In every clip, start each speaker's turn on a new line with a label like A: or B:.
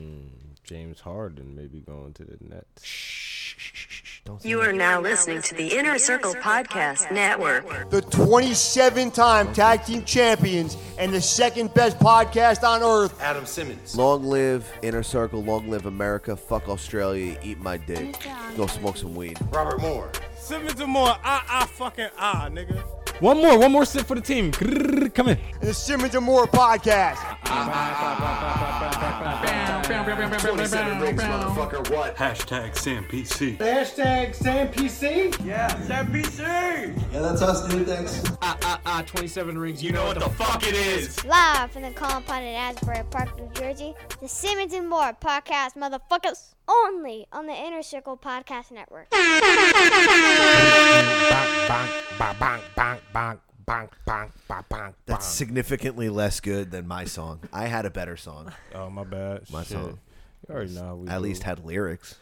A: Mm, James Harden maybe going to the Nets. Don't
B: You are now listening to the Inner Circle Podcast Network.
C: the 27 time tag team champions and the second best podcast on earth.
D: Adam Simmons.
E: Long live Inner Circle, long live America, fuck Australia, eat my dick, go smoke some weed.
D: Robert Moore.
F: Simmons and more. Ah, ah, fucking ah, nigga.
A: One more, one more sip for the team. Grrr, Come in.
C: And the Simmons and Moore podcast.
D: 27 rings, motherfucker. What?
G: Hashtag Sam PC.
H: Hashtag Sam PC.
I: Yeah, that's us, dude. Thanks.
H: Ah, 27 rings.
D: You know what the fuck it is.
J: Live from the compound in Asbury Park, New Jersey, the Simmons and More podcast, motherfuckers, only on the Inner Circle Podcast Network.
E: That's significantly less good than my song. I had a better song.
A: Oh my bad.
E: My
A: Shit.
E: song.
A: You already know how we
E: At
A: do.
E: least had lyrics.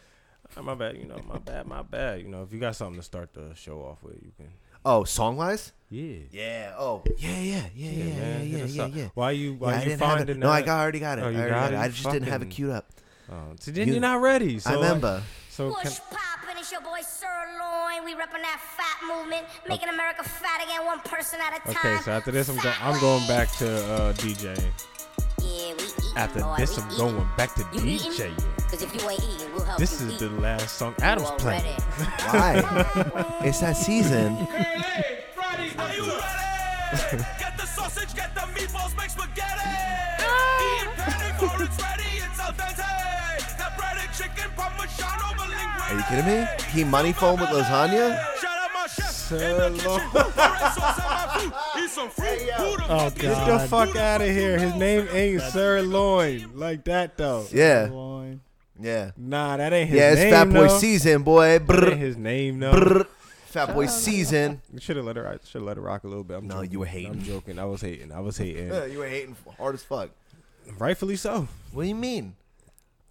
A: Oh, my bad. You know my bad. My bad. You know if you got something to start the show off with, you can.
E: Oh, song wise?
A: Yeah.
E: Yeah. Oh, yeah, yeah, yeah, yeah, yeah,
A: man,
E: yeah,
A: hit us
E: yeah,
A: up.
E: yeah.
A: Why you- why
E: Yeah, I
A: you
E: didn't have
A: finding
E: it? No, I
A: that-
E: got, I already got it.
A: Oh, you
E: I already
A: got
E: got,
A: it?
E: it. I
A: You
E: just didn't have it
A: fucking-
E: queued up.
A: Oh, so then you,
E: You-
A: are not ready. So
E: I remember.
A: So can,
J: Push poppin', it's your boy Sirloin. We reppin' that fat movement, making America fat again, one person at a time.
A: okay. So after this, I'm going. I'm going back to uh, DJing.
J: Yeah, we eatin',
A: After
J: boy,
A: this,
J: we
A: I'm
J: eatin'.
A: going back to
J: You eatin'?
A: DJing.
J: Cause if you ain't eating, we'll help
A: This
J: you
A: is
J: eat.
A: the last song
J: You
A: Adam's playing.
J: already.
E: Why? it's that season.
G: Are you ready? get the sausage, get the meatballs, make spaghetti. Eat patty for it's ready, it's al dente. That bread and chicken parmigiano
E: Are
G: linguine.
E: you kidding me? He money phone with lasagna?
G: Shout out my chef
A: Sir
G: in the kitchen.
A: Lord.
G: Alright, sauce on my food. Eat some fruit. Who the
A: Oh
G: fuck is-
A: Get the fuck out of here. His name ain't Sir Loin. Like that though.
E: Yeah, yeah,
A: Nah, that ain't his
E: yeah. It's
A: name.
E: Fat Boy
A: though.
E: season, boy.
A: That
E: Brr.
A: ain't his name though.
E: Brr. Fat Boy season.
A: You should have let her. Should have let her rock a little bit. I'm
E: No,
A: joking.
E: you were hating.
A: I'm joking. I was hating. I was hating.
E: Yeah, you were hating f- hard as fuck.
A: Rightfully so.
E: What do you mean?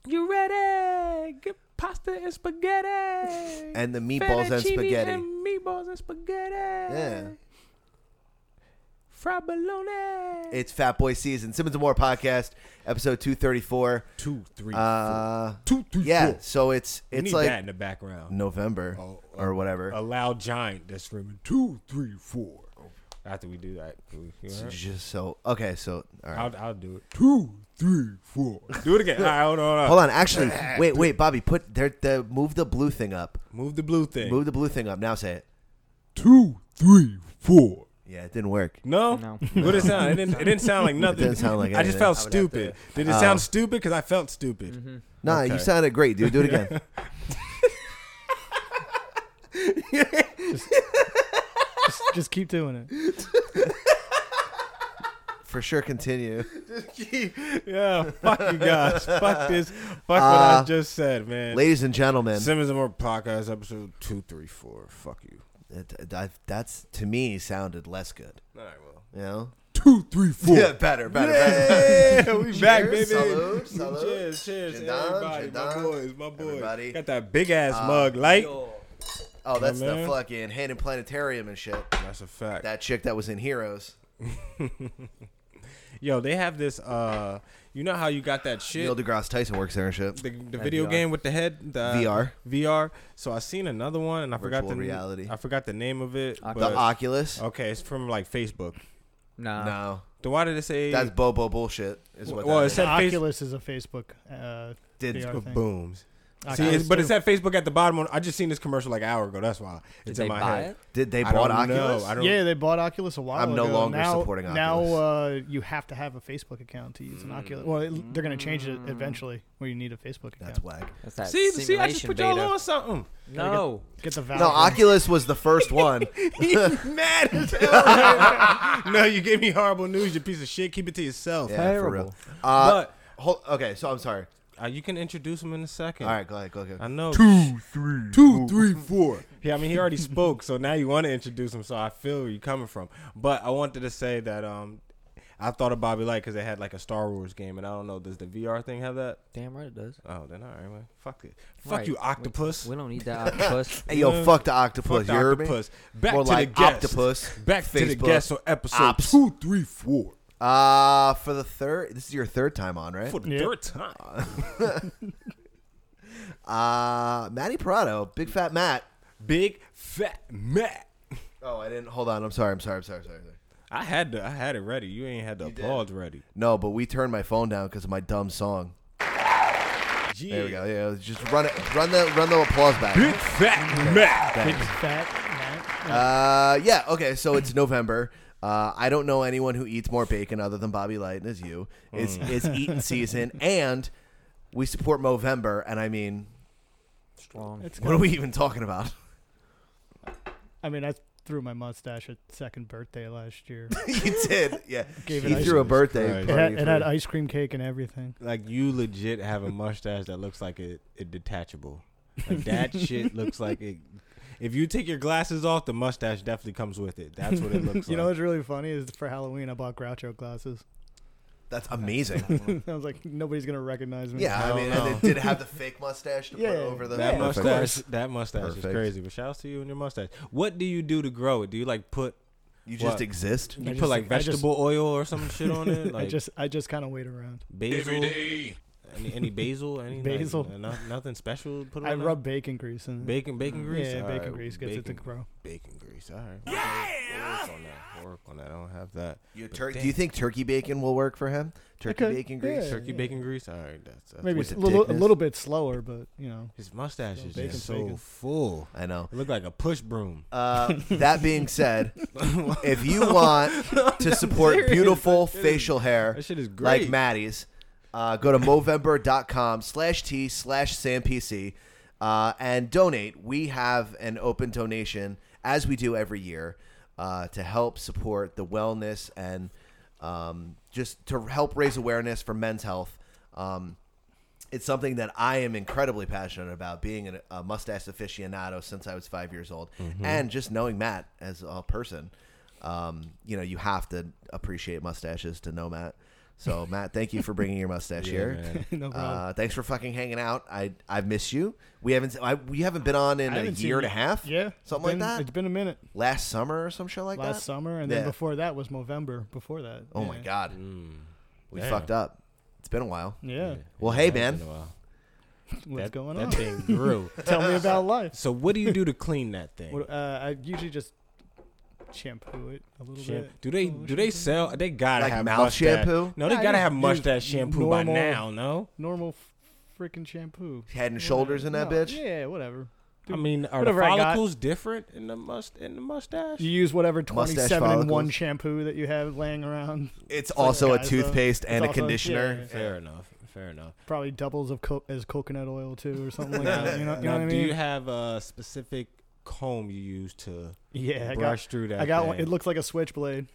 A: You ready? Get pasta and spaghetti.
E: And the meatballs and spaghetti.
A: meatballs and spaghetti.
E: yeah.
A: Fried bologna.
E: It's Fat Boy season. Simmons and More podcast, episode two thirty four.
A: two, three,
E: Uh,
A: four. Two, three,
E: yeah.
A: four.
E: So it's
A: We
E: it's
A: need that Oh,
E: like
A: in the background.
E: November or whatever.
A: a loud giant that's screaming two, three, four. After we do that, we- you all right?
E: Just so okay. So all right.
A: I'll, I'll do it. Two, three, four. Do it again. All right, hold on, hold on.
E: Hold on. Actually, wait, wait, Bobby. Put there. The move the blue thing up.
A: Move the blue thing.
E: Move the blue thing up. Now say it.
A: Two, three, four.
E: Yeah, it didn't work.
A: No,
H: No.
A: what it sound? It didn't, it didn't sound like nothing.
E: didn't sound like
A: I just
E: anything.
A: felt
E: I
A: stupid. Did it
E: Oh.
A: sound stupid? Because I felt stupid.
E: Mm-hmm. Nah, you sounded great, dude. Do it again.
H: Just keep doing it.
E: For sure, continue.
A: Yeah, fuck you guys. fuck this. Fuck what I
E: Uh,
A: just said, man.
E: Ladies and gentlemen,
A: Simmons and More podcast episode two, three, four. Fuck you.
E: that- that- that's to me sounded less good.
A: All right, well.
E: You know?
A: Two, three, four.
E: Yeah, better, better,
A: Yeah, we back, baby.
E: Cheers, salud, salud.
A: Cheers, cheers,
E: Jadon,
A: everybody, my
E: Jadon,
A: boys, my boys.
E: everybody. Uh,
A: Got that big ass mug light.
E: Oh, that's the
A: man.
E: fucking Hayden Planetarium and shit.
A: That's a fact.
E: That chick that was in Heroes.
A: Yo, they have this. uh You know how you got that shit.
E: Neil deGrasse Tyson works there and shit.
A: the, the video game with the head the
E: VR.
A: VR. So I seen another one and I forgot the
E: Virtual reality.
A: I forgot the name of it.
E: The
A: But,
E: Oculus.
A: okay, it's from like Facebook.
H: Nah.
E: No,
A: Then why did it say?
E: that's Bobo bullshit. Is what.
A: well,
E: that
A: it
E: is.
A: said Facebook.
H: Oculus is a Facebook. Uh,
E: Did-
H: VR thing.
A: Booms. See,
H: Oculus
A: it's, but it
H: too.
A: said Facebook at the bottom. I just seen this commercial like an hour ago. That's why it's in my head.
E: Did they
A: I
E: bought
A: don't
E: Oculus?
A: know. I don't.
H: yeah, they bought Oculus a while
E: I'm
H: ago.
E: no longer
H: now,
E: supporting
H: Now
E: Oculus.
H: uh, you have to have a Facebook account to use an Oculus. Well, it, they're going to change it eventually where you need a Facebook account.
E: That's whack.
K: That's that
A: See,
K: simulation
A: see, I just put
K: beta.
A: y'all on something.
K: No.
H: Get the Valve.
E: No, Oculus was the first one.
A: Mad as hell. right now. no, you gave me horrible news. You piece of shit. Keep it to yourself.
E: Yeah, for real. Uh,
A: But-
E: hold, okay, so I'm sorry.
A: Uh, you can introduce him in a second.
E: All right, go ahead, go ahead.
A: I know. Two, three, two, three, four. Yeah, I mean, he already spoke, so now you want to introduce him. So I feel where you're coming from. But I wanted to say that um, I thought of Bobby Light because they had like a Star Wars game, and I don't know, does the VR thing have that?
K: Damn right it does.
A: Oh, then all right, man. Fuck it. Fuck
K: Right.
A: you, octopus.
K: We don't need that octopus.
E: Hey, yo,
A: Yeah.
E: fuck the octopus.
A: Fuck
E: you
A: the
E: heard me?
A: octopus. Back
E: More
A: to
E: like
A: the guest.
E: octopus,
A: Back to the
E: Facebook,
A: guest on episode
E: ops.
A: two, three, four.
E: Uh, for the third, this is your third time on, right?
A: For the Yeah. third time.
E: uh, Matty Prado, Big Fat Matt.
A: Big Fat Matt.
E: Oh, I didn't. Hold on. I'm sorry. I'm sorry. I'm sorry. I'm sorry.
A: I had the, I had it ready. You ain't had the applause ready.
E: No, but we turned my phone down because of my dumb song. There we go. Yeah, just run it. Run the run the applause back.
A: Big fat Matt.
E: Thanks.
H: Big fat Matt.
E: Uh, yeah. Okay. So it's November. Uh, I don't know anyone who eats more bacon other than Bobby Light and as you. It's
A: Mm.
E: it's eating season, and we support Movember. And I mean,
K: Strong.
H: It's
E: what
H: good.
E: are we even talking about?
H: I mean, I threw my mustache at second birthday last year.
E: you did, yeah.
H: Gave
E: He
H: it ice-
E: threw a birthday
H: It
E: party
H: had, it had
E: for-
H: ice cream cake and everything.
A: Like you legit have a mustache that looks like it, it detachable. Like that shit looks like it. If you take your glasses off, the mustache definitely comes with it. That's what it looks
H: you
A: like.
H: know what's really funny is for Halloween I bought Groucho glasses.
E: That's amazing.
H: I was like, nobody's gonna recognize me.
E: Yeah, I mean, and it did have the fake mustache to
H: Yeah,
E: put over the
A: that
E: Perfect.
A: mustache, that mustache is
E: Perfect.
A: crazy. But shouts to you and your mustache. What do you do to grow it? Do you like put?
E: You
A: what?
E: just exist?
A: You
E: I
A: put
E: just-
A: like
H: I just-
A: vegetable oil or some shit on it. Like
H: I just I just kind of wait around.
A: basil. Any, any basil? Any like,
H: Basil.
A: no- nothing special. Put
H: I
A: on
H: rub bacon grease in. it.
A: Bacon, bacon grease.
H: Yeah,
A: All
H: bacon
A: right,
H: grease gets it to
A: bacon-
H: grow.
A: Bacon grease. All right. Yeah. Work on that. Work on that. I don't have that.
E: Your
A: But
E: tur-
A: damn.
E: do you think turkey bacon will work for him? Turkey
H: could,
E: bacon grease.
H: yeah,
A: turkey bacon grease? All right, that's, that's
H: Maybe
A: with
H: it's a
A: the
H: little, a
A: thickness.
H: little bit slower, but you know.
A: His mustache
H: Little
A: is
H: bacon,
A: just so
H: bacon.
A: full.
E: I know.
A: It looked like a push broom.
E: Uh, that being said, if you want to support
A: serious.
E: beautiful
A: That shit is-
E: facial hair
A: that shit is
E: like
A: great.
E: Maddie's, uh, go to movember.com slash T slash SamPC uh, and donate. We have an open donation, as we do every year, uh, to help support the wellness and um, just to help raise awareness for men's health. Um, it's something that I am incredibly passionate about, being an, a mustache aficionado since I was five years old,
H: Mm-hmm.
A: Mhm.
E: and just knowing Matt as a person. Um, you know, you have to appreciate mustaches to know Matt. So, Matt, thank you for bringing your mustache
A: Yeah,
E: here.
A: man.
H: No
E: uh,
H: problem.
E: thanks for fucking hanging out. I I've missed you. We haven't I, we haven't been on in
H: I
E: a
H: haven't seen
E: year and a
H: you.
E: half.
H: Yeah,
E: something
H: been-
E: like that.
H: It's been a minute.
E: Last summer or some shit like that.
H: Last summer, and
E: Yeah.
H: then before that was Movember. Before that.
E: Oh my
H: Yeah. Mm,
E: god, we
A: Damn.
E: fucked up. It's been a while.
H: Yeah. Yeah.
E: Well, hey
A: It's been
E: man.
A: a while.
H: What's
A: That-
H: going on?
A: That thing grew.
H: Tell me about life.
A: So what do you do to clean that thing?
H: What, uh, I usually just shampoo it a little
A: Sham-
H: bit.
A: do they do they sell? They gotta
E: Like
A: have
E: mouth
A: mustache.
E: shampoo?
A: No, they
H: Oh,
A: gotta
H: Nah, just
A: have
H: use
A: mustache shampoo
H: normal-
A: by now. No,
H: normal freaking shampoo.
E: Head and shoulders in that
H: No,
E: bitch?
H: Yeah, whatever.
A: I
H: Do
A: mean, are the
H: whatever I got.
A: follicles different in the must in the mustache?
H: You use whatever
E: Mustache
H: twenty-seven in one
E: follicles.
H: shampoo that you have laying around.
E: It's
H: like
E: also a
H: guys, though.
E: toothpaste and
H: It's
E: a
H: also-
E: conditioner.
H: yeah, yeah.
A: Fair enough. Fair enough.
H: Probably doubles of co- as coconut oil too, or something like that. You know, you know
A: Now,
H: what I mean?
A: do you have a specific comb you use to
H: yeah, I
A: brush
H: got,
A: through that?
H: I got
A: thing?
H: one. It looks like a switchblade,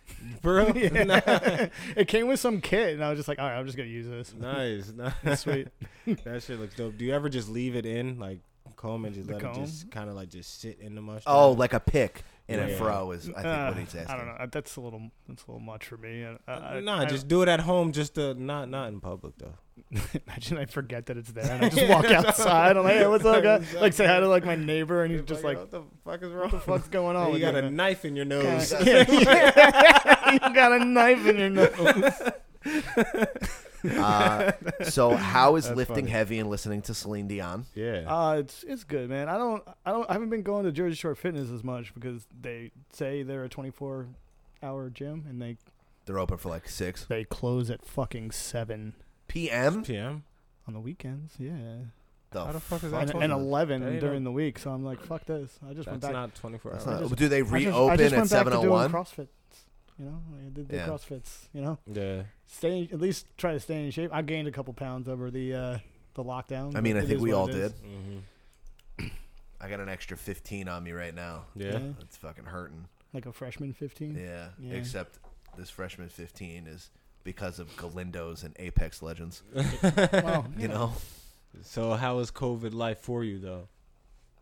A: Bro?
H: Yeah.
A: Nice.
H: it came with some kit, and I was just like, all right, I'm just gonna use this.
A: nice, nice,
H: It's sweet.
A: that shit looks dope. Do you ever just leave it in, like comb, and just
H: The
A: let it
H: comb?
A: just kind of like just sit in the mustache?
E: Oh, like a pick in a
A: Yeah.
E: fro is I think
H: Uh,
E: what he's asking.
H: I don't know. Uh, That's a little. That's a little much for me. I, I, I-
A: nah,
H: I-
A: just do it at home, just to not not in public though.
H: Imagine I forget that it's there and I just walk outside. I'm like, hey, what's up, guys? Like, say hi to like my neighbor, and he's just like,
A: what the fuck is wrong?
H: what the fuck's going on?
A: you
H: with
A: got a
H: man?
A: knife in your nose.
H: Yeah, yeah. you got a knife in your nose.
E: Uh, so how is
H: That's
E: lifting
H: funny.
E: heavy and listening to Celine Dion?
A: yeah.
H: Uh, it's it's good, man. I don't I don't I haven't been going to Jersey Shore Fitness as much because they say they're a 24 hour gym and they
E: They're open for like six
H: they close at fucking seven
E: p.m.
A: PM.
H: on the weekends. Yeah,
E: The
A: How the fuck is that
H: and,
A: possible?
H: and
A: That ain't
H: 11
A: a-
H: during the week. So I'm like, fuck this. I just went
A: That's
H: back.
A: not 24 hours.
E: That's not-
H: just-
E: do they
H: I just-
E: reopen
H: I just
E: at
H: went back
E: seven
H: to
E: oh
H: doing
E: one?
H: CrossFit. You know, I did the
E: Yeah.
H: CrossFits. You know,
A: yeah.
H: stay at least try to stay in shape. I gained a couple pounds over the uh, the lockdown.
E: I mean, I
H: It
E: think
H: is
E: we
H: what
E: all
H: it is.
E: did.
A: Mm-hmm.
E: I got an extra fifteen on me right now.
A: Yeah.
H: Yeah.
E: That's fucking hurting.
H: Like a freshman 15.
E: Yeah.
H: Yeah.
E: Except this freshman fifteen is because of Galindo's and Apex Legends.
H: Wow,
E: You know,
A: So how is COVID life for you though?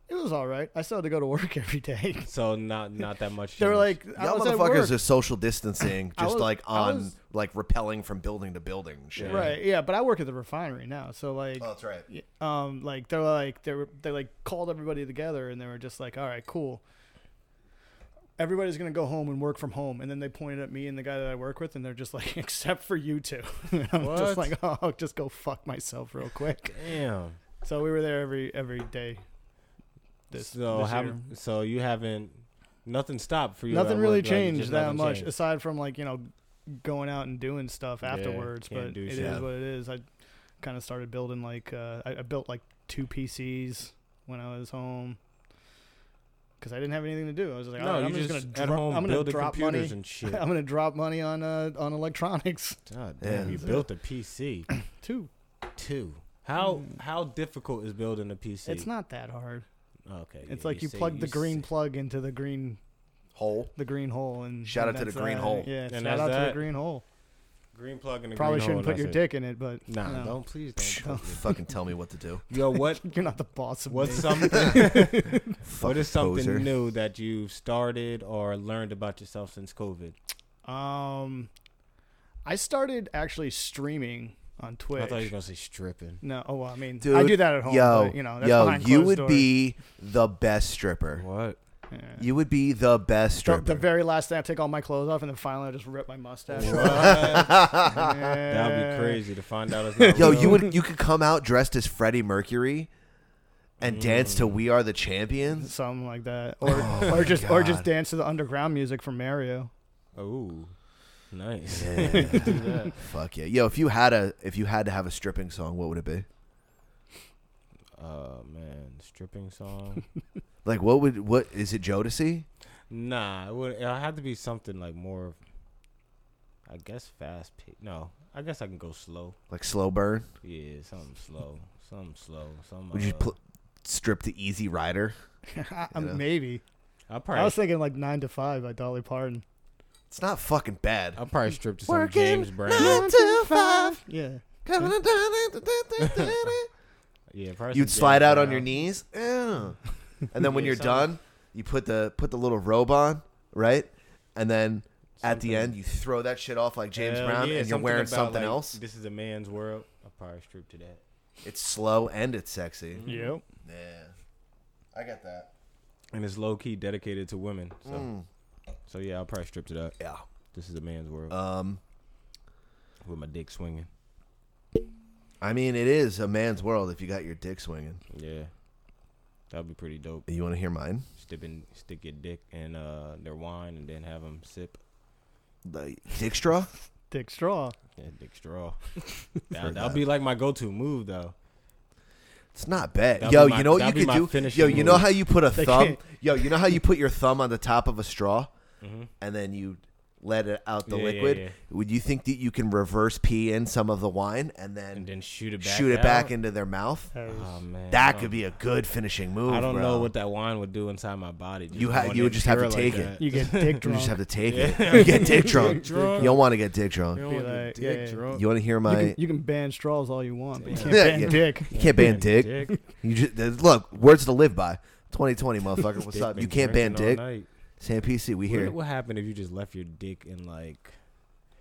H: It was all right. I still had to go to work every day.
A: So not not that much.
H: they were like, I
E: y'all
H: was at work.
E: motherfuckers are social distancing,
H: I
E: just
H: was-
E: like
H: I
E: on
H: was-
E: like rappelling from building to building. and Shit.
H: Right. Yeah, but I work at the refinery now. So like
E: Oh, that's right.
H: y- um like they're like they were they like called everybody together and they were just like, "All right, cool." everybody's gonna go home and work from home, and then they pointed at me and the guy that I work with, and they're just like, except for you two. And I'm
A: What?
H: just like, oh, I'll just go fuck myself real quick.
A: Damn.
H: So we were there every every day. This,
A: so
H: this
A: have
H: year.
A: so you haven't nothing stopped for you. at
H: nothing
A: work,
H: really
A: like, you
H: changed
A: just
H: that
A: nothing
H: much
A: changed.
H: aside from like you know going out and doing stuff
A: Yeah,
H: afterwards
A: can't
H: but
A: do
H: it is
A: shit.
H: what it is i kind of started building like uh, I, I built like two pcs when i was home because i didn't have anything to do i was just like
A: No,
H: "All right,
A: you
H: i'm just,
A: just
H: gonna
A: at
H: dro-
A: home
H: i'm gonna
A: building
H: drop money
A: computers and shit.
H: i'm gonna drop money on uh on electronics
A: God damn, you
H: That's it.
A: built a PC.
H: Two.
A: Two. How how difficult is building a PC?
H: Mm. it's not that hard
A: Okay.
H: it's
A: yeah,
H: like you,
A: say-
H: plug the
A: s-
H: green plug into the green
E: hole
H: the green hole and
E: Shout
H: and
E: out to the
H: that's,
E: green
H: uh,
E: hole.
H: yeah
A: And
H: shout
A: that's
H: out to
A: that.
H: the green hole
A: Green plug in a
H: Probably
A: green
H: shouldn't
A: hole,
H: put your
A: that's it.
H: dick in it, but
A: Nah,
H: no.
A: don't please don't.
H: Don't.
E: Don't fucking tell me what to do.
A: Yo, what?
H: You're not the boss of
A: What's
H: me.
A: something? what
E: Fucking
A: is something
E: poser.
A: new that you've started or learned about yourself since COVID?
H: Um, I started actually streaming on Twitch.
A: I thought you were gonna say stripping.
H: no, oh well, I mean,
E: Dude,
H: I do that at home.
E: Yo,
H: but, you know, that's
E: yo,
H: behind
E: you
H: closed
E: would
H: doors.
E: be the best stripper.
A: What?
E: You would be the best
H: the,
E: stripper.
H: the very last day I take all my clothes off, and then finally I just rip my mustache.
A: What? That'd be crazy to find out. It's not
E: Yo,
A: real.
E: you would you could come out dressed as Freddie Mercury and dance
A: Mm.
E: to "We Are the Champions."
H: Something like that,
E: Oh
H: or or just or just dance to the underground music from Mario.
A: Oh, nice.
E: Yeah.
A: Do that.
E: Fuck yeah, yo! If you had a if you had to have a stripping song, what would it be?
A: Oh man, stripping song.
E: Like, what would what is it? Jodeci?
A: Nah, it would. It'll have to be something like more. I guess fast. pa- No, I guess I can go slow.
E: Like slow burn?
A: Yeah, something slow. Something slow. Something.
E: Would you
A: uh,
E: pl- strip to Easy Rider?
H: Um, Maybe
A: I'll
H: I
A: probably.
H: was thinking like Nine to Five by Dolly Parton.
E: It's not fucking bad.
A: I'll probably strip to some James Brown.
E: to five.
H: Yeah,
A: yeah, probably.
E: You'd
A: some
E: slide
A: James
E: out on
A: Brown.
E: your knees, ew. and then when
A: Yeah,
E: you're
A: something-
E: done, you put the put the little robe on, right? And then at the end, you throw that shit off like James
A: Hell
E: Brown,
A: yeah,
E: and you're
A: something
E: wearing
A: about,
E: something
A: like,
E: else.
A: This is a man's world. I'll probably strip to that.
E: It's slow and it's sexy.
A: Mm-hmm.
H: yep.
E: Yeah, I got that.
A: And it's low key dedicated to women. So,
E: Mm.
A: so yeah, I'll probably strip to that.
E: Yeah.
A: This is a man's world
E: Um,
A: with my dick swinging.
E: I mean, it is a man's world if you got your dick swinging.
A: Yeah, that'd be pretty dope.
E: You want to hear mine?
A: Stick in, stick your dick in uh, their wine and then have them sip
E: The dick straw.
H: Dick Straw.
A: that dick straw. that, that'll be like my go-to move though.
E: It's not bad.
A: That'd
E: yo,
A: be my-
E: you know what you
A: that'd be
E: could
A: my
E: do?
A: finishing
E: Yo, you know
A: move.
E: how you put a
H: They
E: thumb?
H: can't-
E: Yo, you know how you put your thumb on the top of a straw and then you let it out the
A: Mm-hmm. Yeah, yeah,
E: liquid?
A: yeah.
E: Would you think that you can reverse pee in some of the wine and then,
A: And then shoot it back.
E: shoot it back
A: out?
E: into their mouth?
H: That was-
A: Oh man,
E: That
A: no.
E: could be a good finishing move.
A: I don't
E: bro.
A: know what that wine would do inside my body.
E: You ha-
A: going
E: you would
A: in
E: just have to
A: pure like
E: take it.
A: that.
H: You get dick
E: You
H: drunk.
E: just have to take it. You get dick drunk.
A: drunk.
E: You don't want to get dick drunk.
A: You
H: Be
A: don't want
H: like,
A: to dick
H: yeah, yeah.
A: drunk.
E: You want to hear my?
H: you,
E: You,
H: can, you can ban straws all you want, but you can't
E: Yeah,
H: ban
E: yeah.
H: dick.
E: can't ban dick.
A: dick.
E: You just, look, words to live by. 2020, motherfucker. What's
A: Dick
E: up?
A: been
E: You can't ban
A: drinking
E: dick.
A: all night.
E: Sam PC, we
A: What,
E: here.
A: what happened if you just left your dick in like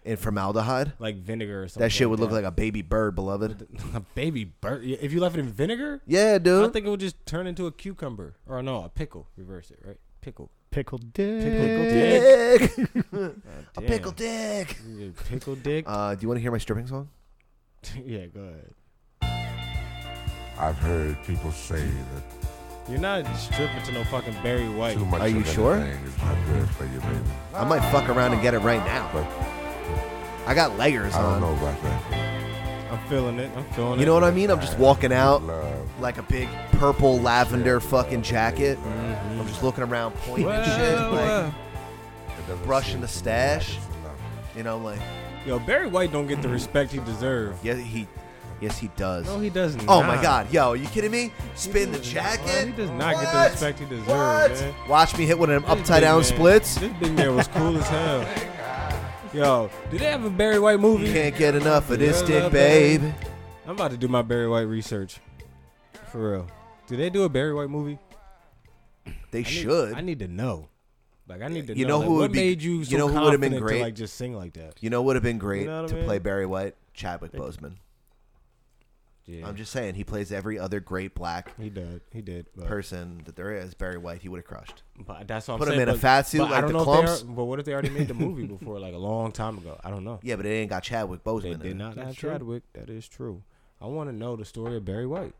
E: In formaldehyde.
A: like vinegar or something?
E: That shit would look like a baby bird, beloved.
A: a baby bird. Yeah, If you left it in vinegar,
E: Yeah,
A: I
E: dude.
A: think it would just turn into a cucumber or no, a pickle. Reverse it, right? Pickle.
H: Pickled dick.
A: Pickled dick.
E: Dick. a
A: Damn.
E: pickle dick.
A: Yeah, Pickle dick.
E: Uh, do you want to hear my stripping song?
A: yeah, go ahead.
L: I've heard people say that
A: You're not stripping to no fucking Barry White.
L: too much
E: Are
L: of
E: you sure?
L: anything is not good for you, baby.
E: I might fuck around and get it right now.
L: But
E: I got layers
L: I don't
E: on.
L: know about that.
A: I'm feeling it. I'm feeling it.
E: You know what I mean? I'm just walking out
L: Love.
E: like a big purple lavender fucking jacket.
A: Mm-hmm.
E: I'm just looking around, pointing and shit, like
L: It doesn't
E: brushing
L: seem
E: the
L: to me
E: stash.
L: like it's enough.
E: you know, like
A: Yo, Barry White don't get the respect he deserves.
E: yeah, he, yes, he does.
A: No, he doesn't.
E: Oh my God, yo, are you kidding me? Spin the jacket.
A: He does not get the
E: What?
A: respect he deserves,
E: What?
A: man.
E: Watch me hit one of them
A: This
E: upside
A: big
E: down
A: man-
E: splits.
A: This big man was cool as hell. Yo, do they have a Barry White movie?
E: Can't get enough of this
A: Yeah,
E: dick,
A: babe.
E: babe.
A: I'm about to do my Barry White research. For real. Do they do a Barry White movie?
E: They
A: I need-
E: should.
A: I need to know. Like I need to
E: You
A: know,
E: know
A: like,
E: who
A: what
E: would be-
A: made you
E: you
A: so
E: know who
A: confident
E: would've been
A: to
E: great?
A: like just sing like that.
E: You know, would have been great
A: know what I
E: to
A: mean?
E: play Barry White, Chadwick Boseman.
A: Yeah.
E: I'm just saying he plays every other great black.
A: He did. He did.
E: Person that there is, Barry White, he would have crushed.
A: But that's what I'm
E: Put
A: saying.
E: him in a
A: but-
E: fat suit
A: but I
E: like
A: don't
E: the
A: know
E: clumps.
A: If they are, but what if they already made the movie before, like a long time ago? I don't know.
E: Yeah, but it ain't got Chadwick Boseman.
A: They
E: in
A: did
E: it.
A: not have
E: That's true.
A: Chadwick. That is true. I want to know the story of Barry White.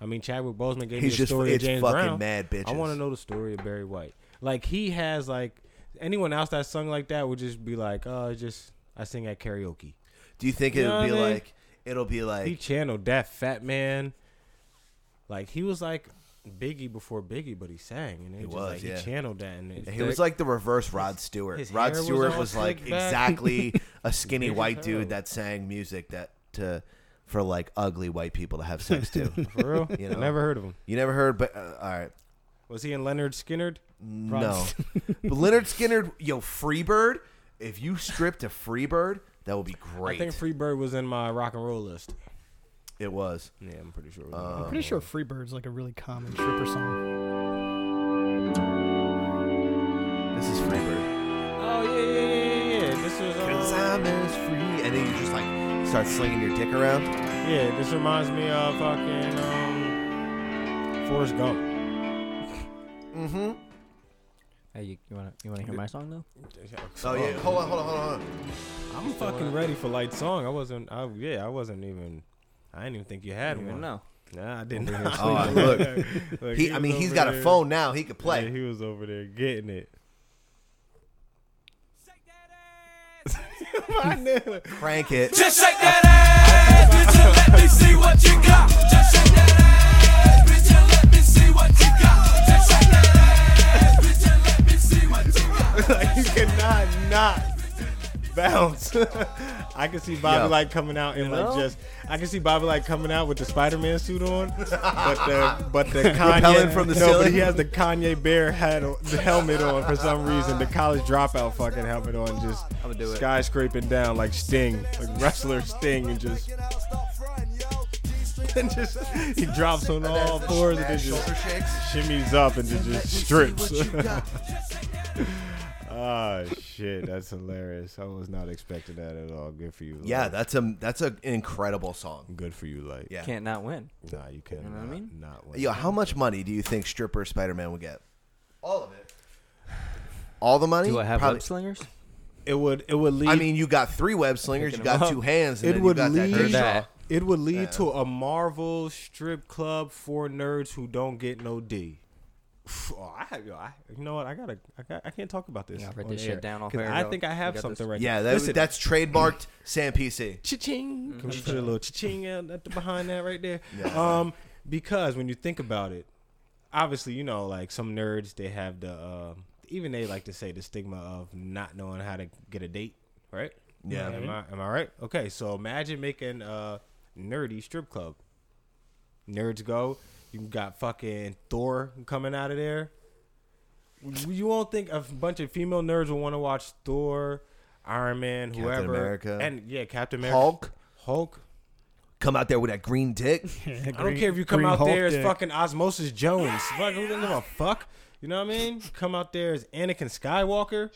A: I mean, Chadwick Boseman gave me
E: He's
A: the
E: just-
A: story
E: it's
A: of James
E: fucking
A: Brown.
E: mad
A: I
E: bitches.
A: want to know the story of Barry White. Like he has like anyone else that sung like that would just be like, oh, it's just I sing at karaoke.
E: Do you think
A: You
E: it
A: know
E: would be
A: what I mean?
E: like? It'll be like
A: he channeled that fat man. Like he was like Biggie before Biggie, but he sang and it
E: He
A: just,
E: was,
A: like,
E: yeah.
A: he channeled that and it
E: He was like the reverse Rod Stewart.
A: his
E: Rod
A: hair was
E: Stewart
A: all
E: was, like
A: slicked back.
E: exactly a skinny
A: Big as
E: white
A: hell.
E: dude that sang music that to for like ugly white people to have sex to.
A: For real? Never heard of him.
E: You never heard, but uh, all right,
A: Was he in Leonard Skinner?
E: no. but Leonard Skinner, yo, Freebird. If you stripped to Freebird, that would be great.
A: I think Freebird was in my rock and roll list. Uh,
E: It was.
A: Yeah, I'm pretty sure.
H: I'm pretty sure Freebird's like a really common stripper song.
E: This is Freebird.
A: Oh yeah, yeah, yeah, yeah, yeah. This was.
E: Cause
A: Uh,
E: I'm as free, and then you just like start slinging your dick around.
A: yeah, this reminds me of fucking um, Forrest Gump.
E: Mm-hmm.
K: Hey, you, you wanna you wanna hear my song though?
E: Oh yeah, hold on, hold on, hold on. Uh,
A: I'm fucking ready for light song. I wasn't. I, yeah, I wasn't even. I didn't even think you had
K: You
A: one.
K: didn't know.
A: Nah, I didn't.
E: Over here sleeping. Oh, look. He- I
A: was
E: mean, he's
A: over
E: got a phone now. He could play.
A: Yeah, he was over there getting it.
E: Crank it.
G: Just shake that ass, bitch, and let me see what you got. Just shake that ass, bitch, and let me see what you got. Just shake that ass, bitch, and let me see what you got.
A: like you cannot not bounce. I can see Bobby
E: Yo.
A: like coming out and like
E: know?
A: just. I can see Bobby like coming out with the Spider Man suit on, but the but the
E: Repelling
A: Kanye
E: from the
A: no, but
E: ceiling?
A: he has the Kanye bear hat on, the helmet on for some reason. The college dropout fucking helmet on, just
K: I'ma do it.
A: skyscraping down like Sting, like wrestler Sting, and just. And just he drops on all fours and then just shimmies up and then just strips. Ah, shit, that's hilarious. I was not expecting that at all. Good for you. Lloyd.
E: Yeah, that's a that's a, an incredible song.
A: good for you, like.
E: Yeah.
K: Can't not win.
A: Nah, you can't.
K: You know what I mean?
A: Not win.
E: Yo, how much money do you think stripper Spider Man would get? All of it. All the money?
K: Do I have
E: Probably-
K: web slingers?
A: It would. It would lead.
E: I mean, you got three web slingers, you
K: Picking 'em
E: got
K: up.
E: two hands, and
A: it
E: then
A: would
E: you got that
A: lead.
E: dirt
K: that.
E: shot.
A: It would lead to a Marvel strip club for nerds who don't get no D. Oh, I, yo, I, you know what? I gotta. I, got, I can't talk about this.
K: Yeah, I write
A: on
K: this
A: air,
K: shit down off
A: 'cause
K: air,
A: I
K: dog.
A: think I have
K: We got
A: something
K: this.
A: right.
E: Yeah,
A: now.
E: that,
A: Listen,
E: that's trademarked Sam PC.
A: Cha-ching.
E: Mm-hmm.
A: Can we put a little cha-ching out at the behind that right there?
E: Yeah.
A: Um, because when you think about it, obviously, you know, like some nerds, they have the uh, even they like to say the stigma of not knowing how to get a date, right?
E: Yeah. Mm-hmm.
A: Am I am I right? Okay, so imagine making a nerdy strip club. Nerds go. You got fucking Thor coming out of there. You won't think a bunch of female nerds will want to watch Thor, Iron Man,
E: Captain
A: whoever,
E: America.
A: and yeah, Captain America,
E: Hulk,
A: Hulk.
E: come out there with that green dick.
A: I don't care if you come out there as fucking Osmosis Jones. Fuck, who doesn't give a fuck? You know what I mean? Come out there as Anakin Skywalker.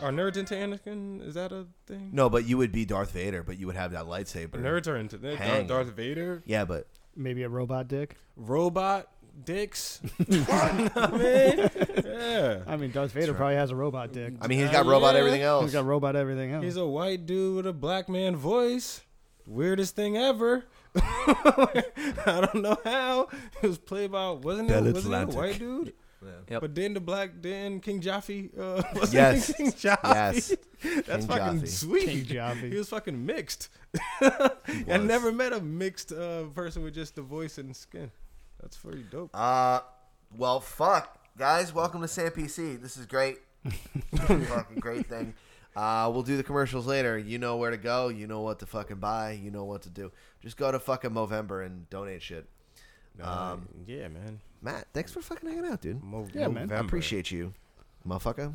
A: Are nerds into Anakin? Is that a thing?
E: No, but you would be Darth Vader, but you would have that lightsaber.
A: Nerds are into that.
E: Hang.
A: Darth, Darth Vader,
E: Yeah, but
H: Maybe a robot dick.
A: robot dicks. You know what I mean? Yeah.
H: I mean, Darth Vader probably has a robot dick.
E: I mean, he's got robot
A: yeah.
E: everything else.
H: He's got robot everything else.
A: He's a white dude with a black man voice. Weirdest thing ever. I don't know how. It was played by wasn't it
E: Bell
A: wasn't it a
E: Atlantic.
A: white dude?
K: Yep.
A: But then the black then King Joffy uh wasn't
E: Yes.
A: it King Joffy.
E: Yes.
A: That's
E: King
A: fucking
E: Joffy.
H: King
A: sweet.
H: Joffy.
A: He was fucking mixed. I never met a mixed uh, person with just the voice and skin. That's pretty dope.
E: Uh, well, fuck, guys. Welcome to Sam PC. This is great. fucking great thing. Uh, we'll do the commercials later. You know where to go. You know what to fucking buy. You know what to do. Just go to fucking Movember and donate shit. Um,
A: yeah, man.
E: Matt, thanks for fucking hanging out, dude.
A: Mo-
H: Yeah, man.
E: I appreciate you, motherfucker.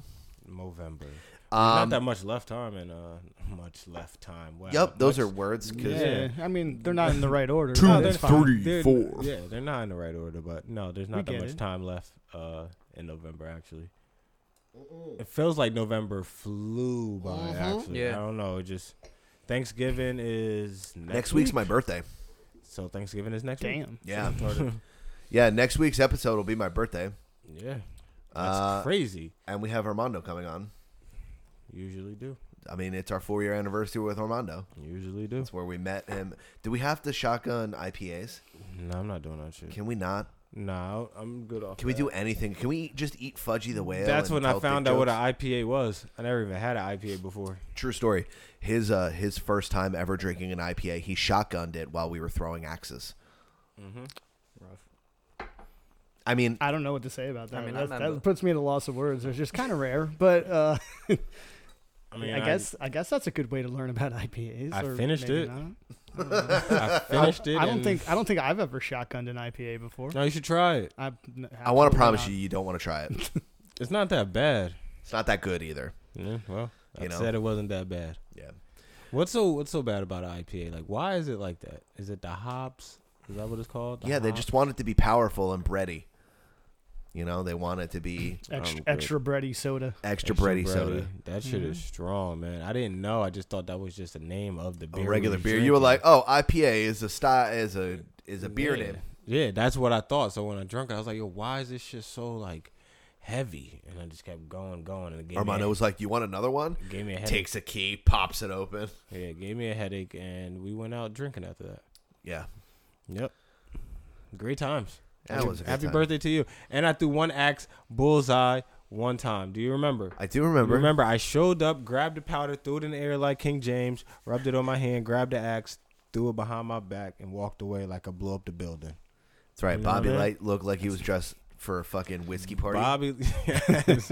A: Movember. Not
E: Um,
A: that much left time and uh, much left time. Wow.
E: yep, those
A: Much-
E: are words. 'cause-
H: yeah. I mean, they're not in the right order.
A: No,
H: that's
A: they're-
H: fine.
A: they're- Yeah, they're not in the right order, but no, there's not
H: We
A: that
H: get
A: much
H: it.
A: time left uh, in November actually. It feels like November flew by. Actually,
K: Yeah.
E: Mm-hmm.
A: I don't know. It just Thanksgiving is next,
E: Next week's my birthday.
A: So Thanksgiving is next week.
H: Damn.
E: Yeah.
A: Retarded.
E: yeah, next week's episode will be my birthday.
A: Yeah. That's
E: Uh,
A: crazy.
E: And we have Armando coming on.
A: Usually do.
E: I mean, it's our four year anniversary with Armando.
A: Usually do.
E: That's where we met him. Do we have to shotgun IPAs?
A: No, I'm not doing that shit.
E: Can we not?
A: No, I'm good off.
E: Can we
A: that.
E: do anything? Can we just eat Fudgy the Whale?
A: That's
E: and
A: when I
E: tell dick
A: found out what
E: jokes?
A: an IPA was. I never even had an IPA before.
E: True story. His uh his first time ever drinking an IPA, he shotgunned it while we were throwing axes.
A: Mm-hmm.
E: I mean,
H: I don't know what to say about that.
K: mean, I
H: That's-
K: remember.
H: that puts me at a loss of words. It's just kind of rare, but uh, I
A: mean,
H: mean, I,
A: I-
H: guess I guess that's a good way to learn about IPAs.
A: I
H: or
A: finished
H: maybe
A: it.
H: not.
A: I finished it.
H: I don't
A: and-
H: think I don't think I've ever shotgunned an IPA before.
A: No, you should try it.
H: I,
E: I want to promise you, you don't want to try it.
A: It's not that bad.
E: it's not that good either.
A: Yeah, well, I
E: You know?
A: said it wasn't that bad.
E: Yeah.
A: What's so What's so bad about an IPA? Like, why is it like that? Is it the hops? Is that what it's called? The
E: yeah, they
A: hops?
E: just want it to be powerful and bready. You know, they want it to be
H: extra,
A: I'm good.
H: extra bready soda.
E: extra bready soda,
A: That shit
H: Mm-hmm.
A: is strong, man. I didn't know. I just thought that was just the name of the
E: a
A: beer. we
E: regular
A: was
E: beer. You were
A: drinking.
E: like, oh, IPA is a style is a is a beer
A: yeah.
E: name.
A: Yeah, that's what I thought. So when I drunk it, I was like, yo, why is this shit so like heavy? And I just kept going, going, and it gave
E: Armando
A: me a,
E: was like, you want another one?
A: gave me a headache.
E: Takes a key, pops it open.
A: Yeah, it gave me a headache, and we went out drinking after that.
E: Yeah,
A: Yep. Great times.
E: That
A: happy,
E: was a good
A: happy
E: time.
A: birthday to you. And I threw one axe bullseye one time. Do you remember?
E: I do
A: You
E: remember.
A: remember, I showed up, grabbed the powder, threw it in the air like King James, rubbed it on my hand, grabbed the axe, threw it behind my back, and walked away like I blew up the building.
E: That's right.
A: You know
E: Bobby
A: that?
E: Light looked like he was dressed for a fucking whiskey party.
A: Bobby, yes. That's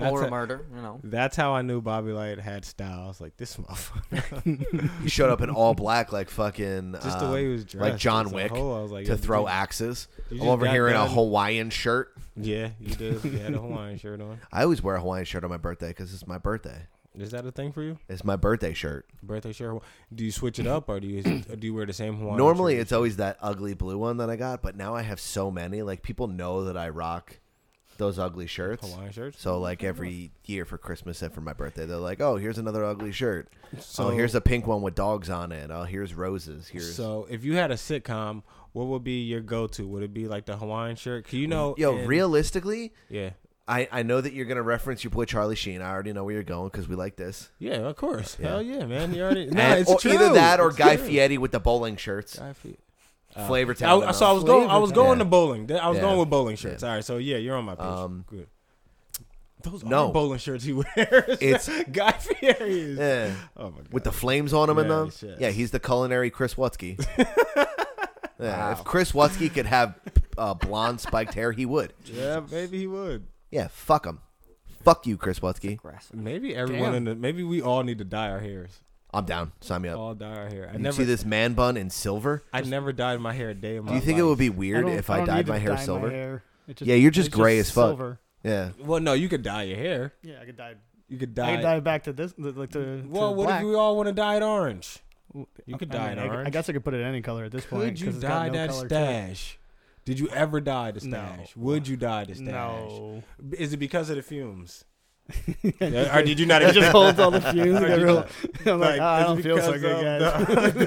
K: Or
A: how-
K: murder, you know.
A: That's how I knew Bobby Light had style. I was like, this motherfucker.
E: He showed up in all black, like fucking
A: Just the
E: um,
A: way he was
E: like
A: dressed
E: John
A: as a
E: Wick,
A: whole, I was like, yo,
E: to
A: did
E: throw
A: you-
E: axes.
A: you
E: I'm
A: just
E: over
A: got
E: here in a
A: done-
E: Hawaiian shirt.
A: yeah, you did. You had a Hawaiian shirt on.
E: I always wear a Hawaiian shirt on my birthday because it's my birthday.
A: Is that a thing for you?
E: It's my birthday shirt.
A: Birthday shirt? Do you switch it up, or do you or do you wear the same Hawaiian?
E: Normally,
A: shirt?
E: it's always that ugly blue one that I got, but now I have so many. Like people know that I rock those ugly shirts.
A: Hawaiian shirts?
E: So like every year for Christmas and for my birthday, they're like, "Oh, here's another ugly shirt. oh,
A: So-
E: here's a pink one with dogs on it. Oh, here's roses. Here's
A: So if you had a sitcom, what would be your go-to? Would it be like the Hawaiian shirt? 'Cause you know,
E: yo."
A: in-
E: realistically,
A: Yeah,
E: I, I know that you're gonna reference your boy Charlie Sheen. I already know where you're going because we like this.
A: yeah, of course.
E: Yeah.
A: Hell yeah, man. You already. Nah,
E: And-
A: it's
E: or
A: true.
E: Either that or
A: It's
E: Guy
A: true.
E: Fieri with the bowling shirts.
A: Guy Fieri.
E: Flavor Town.
A: I, so I was going. I was
E: Flavortown.
A: going
E: Yeah.
A: to bowling. Th- I was
E: Yeah.
A: going with bowling shirts. All right. So yeah, you're on my page.
E: Um,
A: Good. Those
E: no.
A: are bowling shirts he wears.
E: It's-
A: Guy Fieri. Is,
E: Yeah.
A: Oh my god.
E: With the flames on him and
A: Yeah,
E: them.
A: shit.
E: Yeah, he's the culinary Chris Watsky. yeah, If Chris Watsky could have uh, blonde spiked hair, he would.
A: yeah, maybe he would.
E: Yeah, fuck him. Fuck you, Chris Watsky.
K: Aggressive.
A: Maybe everyone
H: Damn.
A: in the. Maybe we all need to dye our hairs.
E: I'm down. Sign me up.
A: All dye our hair. I
E: You
A: never.
E: see this man bun in silver?
A: I never dyed my hair a day in my
E: Do you think it
A: life.
E: would be weird
H: don't-
E: if I,
H: don't need
E: dyed
H: to
E: my hair
H: dye
E: silver?
H: hair. It just-
E: Yeah, you're just
H: it's
E: gray as fuck.
H: silver.
E: Yeah.
A: Well, no, you could dye your hair.
H: Yeah, I could dye.
A: You could
H: I
A: dye.
H: could dye back to this, like to.
A: well,
H: to
A: what
H: black.
A: if we all want to dye it orange? You could
H: I
A: dye
H: mean,
A: it
H: I,
A: orange.
H: I guess I could put it any color at this point.
A: Could
H: 'cause
A: you
H: it's got
A: dye
H: no
A: that
H: color to it.
A: stash? Did you ever dye the
H: No.
A: stash? Would you dye the stash?
H: No.
A: B- Is it because of the fumes? Yeah, or did you not
H: It
A: even
H: just holds all the fumes.
A: Or
H: and
A: did
H: everyone- I'm like,
A: like,
H: "Ah, I
A: is it
H: don't feel so
A: because
H: good, guys.
A: of The,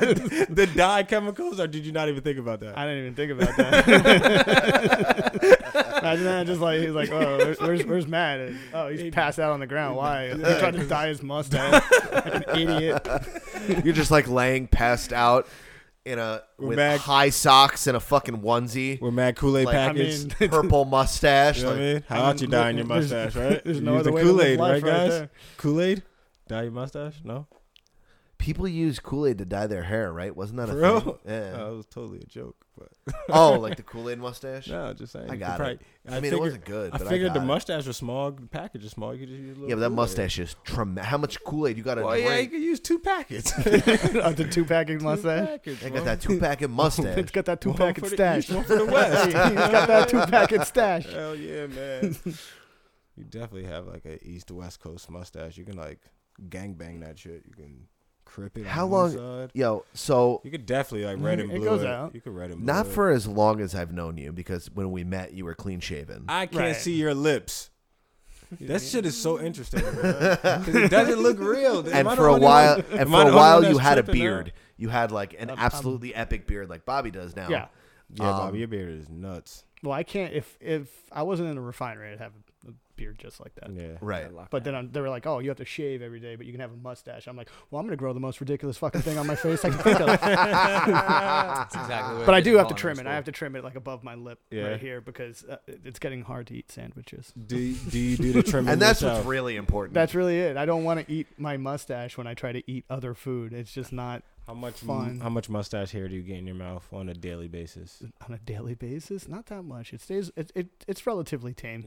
A: the dye chemicals, or did you not even think about that?
H: I didn't even think about that. Imagine that. Just like he's like, oh, where- where's where's Matt? And, oh, he's passed out on the ground. Why? He tried to dye his mustache. like an idiot.
E: You're just like laying passed out in a with
A: back.
E: high socks and a fucking onesie,
A: We're mad Kool Aid
E: Like, I
A: package.
H: mean-
E: purple mustache.
A: you know what I
E: like-
A: mean? How about you
H: mean,
A: dyeing your
H: there's-
A: mustache, right?
H: there's
A: You
H: no
A: use
H: other
A: the
H: way to live
A: Kool-Aid,
H: life
A: right,
H: right
A: guys?
H: there.
A: Kool Aid, dye your mustache? No,
E: People use Kool Aid to dye their hair, right? Wasn't that a
A: for
E: thing?
A: real?
E: Yeah.
A: Uh, it was totally a joke, but
E: oh, like the Kool Aid mustache.
A: no, just saying.
E: I
A: you could
E: got it. I mean, it wasn't good,
A: I
E: but I
A: figured
E: got
A: the
E: it.
A: mustache was small, the package was small. You could just use a little
E: Yeah, but that
A: Kool-Aid.
E: mustache is tremendous. How much Kool Aid you got to
A: Well, yeah, you
E: drink?
A: could use two packets.
H: Of the two packing mustache.
A: Package,
E: I
A: bro.
E: got that two pack of
H: It's
E: mustache.
H: got that two
A: One
H: packet
A: for the
H: stash.
A: east, one for the west.
H: He's got that two packet stash.
A: Hell yeah, man. you definitely have like a east to west coast mustache. You can like gangbang that shit. You can crip it. on
E: How
A: one
E: long,
A: side.
E: yo? So
A: You could definitely like red and
H: It
A: blue.
H: goes out.
A: You could red and blue.
E: not
A: it.
E: for as long as I've known you, because when we met, you were clean shaven.
A: I can't
H: Right.
A: see your lips. That shit is so interesting because it doesn't look real. Am
E: and
A: I the
E: for a
A: only
E: while,
A: one-
E: and
A: am
E: for
A: I the
E: a
A: only
E: while,
A: one
E: you
A: that's
E: had a
A: tripping out?
E: beard. You had like an
H: I'm-
E: absolutely epic beard, like Bobby does now.
H: Yeah.
A: Yeah, Bobby,
E: Um,
A: your beard is nuts.
H: Well, I can't. If if I wasn't in a refinery, I'd have a beard just like that.
A: Yeah.
E: Right.
H: But then i they were like, "Oh, you have to shave every day, but you can have a mustache." I'm like, "Well, I'm gonna grow the most ridiculous fucking thing on my face I can think of."
K: That's exactly what
H: ah. But
K: I
H: I
K: did
H: do have
K: in culinary
H: to trim it. I
K: school.
H: have to trim it like above my lip
K: Yeah.
H: right here because uh, it's getting hard to eat sandwiches.
A: Do- do you do the trimming
E: And that's what's yourself? really important.
H: That's really it. I don't want to eat my mustache when I try to eat other food. It's just not
A: how much
H: fun.
A: How much mustache hair do you get in your mouth on a daily basis?
H: on a daily basis, not that much. It stays. It, it it's relatively tame.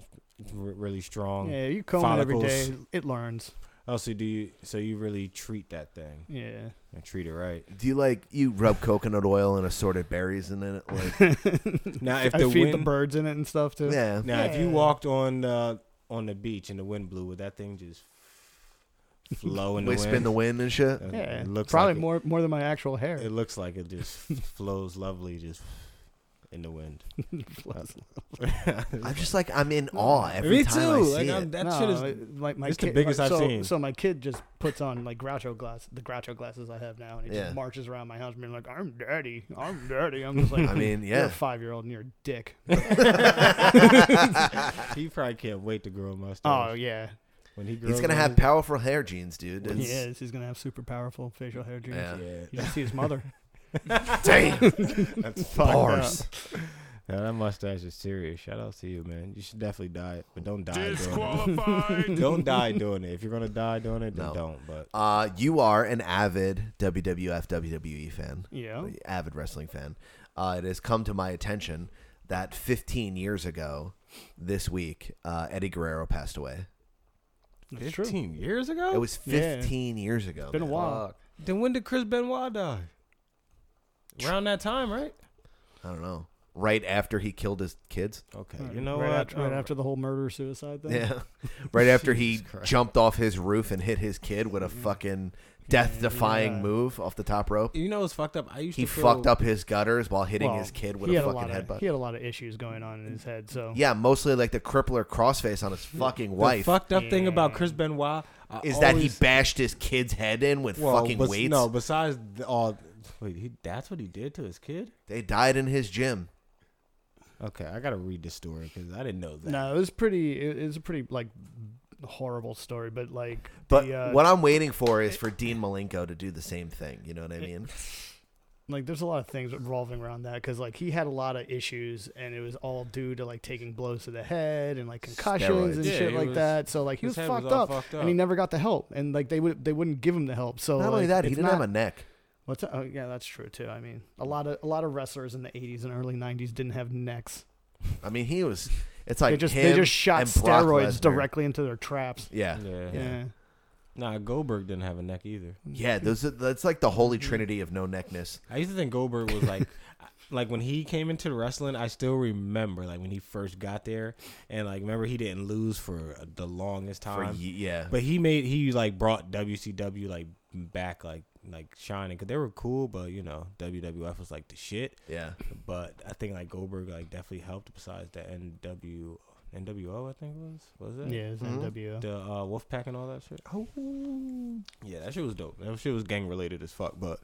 A: R- really strong.
H: Yeah, you comb it every
A: follicles.
H: day. It learns.
A: Oh, so do you? So you really treat that thing?
H: Yeah.
A: And treat it right.
E: Do you like you rub coconut oil and assorted berries in it? Like
A: Now, if
H: I
A: the
H: feed the
A: wind-
H: birds in it and stuff too.
E: Yeah.
A: Now, if you walked on uh, on the beach and the wind blew, would that thing just flow in the
E: Wisp
A: wind?
E: in the wind and shit?
A: Uh,
H: Yeah,
A: it looks
H: probably
A: like
H: more more than my actual hair.
A: It, it looks like it just flows lovely, just in the wind.
H: Flows
E: I'm just like I'm in awe every
A: Me
E: time I
A: too,
E: see
A: like,
E: it.
A: I'm- that shit is-
H: it- like my
A: it's the
H: kid-
A: biggest
H: like,
A: I've
H: so,
A: seen.
H: So my kid just puts on like Groucho glass, the Groucho glasses I have now, and he
E: Yeah.
H: just marches around my house being like, "I'm daddy, I'm daddy." I'm just like,
E: I mean,
H: you're
E: yeah.
H: a five year old and you're a dick."
A: he probably can't wait to grow a mustache.
H: oh yeah,
A: When he grows
E: He's gonna
A: one,
E: have powerful hair genes, dude.
H: When he
E: It's-
H: is. He's gonna have super powerful facial hair genes.
E: Yeah.
A: Yeah.
H: You should see his mother.
E: Damn.
A: That's
H: Fucked up.
E: bars.
A: Yeah, that mustache is serious. Shout out to you, man. You should definitely dye it, but don't die doing
G: Disqualified.
A: it. don't die doing it. If you're gonna die doing it, then
E: No.
A: don't. But
E: Uh, you are an avid WWF WWE E fan.
H: Yeah.
E: Avid wrestling fan. Uh, it has come to my attention that 15 years ago this week, uh, Eddie Guerrero passed away.
H: That's true.
A: years ago,
E: It was
H: Yeah.
E: 15 years ago.
H: Been a
E: man.
H: while.
A: Then when did Chris Benoit die? Around that time, right?
E: I don't know. Right after he killed his kids.
A: Okay,
H: Right,
A: you know
H: right
A: what?
H: After, right
A: Oh,
H: after the whole murder suicide thing.
E: Yeah. Right after he
A: Jesus Christ.
E: jumped off his roof and hit his kid with a fucking death defying
H: Yeah.
E: move off the top rope.
A: you know what's fucked up? I used
E: He
A: to feel,
E: fucked up his gutters while hitting
H: Well,
E: his kid with
H: he
E: a
H: had
E: fucking
H: lot of,
E: headbutt.
H: He had a lot of issues going on in his head, so
E: Yeah, mostly like the crippler crossface on his fucking
A: The
E: wife
A: fucked up thing about
H: Yeah.
A: Chris Benoit I
E: is that he
A: always-
E: bashed his kid's head in with
A: Well,
E: fucking
A: bes-
E: weights.
A: No, besides the, all. Wait, he, that's what he did to his kid.
E: They died in his gym.
A: Okay, I gotta read the story because I didn't know that.
H: No, it was pretty. It, it was a pretty like horrible story, but like.
E: But
H: the, uh,
E: what I'm waiting for is for Dean Malenko to do the same thing. You know what I mean?
H: like, there's a lot of things revolving around that because like he had a lot of issues, and it was all due to like taking blows to the head and like concussions
E: Steroids.
H: and
A: Yeah,
H: shit
A: he
H: like
A: was-
H: that. So like he
A: his
H: was,
A: head was
H: fucked,
A: all
H: up,
A: fucked
H: and he
A: up.
H: never got the help, and like they would they wouldn't give him the help. So
E: not only
H: like,
E: that, he
H: it's
E: didn't have
H: not-
E: a neck.
H: What's oh yeah, that's true too. I mean, a lot of a lot of wrestlers in the '80s and early '90s didn't have necks.
E: I mean, he was. It's like
H: they just
E: him
H: they just shot
E: and Brock
H: steroids
E: Lesnar.
H: directly into their traps.
E: Yeah.
A: Yeah.
E: Yeah.
H: yeah.
A: Nah, Goldberg didn't have a neck either.
E: Yeah, those are, that's like the holy trinity of no neckness.
A: I used to think Goldberg was like, like when he came into wrestling, I still remember like when he first got there, and like remember he didn't lose for the longest
E: For
A: time.
E: ye- yeah,
A: But he made he like brought WCW like back like like shining because they were cool, but you know WWF was like the shit.
E: yeah.
A: But I think like Goldberg like definitely helped besides the NW NWO I think it was was it
H: Yeah,
E: Hmm?
H: it's NWO.
A: the uh, Wolfpack and all that shit. Oh, yeah, that shit was dope. That shit was gang related as fuck, but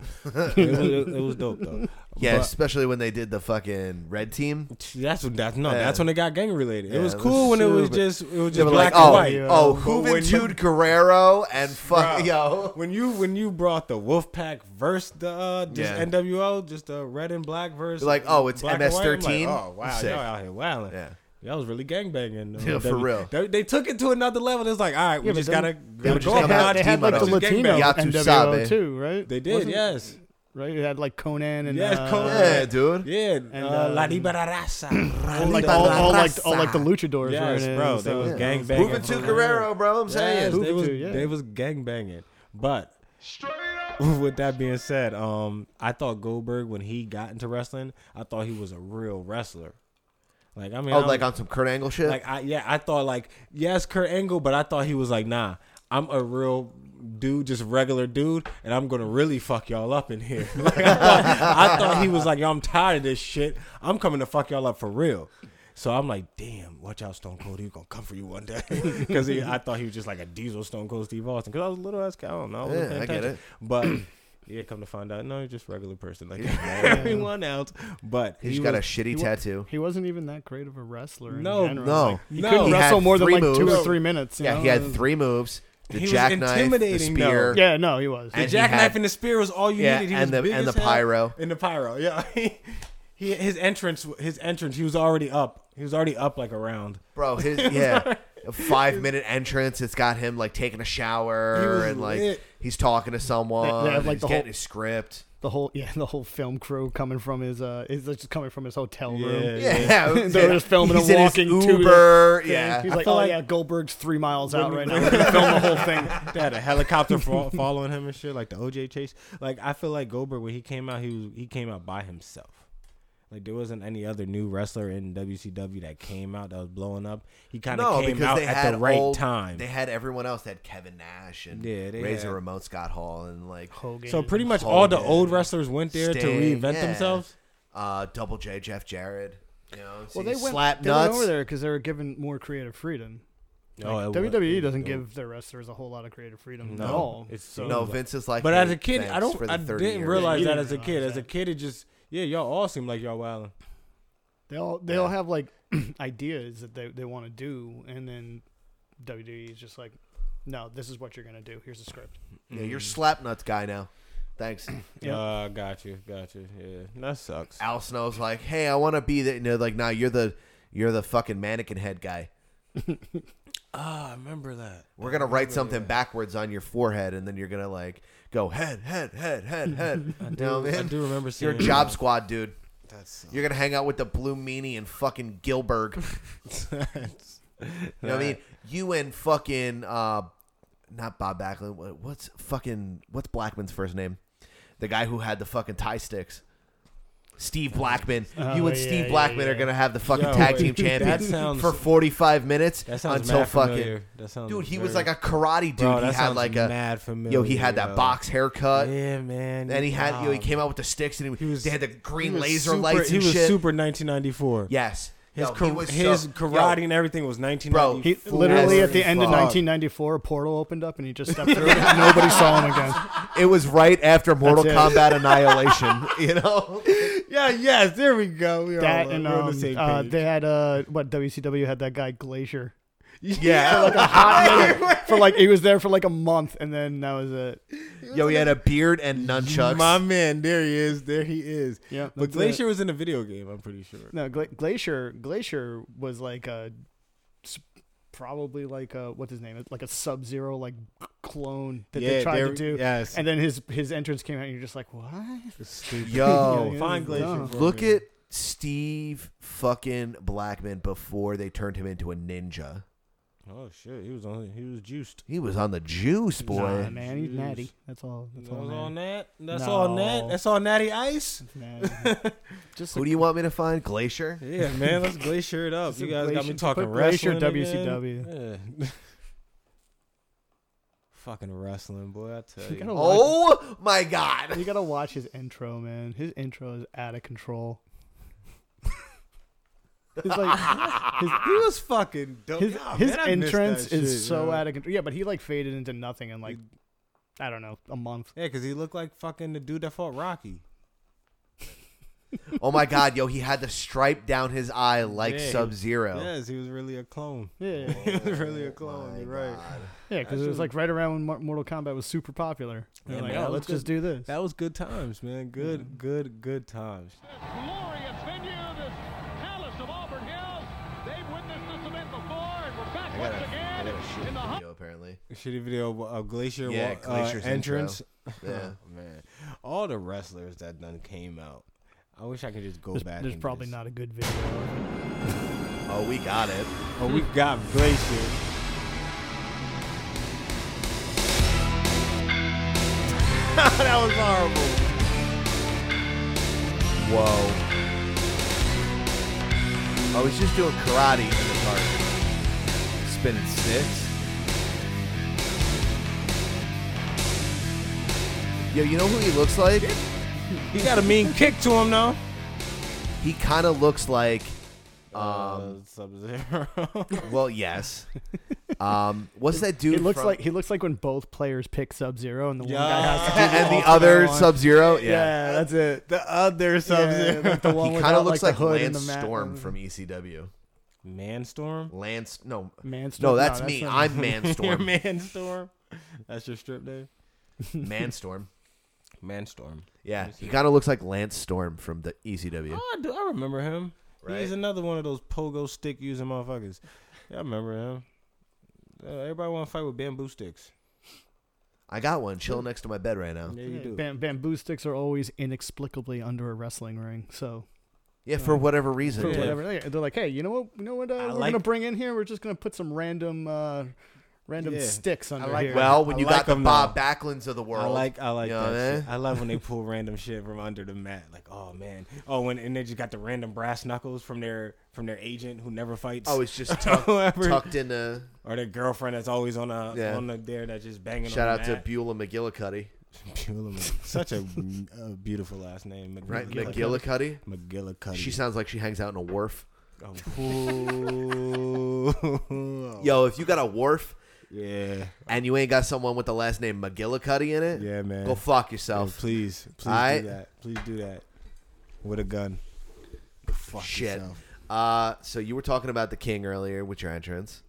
A: it, was, it was dope though.
E: Yeah,
A: But-
E: especially when they did the fucking red team.
A: That's when that's no.
E: Yeah.
A: That's when it got gang related.
E: Yeah,
A: it was
E: it was
A: cool when it was
E: super-
A: just it was
E: They
A: just
E: were
A: black
E: like,
A: and
E: oh,
A: white.
E: oh,
A: But when you-
E: Juventud Guerrero and fuck,
A: Bruh.
E: yo.
A: When you when you brought the Wolfpack versus the uh, just
E: Yeah.
A: NWO, just the red and black versus
E: Like, oh, it's
A: black and white, I'm
E: MS-13?
A: Like, oh wow,
E: Sick.
A: y'all out here wilding.
E: Yeah.
A: Y'all was really gangbanging.
E: Yeah, for real.
A: They, they took it to another level. It's like, all right, we
H: Yeah, but
A: just
H: then
A: gotta
E: they would
A: go
E: just
A: up
E: come
A: a
E: out
A: notch,
H: they had
A: keep
E: Timo
H: like
A: it
H: the
E: though.
A: up. Just
H: Latino
A: gangbang.
E: Yatu
H: NWO
E: Sabe.
H: too, right?
A: They did,
H: Wasn't-
A: yes.
H: Right, it had like Conan and
A: Yes,
H: uh,
A: Conan.
E: Yeah, dude.
A: Yeah,
H: And,
A: uh, La
H: um,
A: Libera Raza.
H: all like
E: Arriba
H: all,
E: la
H: all like all
E: raza.
H: like the luchadores were in
A: yes,
H: it.
A: bro,
H: and
A: they was
H: stuff.
A: gangbanging.
E: Moving to
A: for
E: Guerrero, bro. I'm
A: Yes,
E: saying.
A: they was
H: Hoovy too, yeah.
A: they was gangbanging. But with that being said, um, I thought Goldberg when he got into wrestling, I thought he was a real wrestler. Like I mean,
E: Oh,
A: I
E: like
A: was-
E: on some Kurt Angle shit.
A: like I yeah, I thought like yes, Kurt Angle, but I thought he was like nah, I'm a real dude, just regular dude, and I'm gonna really fuck y'all up in here. Like I thought, I thought he was like yo, I'm tired of this shit. I'm coming to fuck y'all up for real. So I'm like, damn, watch out, Stone Cold. He's gonna come for you one day because I thought he was just like a diesel Stone Cold Steve Austin. Because I was a little ass, I don't know. wasn't
E: Yeah,
A: paying
E: I get
A: attention.
E: it.
A: But yeah, come to find out, no, he's just a regular person like
E: Yeah.
A: everyone else. But
E: He's
A: he
E: got
A: was-
E: a shitty
A: he wa-
E: tattoo.
H: He wasn't even that great of a wrestler. in
A: No,
H: general.
E: No,
H: Like, you
A: no.
H: couldn't
E: He had
H: wrestle more than
E: three
H: like two
E: moves.
H: or three minutes. you
E: Yeah,
H: know?
E: he had three moves: the
A: He was
E: jackknife, the
A: intimidating, though.
E: spear.
H: Yeah, no, he was.
A: The
E: and he
A: jackknife
E: had-
A: and the spear was all you
E: Yeah,
A: needed. He
E: and
A: was
E: the-
A: big
E: and
A: as
E: the
A: hell.
E: pyro.
A: And the pyro, yeah. he, his entrance, his entrance, he was already up. He was already up like around.
E: Bro, his yeah, a five minute entrance. It's got him like taking a shower
A: He was
E: and like
A: lit.
E: he's talking to someone.
H: They- they have, like,
E: he's
H: the
E: getting
H: whole-
E: his script.
H: the whole yeah, the whole film crew coming from his uh, is just coming from his hotel room.
E: Yeah, yeah. yeah.
H: they were just filming
E: He's
H: him
E: in his
H: walking to the
E: Uber,
H: thing.
E: yeah.
H: he's
E: I
H: like,
E: feel
H: oh
E: like-
H: yeah, Goldberg's three miles out right now. We're gonna film the whole thing.
A: They had a helicopter fo- following him and shit, like the OJ chase. Like I feel like Goldberg when he came out, he was he came out by himself. Like there wasn't any other new wrestler in WCW that came out that was blowing up. He kind of
E: no,
A: came
E: because
A: out
E: they
A: at
E: had
A: the right
E: all-
A: time.
E: They had everyone else. They had Kevin Nash and
A: Yeah, they
E: Razor
A: had-
E: Ramon, Scott Hall, and like
H: Hogan.
A: So pretty much all the
E: Hogan,
A: old wrestlers went there to
E: Sting,
A: reinvent
E: yeah.
A: themselves?
E: Uh, Double J, Jeff Jarrett. You know, so
H: Well, they
E: you
H: went,
E: slap
H: they
E: nuts.
H: went over there because they were given more creative freedom.
A: No,
H: Like,
A: Oh, it wa-
H: WWE
A: it
H: E doesn't
A: don't.
H: give their wrestlers a whole lot of creative freedom
A: No,
H: at all.
A: it's-
H: so
E: no, Vince is like.
A: but
E: "Hey,
A: as a kid, I
E: thanks
A: don't.
E: for the
A: I
E: 30
A: didn't
E: years."
A: realize
H: You
A: that
H: didn't
A: as a kid.
H: realize
A: As a
H: that.
A: kid, it just yeah, y'all all seem like y'all wilding.
H: they all they all have like ideas that they, they want to do, and then WWE is just like, no, this is what you're gonna do. Here's the script.
E: Yeah, you're slap nuts guy now. Thanks.
H: Yeah.
A: Uh, got you, got you. Yeah, that sucks.
E: Al Snow's like, hey, I want to be the. You know, like, nah, you're the, you're the fucking mannequin head guy.
A: Ah, I remember that.
E: We're gonna write something backwards on your forehead, and then you're gonna like go head, head, head, head, head. I
A: do- I do remember
E: You're
A: seeing
E: a job
A: that.
E: squad, dude.
A: That's
E: You're gonna hang out with the Blue Meanie and fucking Gilberg. You know what I mean? You and fucking uh, not Bob Backlund. What- What's fucking what's Blackman's first name? The guy who had the fucking tie sticks. Steve Blackman.
H: Oh,
E: you and
H: yeah,
E: Steve
H: yeah,
E: Blackman
H: yeah.
E: are gonna have the fucking
A: Yo,
E: tag
A: wait,
E: team
A: that
E: champions
A: sounds-
E: for forty five minutes
A: That sounds
E: until
A: mad
E: fucking.
A: familiar. That sounds
E: dude, he was
A: very-
E: like a karate dude.
A: Bro,
E: he
A: that
E: had
A: sounds
E: like a
A: mad
E: yo. He had
A: familiar,
E: that
A: yo.
E: box haircut.
A: Yeah, man.
E: And he had yo. He
A: Wow.
E: came out with the sticks and he,
A: He was-
E: they had the green
A: He was
E: laser
A: super-
E: lights
A: He
E: and
A: was
E: shit.
A: super 1994.
E: yes.
A: His,
E: Yo, he
A: kar-
E: was
A: his
E: so-
A: karate
E: yo,
A: and everything was 1994.
H: He
E: Fool
H: literally
E: as
H: at the end of
E: fuck.
H: 1994, a portal opened up and he just stepped through it. and Nobody saw him again.
E: It was right after Mortal
H: it.
E: Kombat Annihilation. You know,
A: yeah, yes, there we go. We
H: That
A: all,
H: and
A: we're on
H: um,
A: the same
H: uh,
A: page.
H: they had uh, what WCW had that guy Glacier
E: yeah.
H: for like he was there for like a month and then that was it.
E: Yo, he had a beard and nunchucks.
A: My man, there he is. There he is.
H: Yeah,
A: But
H: that's
A: Glacier was in a video game, I'm pretty sure.
H: No, Gla- Glacier Glacier was like a s- probably like a what's his name like a Sub Zero like clone that
A: Yeah,
H: they tried
A: there-
H: to do.
A: yes.
H: and then his his entrance came out and you're just like what?
E: Yo,
H: Yeah,
A: Fine
H: yeah.
A: Glacier.
H: No.
A: for
E: look
A: me.
E: at Steve fucking Blackman before they turned him into a ninja.
A: Oh shit, he was on. He was juiced.
E: He was on the juice, boy.
H: Nah, man, he's
A: Jeez.
H: natty. That's all. That's
A: That
H: all.
A: was
H: natty.
A: all that. That's all
H: No.
A: that. That's all Natty Ice.
H: Natty. just
E: Who do you want me to find? Glacier.
A: Yeah, man, let's glacier it up.
H: Just
A: You
H: a
A: guys got me
H: glacier-
A: talking
H: put glacier
A: wrestling. again.
H: WCW.
A: Yeah. Fucking wrestling, boy. I tell
H: You
A: you.
H: gotta watch-
E: Oh my god.
H: You gotta watch his intro, man. His intro is out of control. It's like his,
A: he was fucking dope.
H: his,
A: Nah,
H: his
A: Oh, man, I miss
H: entrance
A: that
H: is
A: shit,
H: so
A: yo.
H: out of control. Yeah, but he like faded into nothing in like I don't know a month.
A: Yeah, because he looked like fucking the dude that fought Rocky.
E: Oh my god, yo, he had the stripe down his eye like
A: Yeah, he-
E: Sub Zero.
A: Yes, he was really a clone.
H: Yeah,
A: He was really a clone.
E: my
A: You're right.
H: yeah, because it was like right around when Mor- Mortal Kombat was super popular. They're
A: Yeah,
H: like,
A: man,
H: "Oh,
A: that was
H: let's just
A: good.
H: do this.
A: That was good times, man. Good, good, good times.
M: glorious venue, this palace of Auburn Hills. They've witnessed this event before, and we're back once again in the
E: Yo, apparently.
A: Shitty video of- of Glacier
E: Yeah,
A: wa- uh,
E: Glacier's
A: entrance.
E: intro. Yeah.
A: Oh, man. All the wrestlers that done came out. I wish I could just go
H: There's,
A: back.
H: there's
A: and
H: probably
A: just-
H: not a good video. of it.
E: Oh, we got it.
A: Oh, we got Glacier. that was horrible.
E: Whoa. Oh, he's just doing karate in the park. Spinning sticks. Yo, you know who he looks like?
A: He got a mean kick to him, though.
E: He kind of looks like Um,
A: Sub Zero.
E: well, yes. Um, what's that dude?
H: He looks
E: from-
H: like he looks like when both players pick Sub Zero and the one guy
E: Yeah.
H: has to do
E: And the
H: all from
E: other
H: now on.
E: Sub-Zero? Yeah.
H: yeah, that's it.
A: The other Sub-Zero.
H: yeah, like the one
E: he
H: kind of
E: looks like,
H: like, the hood and
E: Lance
H: the mat-
E: Storm from ECW.
A: Manstorm.
E: Lance, no,
H: Manstorm?
E: No,
H: No,
E: that's
H: that's
E: me.
H: not-
E: I'm Manstorm.
A: You're Manstorm. That's your strip name.
E: Manstorm.
A: Manstorm.
E: Yeah,
A: Let me
E: he
A: see.
E: kind of looks like Lance Storm from the E ECW.
A: Oh, I do. I remember him.
E: Right?
A: He's another one of those pogo stick using motherfuckers. Yeah, I remember him. Uh, everybody want to fight with bamboo sticks.
E: I got one chilling next to my bed right now.
A: Yeah, you do.
H: Bam- bamboo sticks are always inexplicably under a wrestling ring. So
E: Yeah, for whatever reason.
H: for
E: dude.
H: whatever, they- they're like, hey, you know what? You know what? Uh, we're
E: like-
H: gonna bring in here. We're just gonna put some random, uh, random
A: Yeah.
H: sticks under here.
E: Well, when
A: I
E: you
A: like
E: got the
A: them
E: Bob
A: though.
E: Backlunds of the world,
A: I like I like
E: you know what
A: that.
E: I
A: shit.
E: mean?
A: I love when they pull random shit from under the mat. Like, oh man, oh, and, and they just got the random brass knuckles from their from their agent who never fights.
E: Oh, it's just
A: Or
E: tucked,
A: whoever.
E: tucked in uh, the.
A: or their girlfriend that's always on a
E: Yeah.
A: on the there that's just banging.
E: Shout
A: on
E: out
A: the
E: to Beulah McGillicuddy.
A: Beulah. Such a, a beautiful last name,
E: Right,
A: McGillicuddy.
E: McGillicuddy.
A: McGillicuddy.
E: She sounds like she hangs out in a wharf.
A: Oh.
E: Yo, if you got a wharf
A: yeah,
E: and you ain't got someone with the last name McGillicuddy in it,
A: yeah, man.
E: go fuck
A: Yeah,
E: yourself.
A: please, please
E: Alright?
A: do that. Please do that with a gun. Go Fuck
E: Shit.
A: yourself.
E: Uh, so you were talking about the king earlier with your entrance.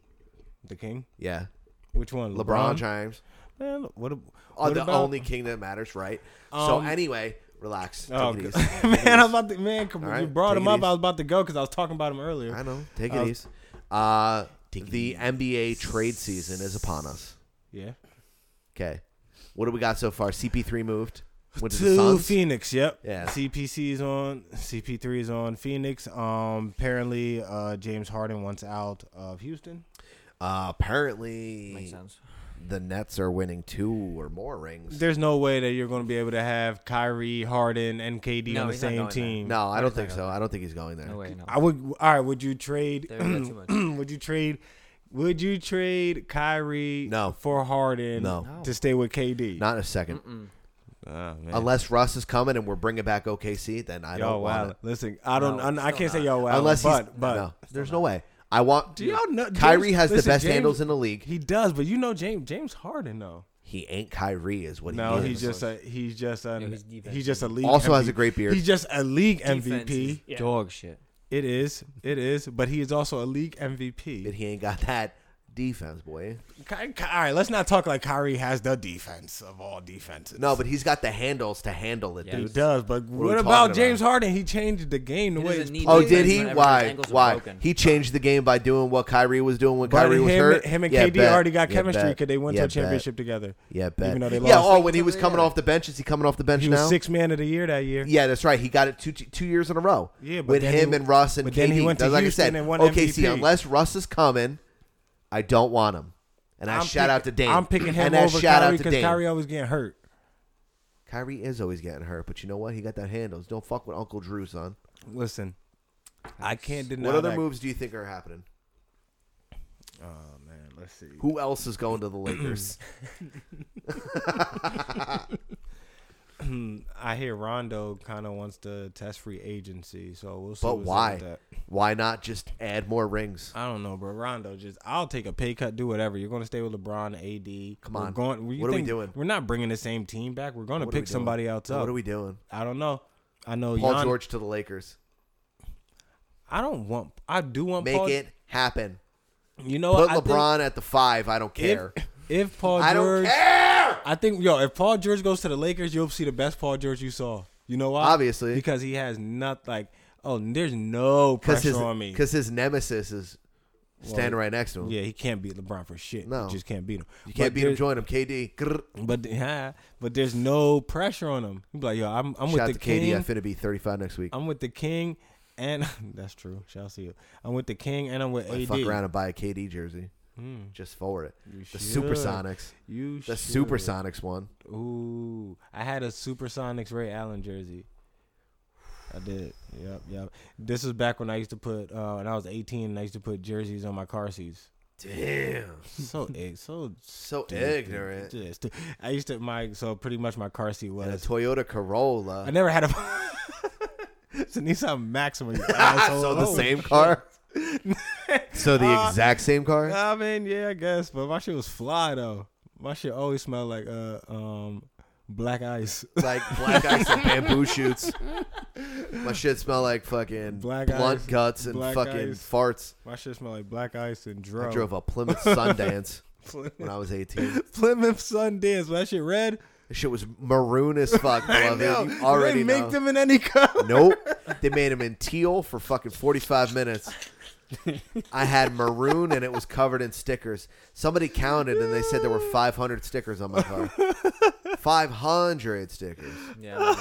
A: The king.
E: Yeah.
A: Which one?
E: LeBron, James.
A: Man, what? ab-
E: Oh,
A: what
E: the
A: about-
E: only king that matters, right? so
A: Um,
E: anyway, relax. Take
A: Oh,
E: it
A: good.
E: easy. Take it
A: man, I was
E: easy.
A: about to. Man, come,
E: All
A: you
E: right,
A: brought
E: take
A: him
E: it
A: up.
E: easy.
A: I was about to go because I was talking about him earlier.
E: I know. Take it
A: Uh,
E: easy. Uh, the NBA trade season is upon us.
A: Yeah.
E: Okay. What do we got so far? CP3 moved. Went to the
A: to
E: Suns.
A: Phoenix. Yep.
E: Yeah.
A: CPC is on. CP3 is on Phoenix. Um. Apparently, uh, James Harden wants out of Houston.
E: Uh, apparently,
K: Makes sense.
E: the Nets are winning two or more rings.
A: There's no way that you're going to be able to have Kyrie, Harden, and KD
K: No,
A: on the
K: he's not
A: same
K: going there.
A: team.
E: No, I don't think
K: not
E: so. I don't think he's going there.
K: No way, no.
A: I would. All right. Would you trade?
K: They already got too
A: would you trade? Would you trade Kyrie
E: No.
A: for Harden
E: No.
A: to stay with KD?
E: Not in a 2nd
A: Ah, man.
E: Unless Russ is coming and we're bringing back OKC, then I
A: Yo,
E: don't want
A: wow.
E: it.
A: Listen, I don't.
K: No,
A: I- I,
K: still
A: can't say
K: not.
A: yo, wow.
E: Unless
A: Oh, but,
E: he's
A: but
E: no, there's no way. I want.
A: Do y'all know-
E: Kyrie
A: James-
E: has
A: listen,
E: the best
A: James-
E: handles in the league.
A: he does. But you know, James James Harden though.
E: He ain't Kyrie, is what
A: No,
E: he is.
A: he's just a he's just a
K: he's
A: he's,
K: defense.
A: just a league.
E: Also has
A: MVP.
E: a great beard.
A: He's just a league
K: Defense is
A: MVP.
K: Dog shit.
A: It is, it is. But he is also a league
E: But
A: MVP.
E: he ain't got that defense, boy.
A: Ky- Ky- all right, let's not talk like Kyrie has the defense of all defenses.
E: No, but he's got the handles to handle it,
A: he
E: dude.
A: does. But
E: are
A: what,
E: we
A: about
E: talking
A: James
E: about?
A: Harden? He changed the game the
K: He
A: way
K: doesn't
A: it's
K: need
E: Oh,
K: defense
E: did he?
K: whenever his
E: Why?
K: ankles are
E: Why?
K: broken.
E: He changed the game by doing what Kyrie was doing when
A: But
E: Kyrie was
A: him,
E: hurt.
A: him and
E: Yeah,
A: KD
E: bet.
A: already got
E: Yeah,
A: chemistry
E: bet.
A: because they went
E: Yeah,
A: to a
E: bet.
A: championship together.
E: Yeah, bet.
A: Even though they
E: Yeah,
A: lost.
E: oh, when he
K: Wait
E: was
K: till
E: coming
K: the end.
E: off the bench, is he coming off the bench
A: He
E: now?
A: was six man of the year that year.
E: Yeah, that's right. He got it two two years in a row.
A: Yeah, but
E: with
A: then
E: him
A: he-
E: and Russ and
A: but
E: KD.
A: then he went to
E: That's like I
A: Houston
E: said,
A: and won
E: okay, see,
A: MVP.
E: unless Russ is coming, I don't want him. And I
A: I'm
E: shout
A: pick-
E: out to Dame.
A: I'm picking him
E: and I
A: over
E: shout
A: Kyrie
E: out to
A: because
E: Dame.
A: Kyrie always getting hurt.
E: Kyrie is always getting hurt, but you know what? He got that handles. Don't fuck with Uncle Drew, son.
A: Listen, I can't deny
E: what other
A: that.
E: moves do you think are happening?
A: Oh man, let's see.
E: Who else is going to the Lakers?
A: I hear Rondo kind of wants to test free agency, so we'll see.
E: but
A: what's up with
E: why?
A: that.
E: Why not just add more rings?
A: I don't know, bro. Rondo just I'll take a pay cut, do whatever. You're going to stay with LeBron, AD.
E: Come
A: We're
E: on.
A: going- you
E: What are we
A: think-
E: doing?
A: We're not bringing the same team back. We're going to
E: What are we
A: pick
E: doing?
A: somebody else up. Oh,
E: What are we doing?
A: I don't know. I know
E: Paul
A: Gian-
E: George to the Lakers.
A: I don't want. I do want
E: Make
A: Paul,
E: it happen.
A: You know,
E: Put
A: what? Oh, I think
E: LeBron at the five. I don't
A: if-
E: care.
A: If, Paul
E: I don't
A: George,
E: care.
A: I think yo, if Paul George goes to the Lakers, you'll see the best Paul George you saw. You know why?
E: Obviously.
A: because he has not like oh, there's no
E: Because
A: pressure
E: his,
A: on me.
E: 'cause his nemesis is standing right next to him.
A: Yeah, he can't beat LeBron for shit.
E: No.
A: you just can't beat him.
E: You can't
A: But
E: beat him.
A: there-
E: Join him. KD. Grr.
A: But yeah, but there's no pressure on him. He'd be like, yo, I'm, I'm with
E: Shout
A: the
E: out to
A: king.
E: KD. I'm finna be 35 next week.
A: I'm with the king, and that's true. Shall see it. I'm with the king, and I'm with
E: I
A: AD.
E: fuck around and buy a KD jersey. Just forward it. the
A: should.
E: Supersonics.
A: You
E: The
A: should.
E: Supersonics one.
A: Ooh, I had a Supersonics Ray Allen jersey. I did. Yep, yep. This was back when I used to put uh, when I was 18 and I used to put jerseys on my car seats.
E: Damn.
A: So ig- so
E: So
A: stupid.
E: ignorant.
A: Just I used to my so pretty much my car seat
E: And a
A: was.
E: Toyota Corolla.
A: I never had a. it's a Nissan Maxima. You asshole.
E: Ah, so the
A: Oh,
E: same car. So the
A: Uh,
E: exact same car?
A: I mean, yeah, I guess. But my shit was fly though. My shit always smelled like uh um black ice,
E: like black ice and bamboo shoots. My shit smell like fucking blunt guts and fucking farts.
A: My shit smell like black ice and dro.
E: I drove a Plymouth Sundance when I was 18.
A: Plymouth Sundance. Was that shit red?
E: That shit was maroon as fuck,
A: I
E: beloved.
A: know.
E: You already
A: They make
E: know.
A: them in any color.
E: Nope. They made them in teal for fucking 45 minutes. I had maroon and it was covered in stickers. Somebody counted and they said there were 500 stickers on my car. 500 stickers.
K: Yeah.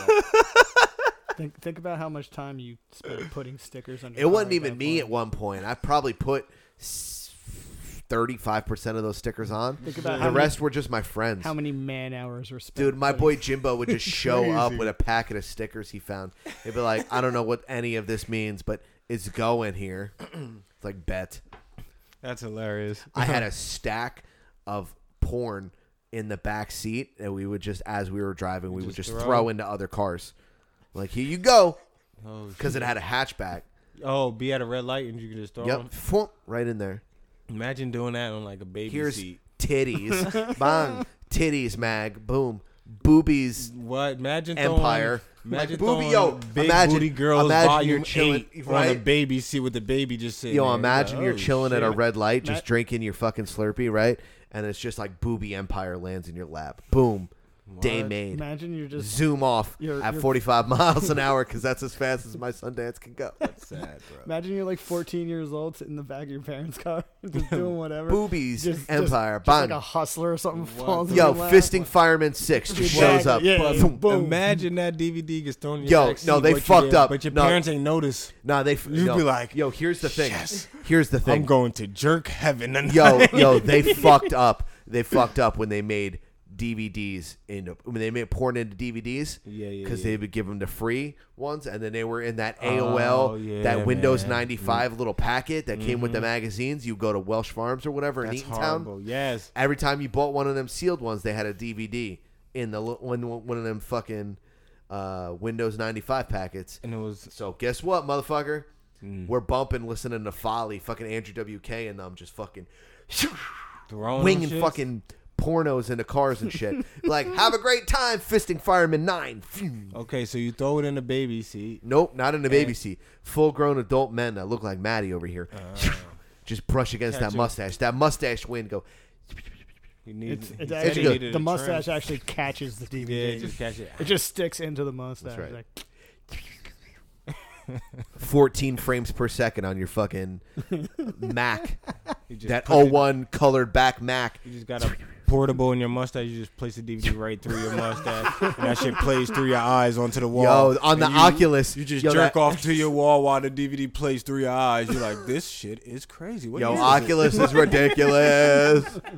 H: think, think about how much time you spent putting stickers on. Your
E: It wasn't
H: car
E: even
H: back
E: me at one point. I probably put thirty-five percent of those stickers on.
H: Think about
E: the
H: how many-
E: rest were just my friends.
H: How many man hours were spent?
E: Dude, my
H: putting-
E: boy Jimbo would just show up
H: Crazy.
E: with a packet of stickers he found. He'd be like, "I don't know what any of this means, but it's going here." It's like bet.
A: That's hilarious.
E: I had a stack of porn in the back seat, and we would just, as we were driving, we would
A: just
E: just
A: throw?
E: throw, into other cars. Like here you go,
A: Oh,
E: because it
A: shit.
E: had a hatchback.
A: Oh, be at a red light and you can just throw
E: Yep,
A: them.
E: Fwomp, right in there.
A: Imagine doing that on like a baby
E: Here's
A: seat.
E: titties. Bang. Titties, mag. Boom. Boobies.
A: What? Imagine throwing-
E: Empire.
A: Imagine
E: like,
A: throwing
E: booby, yo.
A: big
E: imagine,
A: booty girls
E: imagine
A: while you're
E: you-
A: chilling on a
E: right?
A: baby seat with the baby just sitting.
E: Yo,
A: there.
E: imagine
A: Like,
E: you're
A: oh,
E: chilling at a
A: shit.
E: red light, just
A: Ma-
E: drinking your fucking Slurpee, right? And it's just like booby empire lands in your lap. Boom. Day
H: What?
E: made.
H: Imagine you're just-
E: zoom off
H: you're-
E: at
H: you're-
E: 45 miles an hour because that's as fast as my Sundance can go. That's
A: sad, bro.
H: Imagine you're like 14 years old, sitting in the back of your parents' car, just doing whatever.
E: Boobies,
H: Just- just-
E: Empire,
H: just
E: bond.
H: like a hustler or something falls. in
E: Yo,
H: your lap.
E: fisting fireman six just shows up.
A: Yeah,
E: Boom.
A: but imagine that DVD gets thrown. In your
E: Yo,
A: back
E: no,
A: seat,
E: they
A: but you
E: fucked
A: didn't-
E: up.
A: But your
E: No.
A: parents ain't noticed.
E: Nah, they.
A: You'd
E: no.
A: be like,
E: yo, here's the thing.
A: Yes.
E: Here's the thing.
A: I'm going to jerk heaven. tonight."
E: yo, yo, they fucked up. They fucked up when they made DVDs into when they made porn into DVDs.
A: Yeah, yeah,
E: Because
A: yeah.
E: they would give them the free ones, and then they were in that
A: Oh,
E: AOL,
A: yeah,
E: that Windows
A: man.
E: ninety five little packet that came with the
A: Mhm.
E: magazines. You go to Welsh Farms or whatever
A: That's
E: in Eatontown.
A: horrible, yes.
E: Every time you bought one of them sealed ones, they had a DVD in the li- one one of them fucking uh, Windows ninety five packets.
A: And it was
E: so. Guess what, motherfucker?
A: Mm.
E: We're bumping, listening to Folly, fucking Andrew WK, and them just fucking
A: Throwing
E: winging
A: them shits?
E: fucking pornos into cars and shit. like, have a great time fisting fireman nine. Phew.
A: Okay, so you throw it in the baby seat.
E: Nope, not in the baby
A: And-
E: seat. Full grown adult men that look like Maddie over here. just brush against
A: Uh. Catch
E: that
A: it.
E: mustache. That mustache wind go.
A: You need
H: It's,
A: he
H: it's
A: said
H: actually,
A: you needed
H: the
A: a
H: mustache
A: trim.
H: actually catches the DVD.
A: Yeah, it just catch it.
H: It just sticks into the mustache.
E: right.
H: like,
E: 14 frames per second on your fucking Mac.
A: You just
E: That
A: put it-
E: 01 colored back Mac.
A: You just got a portable in your mustache. You just place the DVD right through your mustache, and that shit plays through your eyes onto the wall.
E: Yo, on the
A: And you-
E: Oculus,
A: you just
E: yo,
A: jerk
E: that-
A: off to your wall while the DVD plays through your eyes. You're like, this shit is crazy. What
E: Yo,
A: year
E: Oculus
A: it?
E: is ridiculous.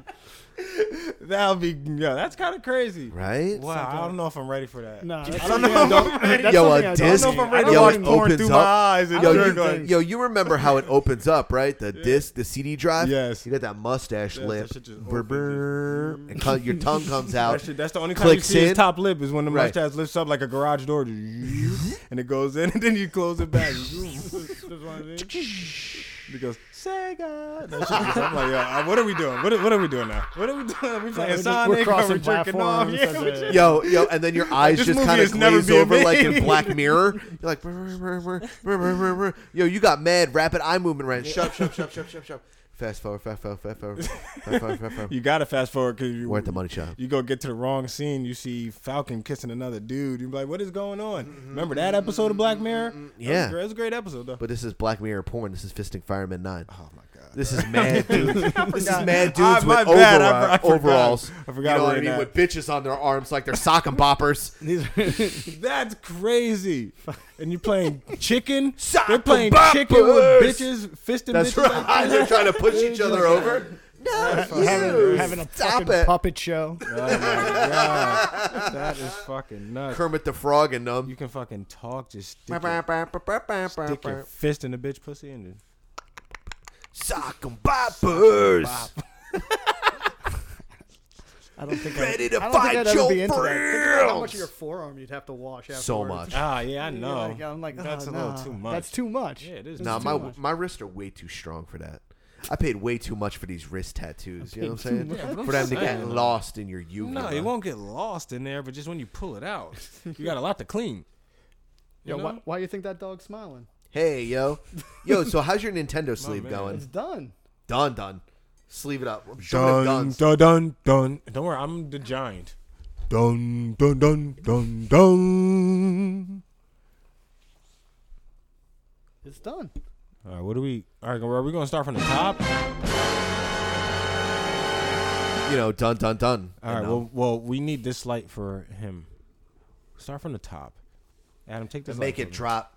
A: That'll be yeah. That's kind of crazy,
E: Right?
A: Wow, I don't know if I'm ready for that.
H: Nah, that's
A: I don't
H: something
A: know.
H: I
A: If
H: don't-
A: I'm ready.
H: that's
E: yo,
H: something I
E: a
H: don't
E: disc.
H: know if I'm ready to
E: yo,
H: watch
E: it
H: porn
E: opens
H: through
E: up.
H: my eyes and
E: yo,
H: jerk
E: you,
H: off.
E: yo, you remember how it opens up, right? The disc, the CD drive. Yes. You got that mustache
A: Yes,
E: lip.
A: that shit just
E: Brr, brr, and co- your tongue comes out.
A: That shit- that's the only time you
E: clicks
A: see
E: in.
A: his top lip is when the
E: Right.
A: mustache lifts up like a garage door, and it goes in, and then you close it back. because Sega. That shit just- I'm like, yo, uh, what are we doing? What are, what are we doing now? What are we doing? We playing
H: we're just- we're
A: Sonic? Are we
H: crossing
A: jerking off?
H: platforms
A: Yeah,
H: and
A: we
H: the-
A: just-
E: Yo, yo, and then your eyes
A: This
E: just
A: movie
E: kind of
A: has never
E: glaze
A: been
E: over like in
A: made.
E: Black Mirror. You're like, brr, brr, brr, brr, brr, brr, brr. yo, you got mad rapid eye movement right. Shove, shove, shove, shove, shove, shove. Fast forward, fast forward, fast forward, fast forward, fast forward.
A: You gotta fast forward because you
E: We're at the money shot.
A: You go get to the wrong scene. You see Falcon kissing another dude. You're like, what is going on?
H: Mm-hmm.
A: Remember that episode of Black Mirror?
E: Yeah.
A: that was, a great- that was a great episode though.
E: But this is Black Mirror porn. This is Fisting Fireman 9. Oh,
A: my God.
E: This is mad dudes.
A: I
E: this is
A: forgot.
E: mad
A: I-
E: dudes
A: my
E: with
A: bad.
E: overall-
A: I- I forgot.
E: overalls.
A: I forgot
E: You know
A: we're
E: what I
A: in
E: mean?
A: that.
E: With bitches on their arms like they're sock and boppers.
A: That's crazy. And you're playing chicken.
E: Soccer
A: They're playing chicken
E: boppers.
A: with bitches, fisting
E: That's
A: bitches.
E: right.
A: Like that.
E: They're trying to push each other over. No,
H: having,
E: you.
H: having a
E: Stop
H: fucking
E: it.
H: puppet show.
A: Oh my god, that is fucking nuts.
E: Kermit the Frog and um, them.
A: You can fucking talk. Just stick your, stick your
E: Sock
A: fist in the bitch pussy and just
E: and boppers.
H: I don't think
E: Ready
H: I,
E: to
H: I don't
E: fight
H: think I'd ever
E: your
H: be into that. Think about how much
E: friends.
H: of your forearm you'd have to wash. Afterwards.
E: So much.
A: Ah, yeah, I know.
H: Like, I'm like,
A: That's a
H: "Oh,
A: little
H: nah,
A: too much."
H: That's too much.
A: Yeah, it is.
E: Nah,
H: It's
E: my
H: too much.
E: my wrists are way too strong for that. I paid way too much for these wrist tattoos. You know what
A: paid
E: I'm
A: too
E: saying?
A: much. Yeah, but I'm
E: for them to
A: saying,
E: get
A: though.
E: lost in your uvula.
A: No, it won't get lost in there, but just when you pull it out, you got a lot to clean.
H: Yo,
A: You
H: why,
A: know?
H: why you think that dog's smiling?
E: Hey, yo, yo. So how's your Nintendo sleeve
H: man.
E: going?
H: It's done.
E: Done, done. Sleeve it up. I'm showing
A: Dun
E: them guns.
A: dun dun dun. Don't worry, I'm the giant.
F: Dun dun dun dun dun.
H: It's done.
A: All right, what do we? All right, are we gonna start from the top?
E: You know, dun dun dun.
A: All right.
E: And, um,
A: Well, well, we need this light for him. Start from the top. Adam, take this.
E: And make
A: light
E: it
A: from me.
E: drop.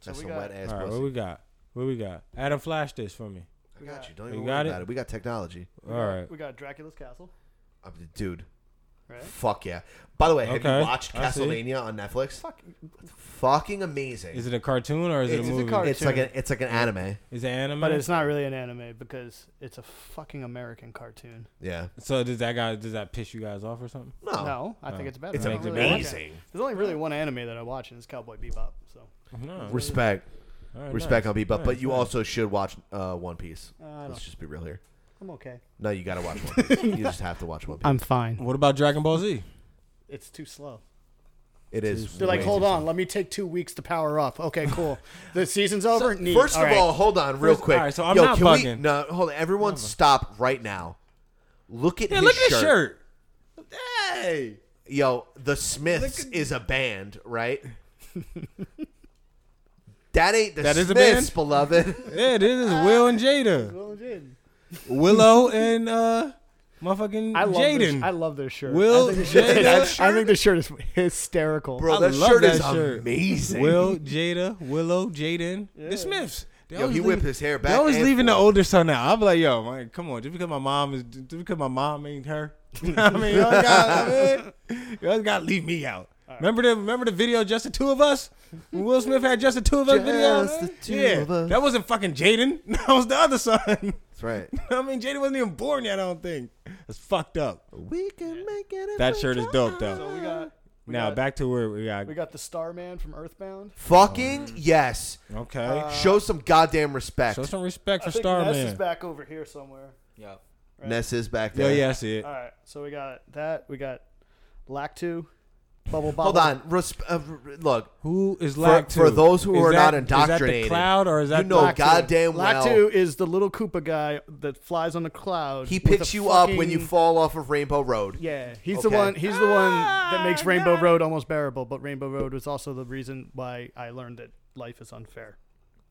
A: So
E: That's
A: we
E: a
A: got-
E: wet ass
A: All right, what
E: pussy.
A: we got? What we got? Adam, flash this for me.
E: I got you. Don't
A: You
E: even
A: got
E: worry
A: it? Uh,
E: about it. We got technology.
A: All right.
H: We got Dracula's castle.
E: I'm the dude.
H: Right.
E: Fuck yeah. By the way, have
A: Okay,
E: you watched
A: I see.
E: Castlevania on Netflix? Fucking amazing.
A: Is it a cartoon or is it a
E: It's a
A: movie?
H: cartoon.
E: It's like an it's like an anime.
A: Is it anime?
H: But it's not really an anime because it's a fucking American cartoon.
E: Yeah.
A: So does that guy? Does that piss you guys off or something?
E: No.
H: No, I think
A: Oh.
H: it's better.
E: It's
H: I don't
E: amazing.
H: watch it. There's only really one anime that I watch, and it's Cowboy Bebop. So
A: No.
E: Respect.
A: All right,
E: Respect
A: nice.
E: on Bebop, but
A: Nice,
E: you
A: nice.
E: also should watch uh, One Piece.
H: Uh, I
E: Let's
H: don't-
E: just be real here.
H: I'm okay.
E: No, you gotta watch One Piece. you just have to watch One Piece.
H: I'm fine.
A: What about Dragon Ball Z?
H: It's too slow.
E: It is.
H: They're like,
E: way
H: hold
E: too-
H: on, let me take two weeks to power up. Okay, cool. the season's over. Neat.
E: First of
H: right.
E: all, hold on, real
A: First-
E: quick.
A: all right, so I'm
E: Yo,
A: not
E: can we-
A: bugging.
E: no, hold on. Everyone, stop right now. Look at
A: Yeah,
E: his
A: look at
E: shirt.
A: his shirt.
E: Hey, yo, the Smiths is a band, right? that ain't the
A: That is
E: Smiths,
A: a band?
E: beloved.
A: Yeah, this is Will and Jada.
H: Well, it did.
A: Willow and uh, motherfucking
H: I love this-
A: Jaden.
H: I love their shirt.
A: Will,
H: I think, the shirt-
A: Jada.
H: I think the shirt is hysterical.
E: Bro,
A: I
E: that
A: love
E: shirt
A: that
E: is
A: shirt.
E: amazing.
A: Will, Jada, Willow, Jaden, the Smiths. They
E: Yo,
A: always
E: he
A: leave-
E: whipped his hair
A: They
E: back
A: always
E: and
A: leaving the
E: forth.
A: older son out. I'm like, yo, man, come on, just because my mom is, just because my mom ain't her. You know what I mean, y'all gotta, I mean, y'all gotta leave me out. Remember the remember the video, just the two of us. When Will Smith had just the two of us video.
E: Just the
A: man?
E: two
A: yeah,
E: of us.
A: that wasn't fucking Jaden. That was the other son. You
E: That's right.
A: know what I mean, Jaden wasn't even born yet. I don't think. That's fucked up.
E: We can make it. if
A: That
E: we
A: shirt is
E: try.
A: dope though.
H: So we got we
A: now
H: got,
A: back to where we got.
H: we got the Starman from Earthbound.
E: Fucking yes.
A: okay.
E: Show some goddamn respect.
A: Uh, Show some respect
H: uh, I
A: for
H: think
A: Starman.
H: Ness is back over here somewhere.
K: Yep.
E: Ness is back
A: Yo,
E: there.
A: yeah, I see it.
H: All right, so we got that. We got Lactu, Bubble Bobble.
E: Hold on. Resp- uh, r- r- look.
A: Who is
E: For-
A: Lack
E: for those who are not
A: Is that the
E: indoctrinated,
A: cloud or is that
E: you know
A: Lack-
E: goddamn well.
H: Lactu is the little Koopa guy that flies on the cloud.
E: He
H: with a
E: picks you up when you
H: fucking-
E: fall off of Rainbow Road.
H: Yeah, he's the
E: Okay.
H: one. He's the one that makes Rainbow Road almost bearable. But Rainbow Road was also the reason why I learned that life is unfair.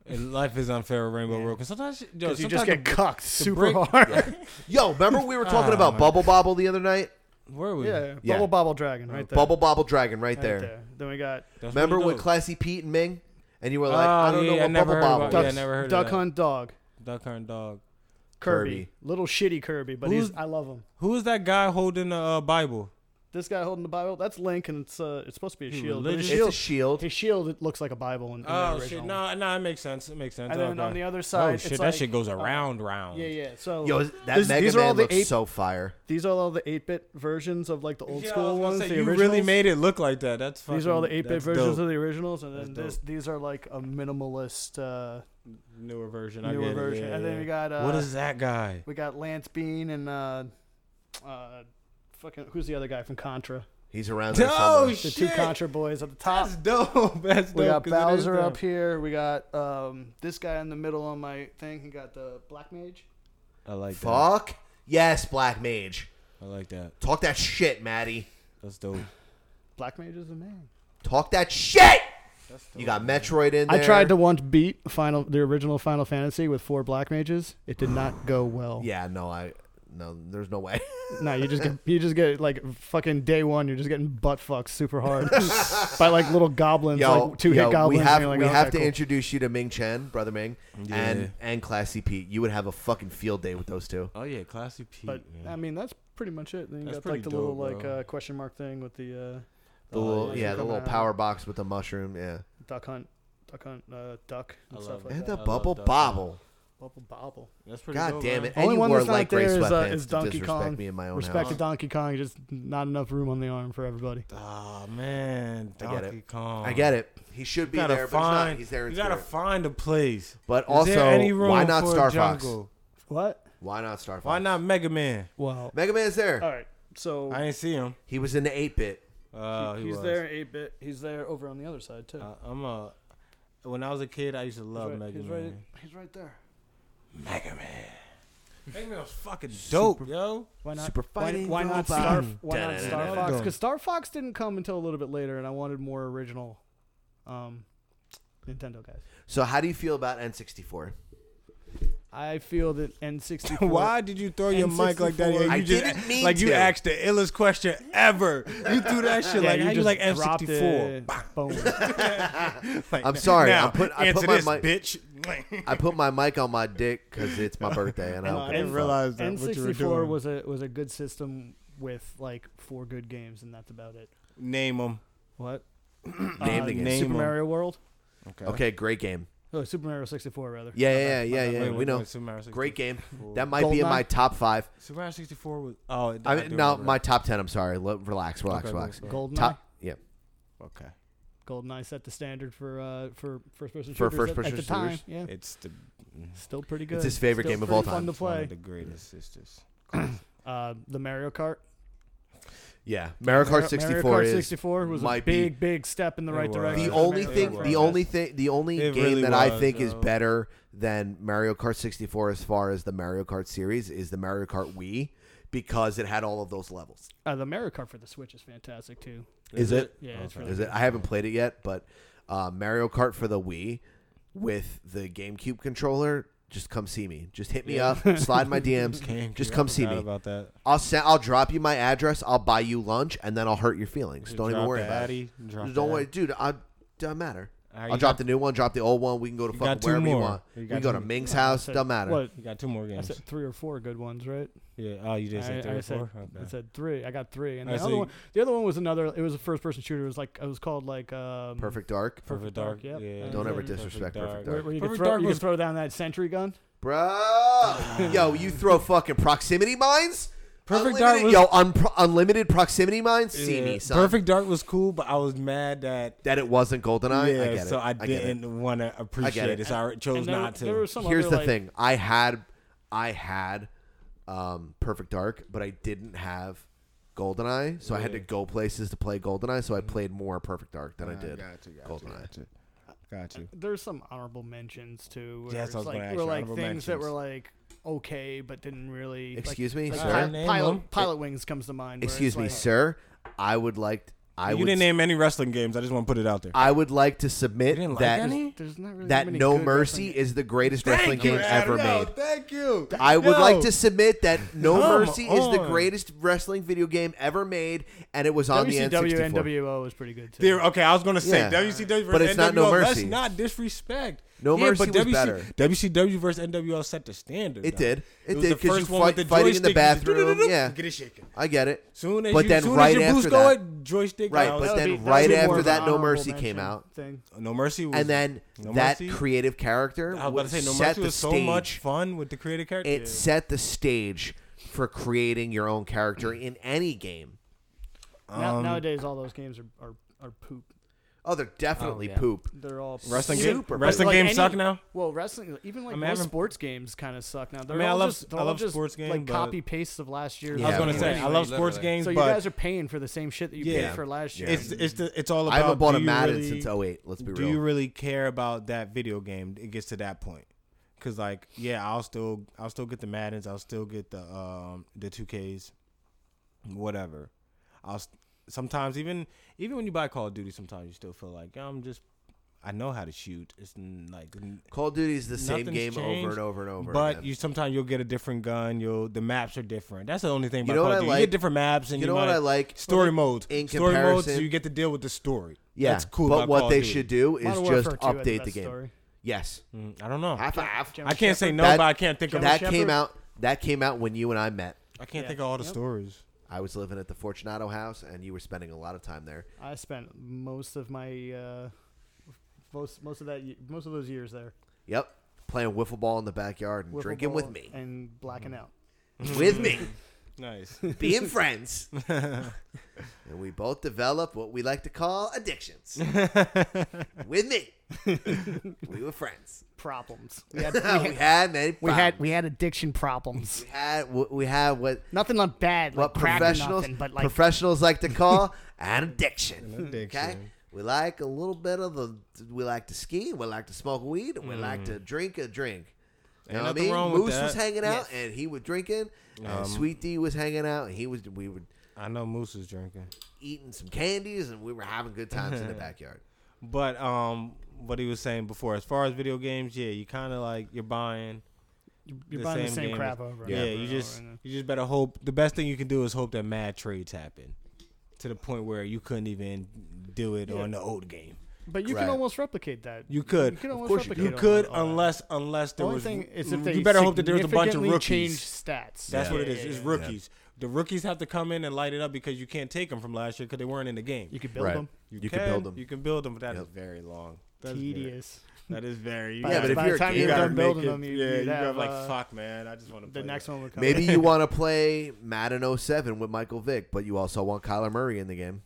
A: And life is unfair with Rainbow Road because sometimes, yo,
H: Because you just get
A: sometimes the-
H: cucked
A: the
H: super
A: break-
H: hard.
E: Yo, remember we were talking
A: Ah,
E: about
A: my-
E: Bubble Bobble the other night?
A: Where are we?
H: Yeah,
E: Yeah.
H: Bubble Bobble Dragon right there.
E: Bubble Bobble Dragon right,
H: right
E: there.
H: there. Then we Ah, got
A: That's
E: Remember
A: pretty
E: with
A: dope.
E: Classy Pete and Ming? And you were like,
A: Oh,
E: I don't
A: yeah,
E: know
A: I
E: what
A: never
E: Bubble
A: heard about
E: Bobble
A: that. Yeah,
E: is.
H: Duck,
A: never heard of
H: Duck
A: that.
H: Hunt Dog
A: Duck Hunt Dog?
H: Kirby.
E: Kirby.
H: little shitty Kirby, but
A: Who's-
H: he's I love him.
A: Who is that guy holding the uh, Bible?
H: This guy holding the Bible, that's Link, and it's uh, it's supposed to be a
A: He
H: shield. but
A: religious?
E: It's
H: his
E: a
H: shield,
E: shield.
H: his shield, it looks like a Bible. In, in the
A: Hmm, Oh
H: original.
A: shit! No, no, it makes sense. It makes sense.
H: And then
A: Okay.
H: on the other side,
A: oh
H: it's
A: shit, that
H: like- uh,
A: shit goes around, round.
H: Yeah, yeah. So
E: Yo, that
H: This-
E: Mega
H: these are
E: Man
H: all the
E: looks
H: eight-
E: so fire.
H: these are all the 8-bit versions of like the old
A: Yeah, I
H: school
A: was gonna
H: ones.
A: say,
H: the
A: you
H: originals.
A: really made it look like that. That's fucking,
H: These are all the 8-bit
A: that's
H: versions
A: dope.
H: of the originals, and then
A: That's
H: this, these are like a minimalist uh,
A: newer version. I
H: newer
A: get it,
H: version.
A: yeah,
H: and then
A: yeah.
H: we got uh,
A: what is that guy?
H: We got Lance Bean and uh, uh, fucking who's the other guy from Contra?
E: He's around there
A: Oh
E: somewhere.
H: The
A: shit!
H: two Contra boys at the top.
A: That's dope. That's dope.
H: we got
A: 'cause it is
H: Bowser
A: dope.
H: up here. We got um, this guy in the middle on my thing. He got the Black Mage.
A: I like that.
E: Fuck. Yes, Black Mage.
A: I like that.
E: Talk that shit, Maddie.
A: That's dope.
H: Black Mage is a man.
E: Talk that shit. You got Metroid in there.
H: I tried to once beat final the original Final Fantasy with four Black Mages. It did not go well.
E: Yeah, no, I no. There's no way.
H: No, you just get you just get like fucking day one. You're just getting butt fucked super hard by like little goblins,
E: Yo,
H: like two
E: yo,
H: hit goblins.
E: we
H: and
E: have
H: you're like,
E: we
H: "Oh,
E: have
H: okay,
E: to
H: cool."
E: introduce you to Ming Chen, brother Ming,
A: Yeah.
E: and and Classy Pete. You would have a fucking field day with those two.
A: Oh yeah, classy Pete.
H: But I mean, that's pretty much it. Then you
A: That's
H: got like
A: pretty
H: the little
A: dope,
H: like
A: bro.
H: uh, question mark thing with the uh,
E: The little,
A: Oh,
H: yeah,
E: yeah,
H: you
E: the
H: come
E: little
H: out.
E: power box with the mushroom. Yeah,
H: duck hunt, duck hunt, uh, duck and
A: I
H: stuff
A: love
H: like
E: and
H: that.
E: the
A: I love
E: bubble
A: that.
E: bobble.
H: Bubble bobble.
A: That's
E: God damn it!
H: Only
E: and you
H: one
E: wore
H: that's not
E: light gray
H: there is, uh,
E: sweatpants
H: is
E: to
H: Donkey
E: disrespect
H: Kong.
E: me in my own
H: Respect
E: house.
H: to Donkey Kong, just not enough room on the arm for everybody.
A: Oh man,
E: I get
A: Donkey
E: it.
A: Kong.
E: I get it. He should be
A: You gotta
E: there, but he's
A: find,
E: not. He's there in
A: You gotta
E: spirit.
A: find a place.
E: But
A: Is there
E: also,
A: any room
E: why not
A: for a
E: Star Fox?
A: jungle?
H: What?
E: Why not Star Fox?
A: Why not Mega Man?
H: Well,
E: Mega Man's there.
H: All right, so
A: I ain't see him.
E: He was in the eight bit.
A: Uh, he
H: he's
A: was.
H: there eight bit. He's there over on the other side too.
A: Uh, I'm a. When I was a kid, I used to love
H: right-
A: Mega
H: he's
A: Man.
H: right- he's right there.
A: Mega Man. Mega Man was fucking dope, yo.
H: Why not?
A: Super
H: why,
A: fighting
H: why not
A: robot.
H: Star? Why not
A: Da-da-da-da-da.
H: Star Fox?
A: Done.
H: Because Star Fox didn't come until a little bit later, and I wanted more original, um, Nintendo guys.
E: So how do you feel about N64?
H: I feel that N64.
A: Why did you throw your mic like that?
H: N64
A: Yeah, you
H: I
A: just,
H: didn't mean
A: like you
H: to.
A: asked the illest question ever. You threw that shit
H: Yeah,
A: like
H: you
A: you,
H: just
A: like F
H: dropped
A: sixty four.
H: it. Boom.
E: I'm sorry.
A: Now,
E: I put I
A: answer
E: put my
A: this,
E: mic,
A: bitch.
E: I put my mic on my dick because it's my birthday, and I, don't
A: Uh, I
E: give a
A: didn't
E: fuck.
A: realize that what you were
H: N64
A: doing.
H: was a was a good system with like four good games, and that's about it.
A: Name them.
H: What?
A: Uh,
E: Name the game. Name
H: Super
E: 'em.
H: Mario World.
A: Okay.
E: Okay, great game.
H: Oh, Super Mario 64 rather.
E: Yeah,
H: My
E: yeah,
H: bad, my
E: yeah,
H: bad.
E: yeah.
A: Wait,
E: we
A: wait,
E: know.
A: wait, Super Mario 64.
E: Great game. That might be in my
A: Goldeneye?
E: top five.
A: Super Mario sixty four was oh
E: I mean,
A: do
E: no,
A: remember.
E: my top ten. I'm sorry. Lo- relax, relax,
A: Okay,
E: relax.
A: cool,
H: cool.
E: Top. Yeah.
A: okay.
H: GoldenEye set the standard for uh, for first person
E: For
H: shooters
E: first
H: at,
E: person
H: at the
E: shooters?
H: time. Yeah,
A: It's the
H: still pretty good.
E: It's his favorite
H: Still
E: game of
H: pretty
E: all
H: Fun
E: time.
H: to
A: it's one
H: play.
A: of the greatest. It's just
H: Uh, the Mario Kart.
E: Yeah. Mario
H: Mario-
E: Kart
H: Mario
E: 64
H: Kart
E: is
H: 64 was a
E: might be
H: big, big step in the
A: It
H: right
A: was.
H: direction.
E: The
A: Mario
E: only
A: Kart
E: thing, the
A: Brothers.
E: only thing, the only
A: It
E: game
A: really
E: that I
A: was,
E: think is
A: though.
E: better than Mario Kart 64 as far as the Mario Kart series is the Mario Kart Wii because it had all of those levels.
H: Uh, the Mario Kart for the Switch is fantastic too.
E: Is, it?
H: Yeah, it's really.
E: Is it? I haven't played it yet, but uh, Mario Kart for the Wii with the GameCube controller. Just come see me. Just hit me
A: Yeah.
E: up. Slide my DMs.
A: GameCube,
E: just come
A: I
E: see
A: forgot
E: me.
A: about that.
E: I'll send. I'll drop you my address. I'll buy you lunch, and then I'll hurt your feelings.
A: You
E: Don't even
A: drop
E: worry
A: the
E: about
A: Addy,
E: it.
A: drop
E: Don't
A: the
E: worry,
A: Addy.
E: dude. I doesn't matter.
A: All right,
E: I'll
A: you
E: drop
A: got-
E: the new one. Drop the old one. We can go to
A: You
E: fucking
A: got two
E: wherever you
A: more.
E: want.
A: You
E: we
A: got
E: can go
A: two
E: to
A: more.
E: Ming's house.
H: said-
E: Don't matter.
H: What?
A: You got two more
H: I
A: games.
H: said three or four good ones, right?
A: Yeah. Oh, you did say
H: I,
A: three
H: I
A: or
H: said,
A: four.
H: I
A: Okay.
H: said three. I got three, and
A: All right,
H: the
A: so
H: other
A: you-
H: one, the other one was another. It was a first person shooter. It was like it was called like um,
E: Perfect Dark,
A: Perfect Dark.
H: yep.
A: Yeah.
H: And
E: Don't ever
H: then-
E: disrespect Perfect
H: Where,
E: Dark.
H: where you could
A: Perfect
H: throw,
A: Dark
H: you could
A: was-
H: throw down that sentry gun.
E: bro. Yo, you throw fucking proximity mines.
A: Perfect Dark
E: unlimited,
A: was-
E: Yo, unpro- unlimited proximity mines. See me,
A: Yeah.
E: son.
A: Perfect Dark was cool, but I was mad that
E: That it wasn't Goldeneye.
A: yeah,
E: I get it.
A: so I
E: get it.
A: didn't want to appreciate it.
E: it.
A: So I chose
H: And there-
A: not to.
H: there was some
E: Here's the
H: other, like-
E: thing. I had I had um, Perfect Dark, but I didn't have Goldeneye, so I had to go places to play Goldeneye. So I
A: Mm.
E: played more Perfect Dark than I did Goldeneye.
A: Got you.
H: There's some honorable mentions too. Where
A: Yes, I
H: it's
A: was
H: like,
A: gonna ask
H: were
A: you,
H: like
A: honorable
H: things that
A: mentions.
H: were like okay, but didn't really. like-
E: Excuse me,
H: like,
E: sir?
H: Pi-
A: Name them.
H: Pilot, pilot wings comes to mind. where it's
E: Excuse me,
H: like-
E: sir. I would like I
A: you
E: would
A: didn't name any wrestling games. I just want to put it out there.
E: I would like to submit
A: You didn't like
E: that
A: any?
H: There's not really
E: that
H: many
E: No
H: good
E: Mercy
H: wrestling
E: is the greatest wrestling
A: Thank you,
E: game
A: Adam.
E: ever
A: No,
E: made.
A: Thank you.
E: I would like
A: No.
E: to submit that No
A: Come
E: Mercy is the
A: on.
E: greatest wrestling video game ever made, and it was on
H: WCW
E: the N64.
H: NWO was pretty good too.
A: There- okay, I was gonna say
E: Yeah.
A: WCW versus
E: But it's
A: NWO.
E: not No
A: Let's
E: Mercy.
A: not disrespect.
E: No
A: yeah,
E: Mercy
A: but
E: was
A: WC
E: better.
A: WCW versus NWO set the standard.
E: It
A: though.
E: did. It,
A: was
E: did
A: the
E: because you
A: first one
E: fight,
A: with the
E: fighting in
A: joystick,
E: the
A: you just
E: bathroom.
A: do-do-do-do,
E: Yeah,
A: Get it shaken.
E: I get it.
A: Soon as
E: but
A: you,
E: then
A: soon
E: right
A: as your boots
E: after
A: go
E: that,
A: in, joystick.
E: right?
A: out.
E: But
H: would
E: then
H: be- that
E: right
H: would be more
E: after
H: of an
E: that, No
H: honorable
E: Mercy came
H: mention
E: out,
H: Thing.
A: No Mercy was
E: and then
A: No
E: that
A: Mercy-
E: creative character
A: I was about to say No
E: set
A: Mercy
E: the
A: was so
E: stage.
A: much fun with the creative character.
E: It set the stage for creating your own character
A: Mm.
E: in any game.
A: Um,
H: Now, nowadays, all those games are, are, are poop.
E: Oh, they're definitely
K: yeah.
E: poop.
H: They're all
A: Wrestling
H: even-
A: game- wrestling
H: like
A: games
H: any-
A: suck now?
H: Well, wrestling even like
A: I mean, I
H: most
A: haven't-
H: sports games kind of suck now. They're
A: mean, I
H: all
A: love-
H: just, they're
A: I
H: all
A: love
H: just
A: sports game,
H: like
A: but-
H: copy paste of last year's.
A: I was
E: Yeah,
A: gonna
E: of
A: say
E: course.
A: I love sports
K: Literally.
A: games,
H: So you
A: but
H: guys are paying for the same shit that you
A: Yeah.
H: paid for last year.
A: it's it's the, it's all about.
E: I haven't bought
A: do
E: a
A: you
E: Madden
A: really-
E: since 08. Let's be
A: do
E: real.
A: you really care about that video game? It gets to that point. Cause like yeah, I'll still I'll still get the Maddens, I'll still get the um the two Ks, whatever. I'll s- sometimes even even when you buy Call of Duty, sometimes you still feel like I'm just I know how to shoot. It's n- like n-
E: Call of Duty is the same
A: nothing's
E: game over
A: changed,
E: and over and over.
A: But
E: again.
A: you sometimes you'll get a different gun. You'll the maps are different. That's the only thing. About
E: know
A: Call
E: what
A: of
E: I
A: Duty.
E: like?
A: You get different maps, and you
E: You know what
A: might-
E: I like?
A: Story modes.
E: in
A: story modes, so
E: comparison-
A: you get to deal with the story.
E: yeah,
A: that's cool.
E: But
A: about Call
E: what
A: of
E: they
A: Duty.
E: should do is
H: Modern
E: just
H: Warfare 2 had the
E: update the
H: best
E: game.
H: story.
E: Yes,
A: Mm, I don't know.
E: half half.
A: I can't say no,
E: That-
A: but I can't think of
E: that
H: Shepherd?
E: came out. That came out when you and I met.
A: I can't
H: Yeah.
A: think of all the
H: Yep.
A: stories.
E: I was living at the Fortunato house, and you were spending a lot of time there.
H: I spent most of my uh, most most of that ye- most of those years there.
E: Yep. playing wiffle ball in the backyard and
H: Wiffle
E: drinking with
H: ball
E: me.
H: and blacking
A: Mm-hmm.
H: out.
E: With me.
A: Nice.
E: Being friends. and we both developed what we like to call addictions. with me. we were friends.
H: Problems.
E: We had, many
H: we had
E: problems.
H: we had addiction problems.
E: We had wh- we had what
H: nothing not bad.
E: what
H: Like crack or
E: professionals
H: nothing, but like
E: professionals like to call an addiction.
H: An addiction.
E: Okay, we like a little bit of the. We like to ski. We like to smoke weed. and We like
A: Mm.
E: to drink a drink. You
A: Ain't
E: know what I
A: nothing
E: mean?
A: wrong with
E: Moose was
A: that.
E: hanging out
A: Yes.
E: and he was drinking.
A: Um,
E: and Sweet D was hanging out and he was. We were
A: I know Moose is drinking.
E: eating some candies and we were having good times in the backyard.
A: But um, what he was saying before, as far as video games, yeah, you kind of like you're buying.
H: you're buying the same
A: game.
H: crap over and
A: Yeah,
H: over
A: you
H: and
A: just
H: over and over.
A: you just better hope. The best thing you can do is hope that mad trades happen, to the point where you couldn't even do it
H: Yeah.
A: on the old game.
H: But you can almost replicate that.
A: You could.
H: You can almost
A: of course you
H: replicate
A: could.
H: all- all that.
A: unless unless there
H: Only
A: was. Mm,
H: thing is if they
A: you better hope that there was a bunch of
H: significantly
A: rookies.
H: change stats.
A: That's
H: Yeah.
A: what it
H: Yeah,
A: is.
H: yeah,
A: It's
H: yeah.
A: rookies. The rookies have to come in and light it up because you can't take them from last year because they weren't in the game.
H: You could build Right. 'em.
A: You,
E: You
A: can
E: could build 'em.
A: You can build them, but that is very long. That is very-
H: Tedious.
A: that is very.
E: Yeah, but if
A: By
E: you're a
A: the time
E: gamer-
A: gotta
E: done building
A: make it-
H: them, you-
A: yeah,
H: you'd
A: you got
H: have,
A: like
H: uh,
A: fuck, man. I just want to.
H: the next one would come.
E: Maybe you want to play Madden 07 with Michael Vick, but you also want Kyler Murray in the game.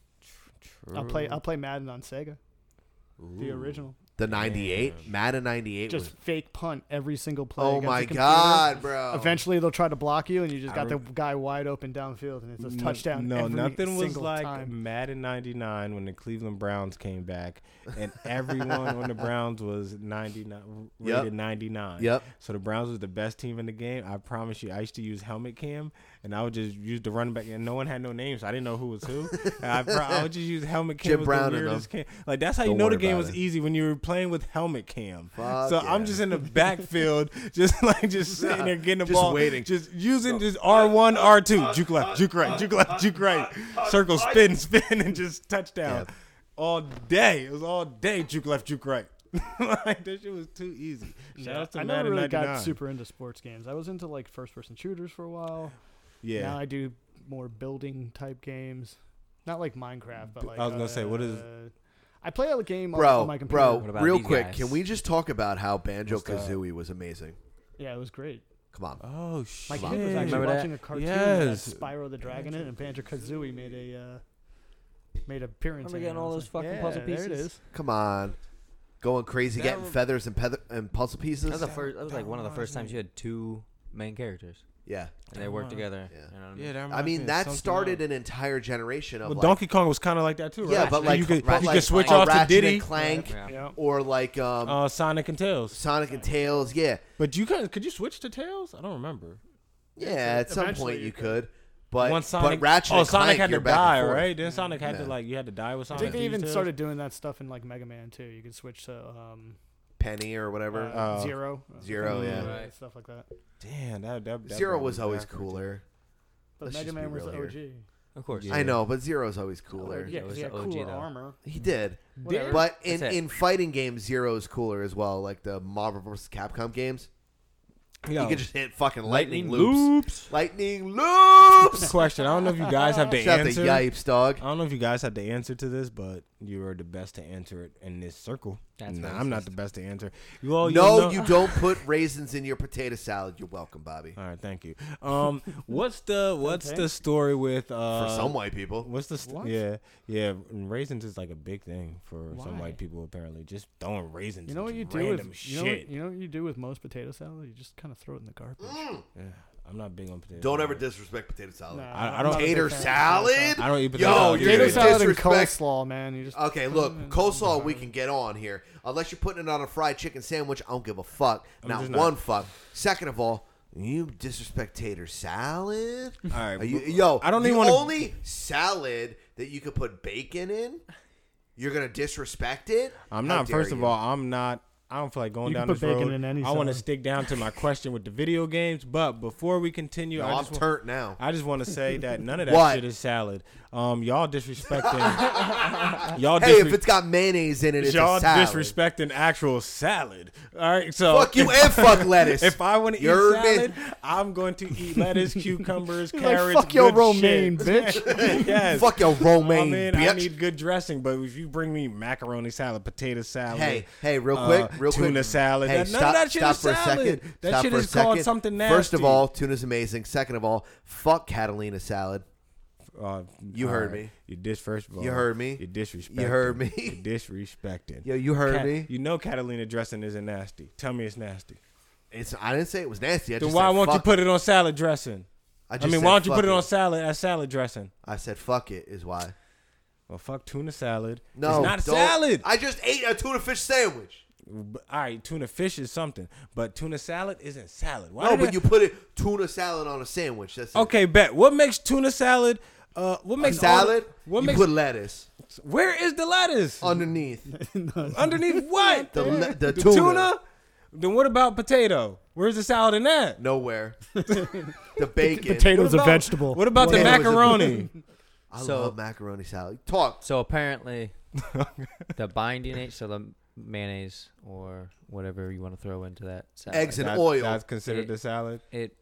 E: True.
H: I'll play. I'll play Madden on Sega. The original.
E: The 98, Madden 98
H: Just
E: was
H: fake punt every single play.
E: Oh
H: against the
E: my
H: computer.
E: God, bro.
H: Eventually they'll try to block you, and you just
A: I
H: got the
A: re-
H: guy wide open downfield, and it's a
A: No-
H: touchdown.
A: No,
H: every
A: nothing was
H: single
A: like
H: time.
A: Madden '99 when the Cleveland Browns came back, and everyone on the Browns was 99
E: Yep.
A: rated 99.
E: Yep.
A: So the Browns was the best team in the game. I promise you. I used to use helmet cam, and I would just use the running back, and no one had no names. I didn't know who was who. And I, pro- I would just use helmet cam.
E: Jim
A: was
E: Brown
A: the
E: and
A: weirdest
E: them.
A: cam. Like that's how you
E: Don't
A: know the
E: worry
A: game
E: about
A: was
E: it.
A: easy when you were playing with helmet cam.
E: Fuck
A: so I'm
E: yeah.
A: just in the backfield, just like just sitting there getting the
E: Just
A: ball,
E: waiting.
A: just using just R one, R two, juke left, juke right, juke left, juke right, circle, spin, spin, and just touchdown all day. It was all day juke left, juke right. like that shit was too easy. Shout
H: Yeah,
A: out to
H: I never
A: Madden
H: really
A: 99.
H: got super into sports games. I was into like first person shooters for a while.
A: Yeah.
H: Now I do more building type games. Not like Minecraft, but like
A: I was gonna say, what is-
H: uh, I play a game on-
E: Bro,
H: on my computer.
E: bro, real quick, can we just talk about how Banjo Kazooie was amazing?
H: Yeah, it was great.
E: Come on.
A: Oh
H: My
E: shit.
H: kid was actually watching a cartoon yes.
A: Yes.
H: that had Spyro the Dragon in, it, and Banjo Kazooie made a uh, made an appearance.
K: Remember
H: in it,
K: getting
H: and I
K: all
H: was
K: those
H: like,
K: fucking
H: yeah,
K: puzzle
H: There it
K: pieces?
H: is.
E: Come on. Going crazy,
K: That
E: getting
K: rem-
E: feathers and, peth- and puzzle pieces.
K: That was, the first, that was like one of the first times you had two main characters.
E: Yeah.
K: And they worked
A: That reminds-
K: together.
E: Yeah.
K: You know what I
A: Yeah,
K: mean?
A: that
E: I
A: reminds me
E: mean,
A: of
E: that
A: something
E: started
A: else.
E: an entire generation of
A: Well,
E: like,
A: Donkey Kong was kind of like that too, right?
E: Yeah, but like
A: you could,
E: but
A: you
E: like
A: could switch
E: a
A: off to
E: Ratchet
A: Diddy,
E: and Clank,
H: Yeah.
E: or like um,
A: uh, Sonic and Tails.
E: Sonic and Tails. Yeah,
A: But you could could you switch to Tails? I don't remember.
E: yeah. At some
H: Eventually
E: point
H: you
E: you could, but
A: Once Sonic,
E: but Ratchet
A: oh,
E: and Clank,
A: Sonic had
E: you're
A: to
E: back and
A: die,
E: forth.
A: right? Then Sonic had to
E: Yeah.
A: like you had to die with
H: I
A: Sonic.
H: think they
A: these
H: even
A: Tails.
H: started doing that stuff in like Mega Man too. You could switch to um,
E: Penny or whatever.
A: Oh.
H: uh, Zero, uh,
E: Zero,
H: Zero,
E: yeah.
H: uh, stuff like that.
A: Damn, that, that, that
E: Zero
A: brought me
E: was always
A: back right there.
E: cooler.
H: But
E: Let's
H: Mega
E: just be
H: Man was
E: real
H: the
E: here.
H: OG.
K: Of course.
E: I know, but Zero's always cooler.
H: yeah, 'cause he had
K: It was the
H: cooler
K: OG though.
H: armor.
E: He did.
H: Whatever.
E: But in,
K: That's it.
E: in fighting games, Zero's cooler as well. Like the Marvel vs. Capcom games.
A: Yo.
E: You could just hit fucking lightning,
A: Oh. Lightning
E: loops.
A: loops.
E: Lightning loops!
A: Question: I don't know if you guys have the
E: Shout out to
A: answer.
E: Yipes, dog.
A: I don't know if you guys have the answer to this, but you are the best to answer it in this circle.
K: That's
A: nah,
K: racist.
A: I'm not the best to answer. Oh, You all,
E: no,
A: know-
E: you don't put raisins in your potato salad. You're welcome, Bobby.
A: All right, thank you. Um, what's the what's the story with uh,
E: For some white people.
A: What's the st-
H: What?
A: yeah yeah and raisins is like a big thing for some
H: Why?
A: white people apparently. Just throwing raisins.
H: You know what
A: into
H: you do
A: random
H: with you know
A: shit.
H: what, you know what you do with most potato salad? You just kind of throw it in the garbage.
A: yeah, I'm not big on potatoes.
E: Don't ever disrespect potato salad.
H: Nah,
A: I- I
H: I'm
A: don't-
H: not a big
E: Tater
H: fan of potato
E: salad?
A: I don't eat potato
E: Yo,
A: salad.
E: you're
H: Potato
E: gonna
H: salad and
E: disrespect.
H: coleslaw, man. You just
E: Okay, look, coleslaw we can get on here. Unless you're putting it on a fried chicken sandwich, I don't give a fuck.
A: I'm
E: Not
A: just not.
E: one fuck. Second of all, you disrespect tater salad.
A: All right,
E: Are you-
A: but-
E: yo,
A: I don't
E: the
A: even wanna-
E: only salad that you could put bacon in. You're gonna disrespect it.
A: I'm
E: How
A: not.
E: dare
A: First of
E: you.
A: all, I'm not. I don't feel like going
H: You can
A: down
H: put
A: this
H: bacon
A: road.
H: in any
A: I want to
H: salad.
A: stick down to my question with the video games. But before we continue,
E: No,
A: I
E: I'm
A: just wa-
E: turnt now.
A: I just want to say that none of that
E: What?
A: shit is salad. Um, y'all disrespecting. y'all
E: Hey,
A: disre-
E: if it's got mayonnaise in it, it's a
A: y'all
E: salad.
A: disrespecting actual salad. All right, so
E: Fuck you and fuck lettuce.
A: If I want to eat
E: You heard me?
A: salad, I'm going to eat lettuce, cucumbers,
H: He's like,
A: carrots.
H: "Fuck your
A: good
H: romaine,
A: shit."
H: bitch.
A: yes.
E: Fuck your romaine,
A: I mean, I
E: bitch.
A: need good dressing, but if you bring me macaroni salad, potato salad,
E: Hey, hey, real
A: uh,
E: quick, real quick.
A: tuna salad.
E: Hey,
A: that,
E: stop,
A: none of that shit
E: stop
A: is
E: for a
A: salad.
E: second.
A: That
E: stop
A: shit
E: for a
A: is called
E: second.
A: something nasty.
E: First of all, tuna's amazing. Second of all, fuck Catalina salad.
A: Uh,
E: you
A: all
E: heard
A: right.
E: me.
A: You dis first of all.
E: You heard me.
A: You disrespecting.
E: You heard me.
A: You disrespecting.
E: Yo, you heard me.
A: You know Catalina dressing isn't nasty. Tell me it's nasty.
E: It's I didn't say it was nasty. I
A: then
E: just
A: why
E: said
A: won't you
E: fuck
A: put it on salad dressing?
E: I
A: I,
E: just
A: mean,
E: said
A: why don't you put
E: fuck
A: it
E: it.
A: on salad as salad dressing?
E: I said fuck it is why.
A: Well, fuck tuna salad.
E: No,
A: it's not
E: don't.
A: salad.
E: I just ate a tuna fish sandwich.
A: But, all right, tuna fish is something, but tuna salad isn't salad. Why
E: no,
A: did
E: but
A: I-
E: you put it tuna salad on a sandwich. That's it.
A: Okay, bet. What makes tuna salad? Uh, what makes all the-
E: salad.
A: what
E: you
A: makes
E: put lettuce
A: where is the lettuce?
E: underneath.
A: Underneath what?
E: The le- the
A: Oh. tuna.
E: tuna.
A: Then what about potato? Where's the salad in that?
E: Nowhere. the bacon.
H: Potato's
A: What
H: a
A: about-
H: vegetable.
A: What about the
E: Potatoes are-
A: macaroni?
E: I
K: So-
E: love macaroni salad. Talk.
K: So apparently, the binding agent, so the mayonnaise or whatever you want to throw into that salad,
E: Eggs and That- oil.
A: that's considered
K: It-
A: a salad?
K: It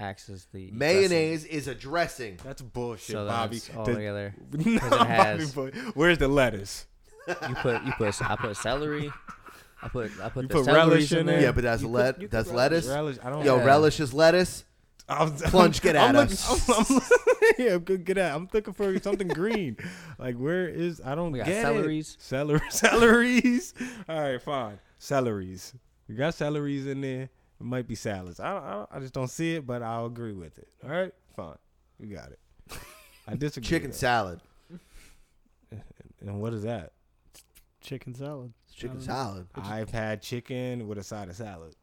K: acts as the
E: Mayonnaise is a dressing.
A: That's bullshit,
K: So
A: Bobby.
K: that's all
A: The-
K: together.
A: No,
K: 'Cause it has-
A: Bobby, but where's the lettuce?
K: dressing. You put you put I put celery. I put I put
A: You
K: the
A: put
K: celery
A: relish in
K: there.
A: it.
E: Yeah, but that's
K: You put-
E: let
K: you put
E: that's
K: relish.
E: lettuce.
A: Relish, I don't-
E: Yo,
K: Yeah.
E: relish is lettuce.
A: I'm,
E: Plunge, get
A: I'm
E: at
A: looking,
E: us.
A: I'm, I'm, yeah, I'm good, get at. I'm looking for something green. Like where is? I don't
K: We got
A: get
K: celeries.
A: it. Celery, celeries. All right, fine. Celeries. You got celeries in there. It might be salads. I don't, I, don't, I just don't see it, but I'll agree with it. All right, fine. You got it. I disagree.
E: Chicken
A: though.
E: salad.
A: And what is that?
H: Chicken salad.
E: Chicken
H: Um,
E: salad.
A: I've had chicken with a side of salad.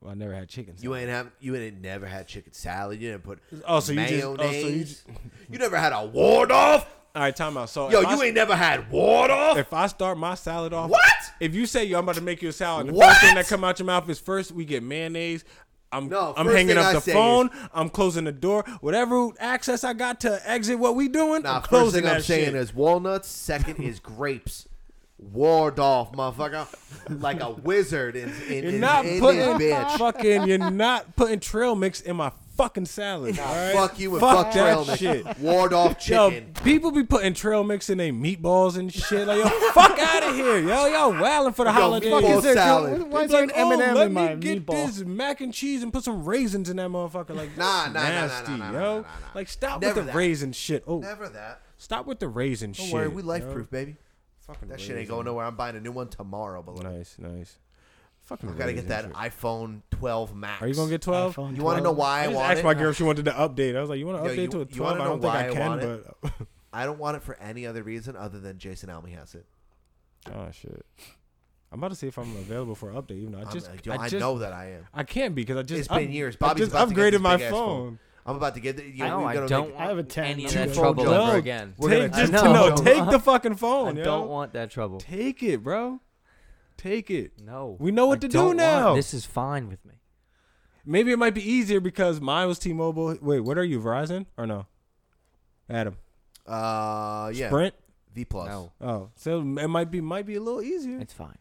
A: Well, I never had chicken. Salad.
E: You ain't have you ain't never had chicken salad. You didn't put
A: Oh, so you just-
E: mayonnaise.
A: oh, so you just-
E: you never had a Waldorf.
A: All right, time out. So
E: Yo,
A: if I
E: you
A: s-
E: ain't never had Waldorf.
A: If I start my salad off,
E: What?
A: If you say yo, I'm about to make you a salad, and the
E: What?
A: first thing that come out your mouth is first we get mayonnaise. I'm
E: No,
A: I'm
E: first
A: hanging
E: thing
A: up
E: I
A: the
E: say
A: phone. I'm closing the door. Whatever access I got to exit what we doing,
E: Nah,
A: I'm
E: first
A: closing
E: thing I'm
A: that
E: saying
A: shit.
E: is walnuts. Second is grapes. Waldorf, motherfucker, like a wizard in in,
A: you're
E: in,
A: not
E: in
A: putting
E: this bitch.
A: fucking you're not putting trail mix in my fucking salad. all right?
E: Fuck you and
A: fuck,
E: fuck,
A: that
E: trail mix.
A: shit.
E: Waldorf chicken.
A: Yo, people be putting trail mix in their meatballs and shit. Like, yo, fuck out of here, yo, y'all wilding for the
E: Yo,
A: holidays.
E: fuck is there, salad.
H: Why is there an
A: Like, oh,
H: M&M
A: let
H: in
A: me
H: my
A: get
H: meatball?
A: this mac and cheese and put some raisins in that motherfucker. Like, that's
E: Nah, nah, nah, nah, nah,
A: nasty,
E: nah, nah,
A: yo.
E: nah, nah, nah.
A: Like, stop
E: Never
A: with the
E: that.
A: raisin shit. Oh,
E: Never that.
A: stop with the raisin
E: Don't
A: shit.
E: worry, we life
A: yo.
E: proof, baby.
A: Fucking
E: That shit ain't
A: raisin.
E: going nowhere. I'm buying a new one tomorrow, beloved.
A: Nice, nice. Fucking.
E: I gotta
A: raisin
E: get that
A: shit.
E: iPhone 12 Max.
A: Are you gonna get twelve?
H: iPhone
E: You want to know
H: 12?
E: why I,
A: I just
E: want
A: asked
E: it?
A: my girl if she wanted to update. I was like, "You want to
E: Yo,
A: update
E: you-
A: to a
E: you
A: 12?
E: wanna
A: I
E: know
A: don't think
E: why
A: I
E: I
A: can,
E: want it?
A: but
E: I don't want it for any other reason other than Jason Almy has it.
A: oh shit, I'm about to see if I'm available for an update. Even though I
E: I'm-
A: just,
E: I,
A: I,
E: don't- I
A: just-
E: know that I am.
A: I can't because I just
E: It's been
A: up-
E: years.
A: I
E: Bobby's
A: just
E: about to get
A: upgraded
E: this
A: my
E: big-ass
A: phone.
E: I'm about to get the. You
K: I know,
E: we're
K: I
E: gonna
K: don't
E: make-
H: I have a
K: any
H: 10.
K: of
E: Two
K: that
E: phone
K: trouble
E: jobs.
K: ever
E: No,
K: again.
E: we're
A: take,
E: gonna
A: just
K: two
A: to know,
K: phones.
A: take the fucking
K: I
A: phone. yo.
K: don't want that trouble.
A: Take it, bro. Take it.
K: No.
A: We know what
K: I
A: to do
K: don't want-
A: now.
K: This is fine with me.
A: Maybe it might be easier because mine was T-Mobile. Wait, what are you, Verizon or no? Adam,
E: Uh, yeah.
A: Sprint.
E: V plus.
K: No,
A: Oh, so it might be might be a little easier.
K: it's fine.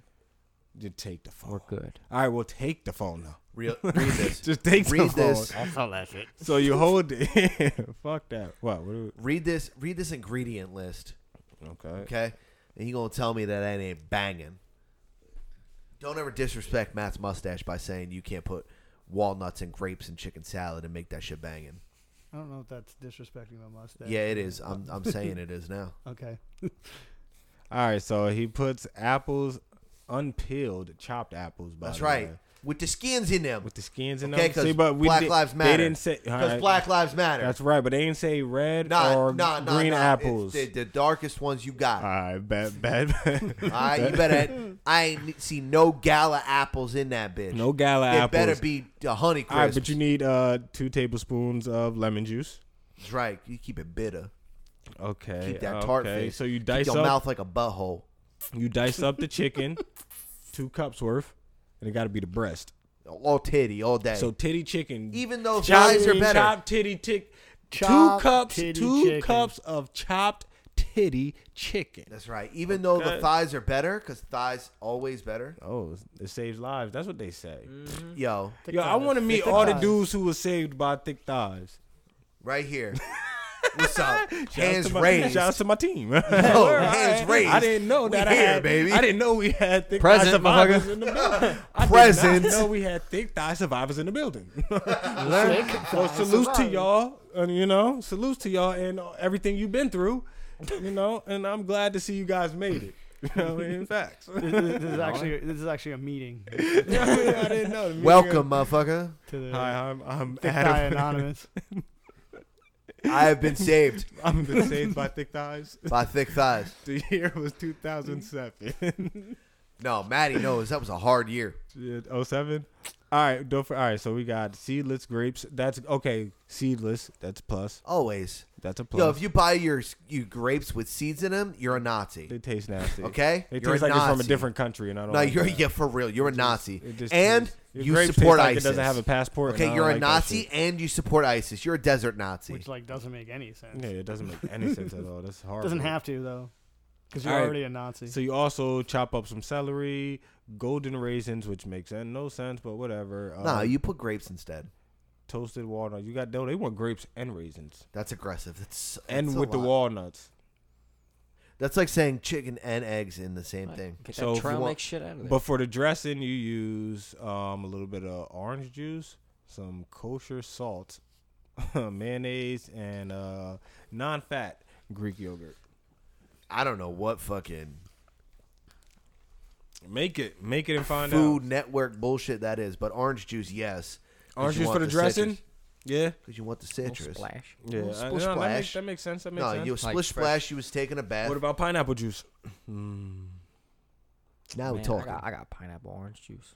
A: Just take the phone.
K: We're good.
A: All right, we'll take the phone now.
E: Real, read this.
A: Just take
E: read
A: the
E: this.
A: phone. So you hold it. Fuck that. What? what do
E: Read this. Read this ingredient list.
A: we, okay.
E: Okay, and you gonna tell me that that ain't banging. Don't ever disrespect Matt's mustache by saying you can't put walnuts and grapes and chicken salad and make that shit banging.
H: I don't know if that's disrespecting my mustache.
E: Yeah, it is. I'm I'm saying it is now.
H: Okay.
A: All right. So he puts apples, unpeeled, chopped apples. By
E: That's
A: the
E: right.
A: way,
E: With the skins in them.
A: With the skins in
E: Okay,
A: them. See,
E: because
A: but we
E: Black
A: did-
E: Lives
A: they
E: Matter.
A: didn't say- all
E: because
A: right.
E: Black Lives Matter.
A: That's right. But they didn't say red
E: Nah,
A: or
E: nah, nah,
A: green
E: nah. It's
A: apples.
E: the, the darkest ones you got.
A: all right. Bad. Bad. bad.
E: All right, you better. I ain't see no gala apples in that bitch.
A: No gala
E: They
A: apples.
E: better be a honey
A: All right,
E: crisp.
A: but you need uh two tablespoons of lemon juice.
E: That's right. You keep it bitter.
A: Okay.
E: Keep that
A: okay.
E: tart face.
A: So you
E: Keep
A: dice
E: your
A: up.
E: mouth like a butthole.
A: You dice up the chicken, two cups worth, and it got to be the breast.
E: All titty all day.
A: So titty chicken.
E: Even though
A: Chopped-
E: thighs are better.
A: Chopped titty tick. two
E: Chopped
A: cups, two
E: titty chicken.
A: cups of chopped titty chicken.
E: That's right. Even though the
A: Okay.
E: thighs are better, because thighs always better.
A: Oh, it saves lives. That's what they say.
E: Yo,
A: Mm. Yo, I want to meet all the dudes who were saved by thick thighs.
E: right here. What's up?
A: out
E: hands
A: to my-
E: raised.
A: shout out to my team.
E: Yo, hands raised.
A: I didn't know that
E: We
A: I
E: here,
A: had,
E: baby.
A: I didn't know we had thick
E: Present,
A: thigh survivors
E: motherfucker.
A: in the building. I
E: Present.
A: did not know we had thick thigh survivors in the building.
E: Learn.
A: so
E: thigh
A: salute to
E: survivors.
A: y'all, and you know, salute to y'all and everything you've been through, you know. And I'm glad to see you guys made it. You know, what I mean? facts.
H: This, this- this is actually this is actually a meeting.
A: I didn't know. The meeting-
E: Welcome, motherfucker.
H: To the
A: Hi, I'm I'm
H: Thick
A: Adam.
H: Thigh Anonymous.
E: I have been saved.
A: I'm been saved by thick thighs.
E: By thick thighs.
A: The year was 2007.
E: No, Maddie knows that was a hard year.
A: Oh seven. All right, don't for, all right. So we got seedless grapes. That's okay. Seedless. That's plus.
E: Always.
A: That's a plus.
E: Yo, if you buy your you grapes with seeds in them, you're a Nazi. They
A: taste nasty.
E: Okay,
A: They
E: You're
A: taste
E: a
A: like it's from a
E: Nazi.
A: different country, and I don't
E: No,
A: like
E: you're
A: that.
E: yeah for real. You're a Nazi,
A: it just
E: and
A: tastes- your
E: you
A: grapes taste
E: support
A: like it
E: ISIS.
A: doesn't have a passport, and I
E: Okay,
A: don't
E: you're a
A: like that
E: Nazi,
A: shit.
E: and you support ISIS. You're a desert Nazi.
H: Which like doesn't make any sense.
A: Yeah, it doesn't make any sense at all. That's hard.
H: Doesn't have to though, because you're already a Nazi.
A: So you also chop up some celery, golden raisins, which makes uh, no sense, but whatever. uh,
E: nah, you put grapes instead.
A: toasted walnut. You got no. They want grapes and raisins,
E: That's aggressive. That's,
A: and
E: that's a
A: with the
E: lot.
A: walnuts.
E: That's like saying chicken and eggs in the same thing.
K: Get that
A: if you
K: trail
A: want-
K: mix shit out of there.
A: But for the dressing, you use um, a little bit of orange juice, some kosher salt, mayonnaise, and uh, non-fat Greek yogurt.
E: I don't know what fucking
A: Make it, make it, and find
E: food
A: out.
E: network bullshit that is, but orange juice, yes. 'Cause
A: Orange
E: you
A: juice
E: want
A: for the dressing?
E: citrus.
A: Yeah,
E: because you want the citrus.
K: splash.
A: Yeah,
E: Little
A: I-
E: splish
A: no, that
E: splash.
A: makes- that makes sense, that makes
E: no,
A: sense.
E: you
A: Like fresh.
E: splish splash. You was taking a bath.
A: What about pineapple juice? Hmm,
E: now
K: Man,
E: we're talking
K: I got, I got pineapple orange juice.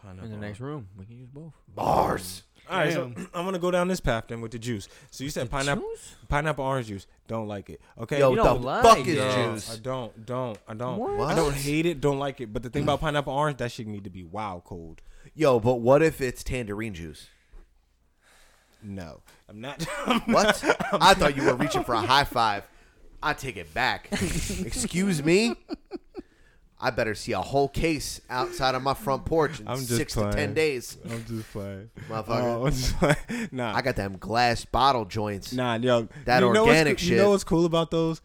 A: Pineapple
K: in the next room, we can use both.
E: bars?
A: All right, so
K: Damn.
A: I'm gonna go down this path then with the juice. So you said pineapple, pineapple orange juice. Don't like it. Okay,
E: Yo,
K: You
E: the
K: don't like
E: fuck is
K: it.
E: juice?
A: I don't, don't, I don't.
E: What?
A: I don't hate it. Don't like it. But the thing about pineapple orange, that shit need to be wild cold.
E: Yo, but what if it's tangerine juice?
A: No, I'm not.
E: What? I thought you were reaching for a high five. I take it back. Excuse me. I better see a whole case outside of my front porch in
A: I'm just
E: six
A: playing.
E: to ten days,
A: I'm just playing,
E: motherfucker.
A: Oh, I'm just playing. Nah,
E: I got them glass bottle joints.
A: nah, yo.
E: That
A: you know what's
E: organic
A: coo-
E: shit.
A: You know what's cool about those?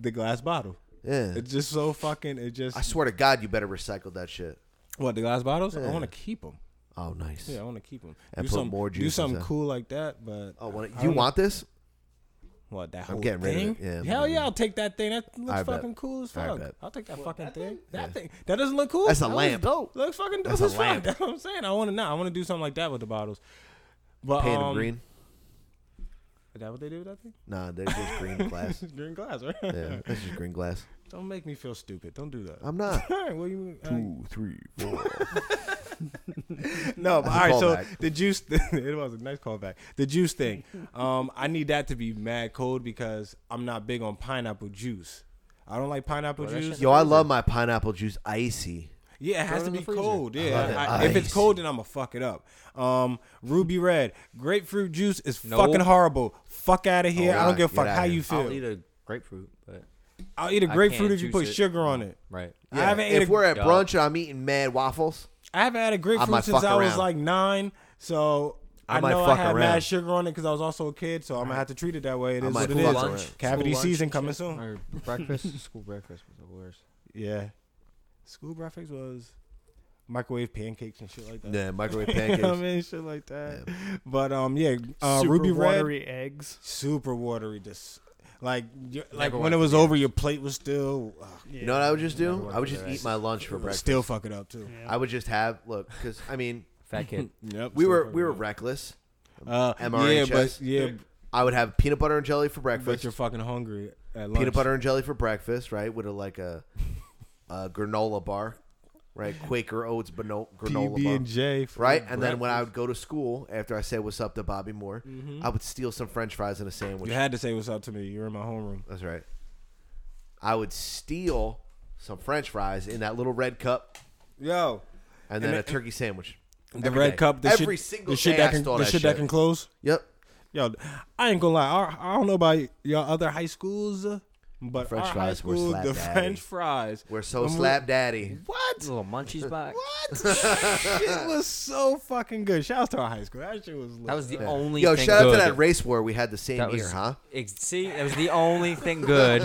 A: The glass bottle.
E: Yeah.
A: It's just so fucking. It just.
E: I swear to God, you better recycle that shit.
A: What the glass bottles? I
E: Yeah.
A: want to keep them.
E: Oh, nice.
A: Yeah, I want to keep them.
E: And
A: do
E: put
A: some,
E: more
A: Do
E: juice
A: something
E: inside.
A: cool like that, but
E: Oh, what,
A: I
E: you
A: don't-
E: want this?
A: What that
E: I'm
A: whole
E: getting rid
A: thing?
E: of it. Yeah, I'm
A: Hell
E: getting
A: yeah,
E: rid
A: I'll take that thing. That looks
E: I bet.
A: fucking cool as
E: I
A: fuck.
E: bet.
A: I'll take that fucking thing. That thing. That doesn't look cool.
E: That's a
A: that looks
E: lamp.
A: Dope. Looks fucking dope
E: That's a
A: as fuck.
E: lamp.
A: That's what I'm saying. I want to. Nah, I want to do something like that with the bottles. But
E: Paint 'em
A: um,
E: green.
A: Is that what they do with that thing?
E: Nah, they're just green glass.
A: green glass, right?
E: Yeah, that's just green glass.
A: Don't make me feel stupid. Don't do that.
E: I'm not.
A: all right. Well, you. all right.
E: Two, three, four.
A: No, but all
E: That's
A: right.
E: a
A: So
E: callback.
A: the juice, it was a nice callback. The juice thing, um, I need that to be mad cold because I'm not big on pineapple juice. I don't like pineapple
K: that
A: juice.
K: shit
E: Yo, I love my pineapple juice icy.
A: Yeah, it
K: Throw
A: has
K: it
A: to
K: in the
A: be
K: freezer.
A: cold.
E: I love it.
A: Yeah, I- if
E: Ice.
A: it's cold, then I'm gonna fuck it up. Um, ruby red, grapefruit juice is
K: No.
A: fucking horrible. Fuck out of here. I
E: Alright,
A: don't give a
E: Oh, get
A: fuck
E: outta
A: how
E: here.
A: you feel.
K: I'll eat a grapefruit, but
A: a
K: I
A: grapefruit
K: can't
A: if you
K: juice
A: put
K: it.
A: sugar on it.
K: Right.
A: I
E: Yeah,
A: haven't ate
E: if
A: a-
E: we're at
K: Yeah.
E: brunch, I'm eating mad waffles.
A: I haven't had a grapefruit
E: might
A: since
E: fuck
A: I was
E: around.
A: like nine, so
E: I
A: I,
E: might
A: know I
E: fuck
A: had
E: around.
A: mad sugar on it because I was also a kid. So I'm gonna have to treat it that way. It
E: I
A: is
E: might
A: what it
E: fuck
A: is.
E: around. School
A: Cavity
K: lunch and
A: season coming
K: shit.
A: soon.
K: Or breakfast, school breakfast was the worst.
A: Yeah, school breakfast was microwave pancakes and shit like that.
E: Yeah, microwave
A: You know what
E: pancakes.
A: I mean, shit like that. But um, yeah, uh,
H: Super
A: ruby red,
H: watery eggs.
A: super watery. Just like you- like
K: Never
A: when it
K: liked
A: was over, your plate was still ugh,
E: You know what I would just do?
K: Everyone
E: I would
K: for
E: just
K: their
E: eat my lunch for breakfast.
A: still fuck it up too.
E: I would just have look because I mean
K: Fat kid.
A: Yep,
E: we
A: still
E: were
A: fuck
E: we
A: it
E: were
A: up.
E: reckless.
A: uh,
E: MRHS.
A: Yeah, but yeah,
E: I would have peanut butter and jelly for
A: but
E: breakfast.
A: you're fucking hungry at lunch.
E: peanut butter and jelly for breakfast, right? With a like a, a granola bar, right? Quaker Oats bano- granola
A: PB
E: bar,
A: and J, for
E: right? And then when I would go to school after I said what's up to Bobby Moore,
A: Mm-hmm.
E: I would steal some French fries and a sandwich.
A: You had to say what's up to me. You're in my homeroom.
E: That's right. I would steal some French fries in that little red cup,
A: Yo,
E: and then
A: And
E: a
A: the-
E: turkey sandwich.
A: the
E: Every
A: red
E: day.
A: cup. The
E: every
A: shit,
E: single
A: the shit
E: day
A: that
E: I
A: can
E: stole
A: the
E: that
A: shit that can close.
E: Yep.
A: Yo, I ain't gonna lie. Our, I don't know about y'all other high schools, uh, but
E: French
A: our high
E: fries were
A: school,
E: slap
A: the
E: daddy.
A: French fries.
E: We're so
A: when we-
E: slap daddy.
A: What?
K: Little munchies back.
A: Shit was so fucking good. Shout out to our high school. That shit was. Lit.
K: That was the
A: bro.
K: only.
E: Yo,
K: thing
E: shout out to
K: good.
E: that race war we had the same year,
K: was-
E: huh?
K: Ex- see, that was the only thing good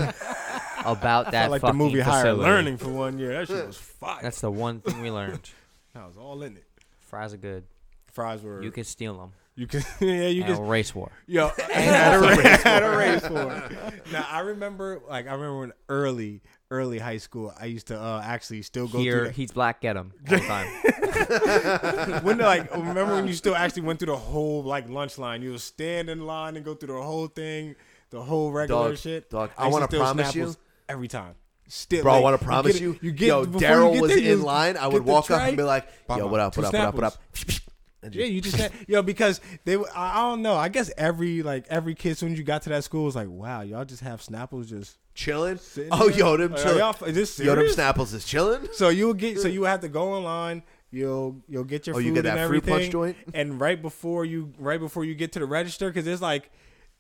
K: about
A: I
K: that
A: felt like the
K: fucking
A: movie Higher
K: facility.
A: Learning for one year. That shit was fire.
K: That's the one thing we learned.
A: I was all in it.
K: Fries are good.
A: Fries were.
K: You can steal them.
A: You can. Yeah, you
K: At a
A: can.
K: race war.
A: Yo,
K: And
A: at a,
K: also
A: ra-
K: race
A: at a
K: war.
A: race war. Now I remember, like I remember when early, early high school, I used to uh, actually still go
K: Here,
A: through.
K: he's black. Get him. All the time.
A: that- when like remember when you still actually went through the whole like lunch line? You would stand in line and go through the whole thing, the whole regular
E: Dog,
A: shit.
E: dog, I
A: used
E: wanna
A: steal
E: promise
A: Snapples
E: you-
A: every time. Still,
E: Bro, I
A: like,
E: want to promise
A: get-
E: you.
A: you get
E: yo,
A: before you
E: Daryl
A: get
E: was
A: there, you
E: in line. I
A: get
E: would
A: the
E: walk up
A: tray.
E: and be like,
A: Pop
E: "Yo,
A: out
E: what up?
A: two
E: What up? What up? What
A: Snapples.
E: up?"
A: Yeah, you just had, yo because they w- I I don't know. I guess every like every kid soon as you got to that school was like, wow, y'all just have Snapples just
E: Chilling.
A: sitting
E: Oh,
A: there?
E: yo, them
A: Like, are
E: chilling.
A: y'all f- is this
E: Yo, them
A: serious?
E: Snapples is chilling.
A: So you'll get so you have to go online. You'll you'll get your
E: Oh,
A: food
E: you get
A: and
E: that fruit
A: everything,
E: punch joint?
A: and right before you right before you get to the register, because it's like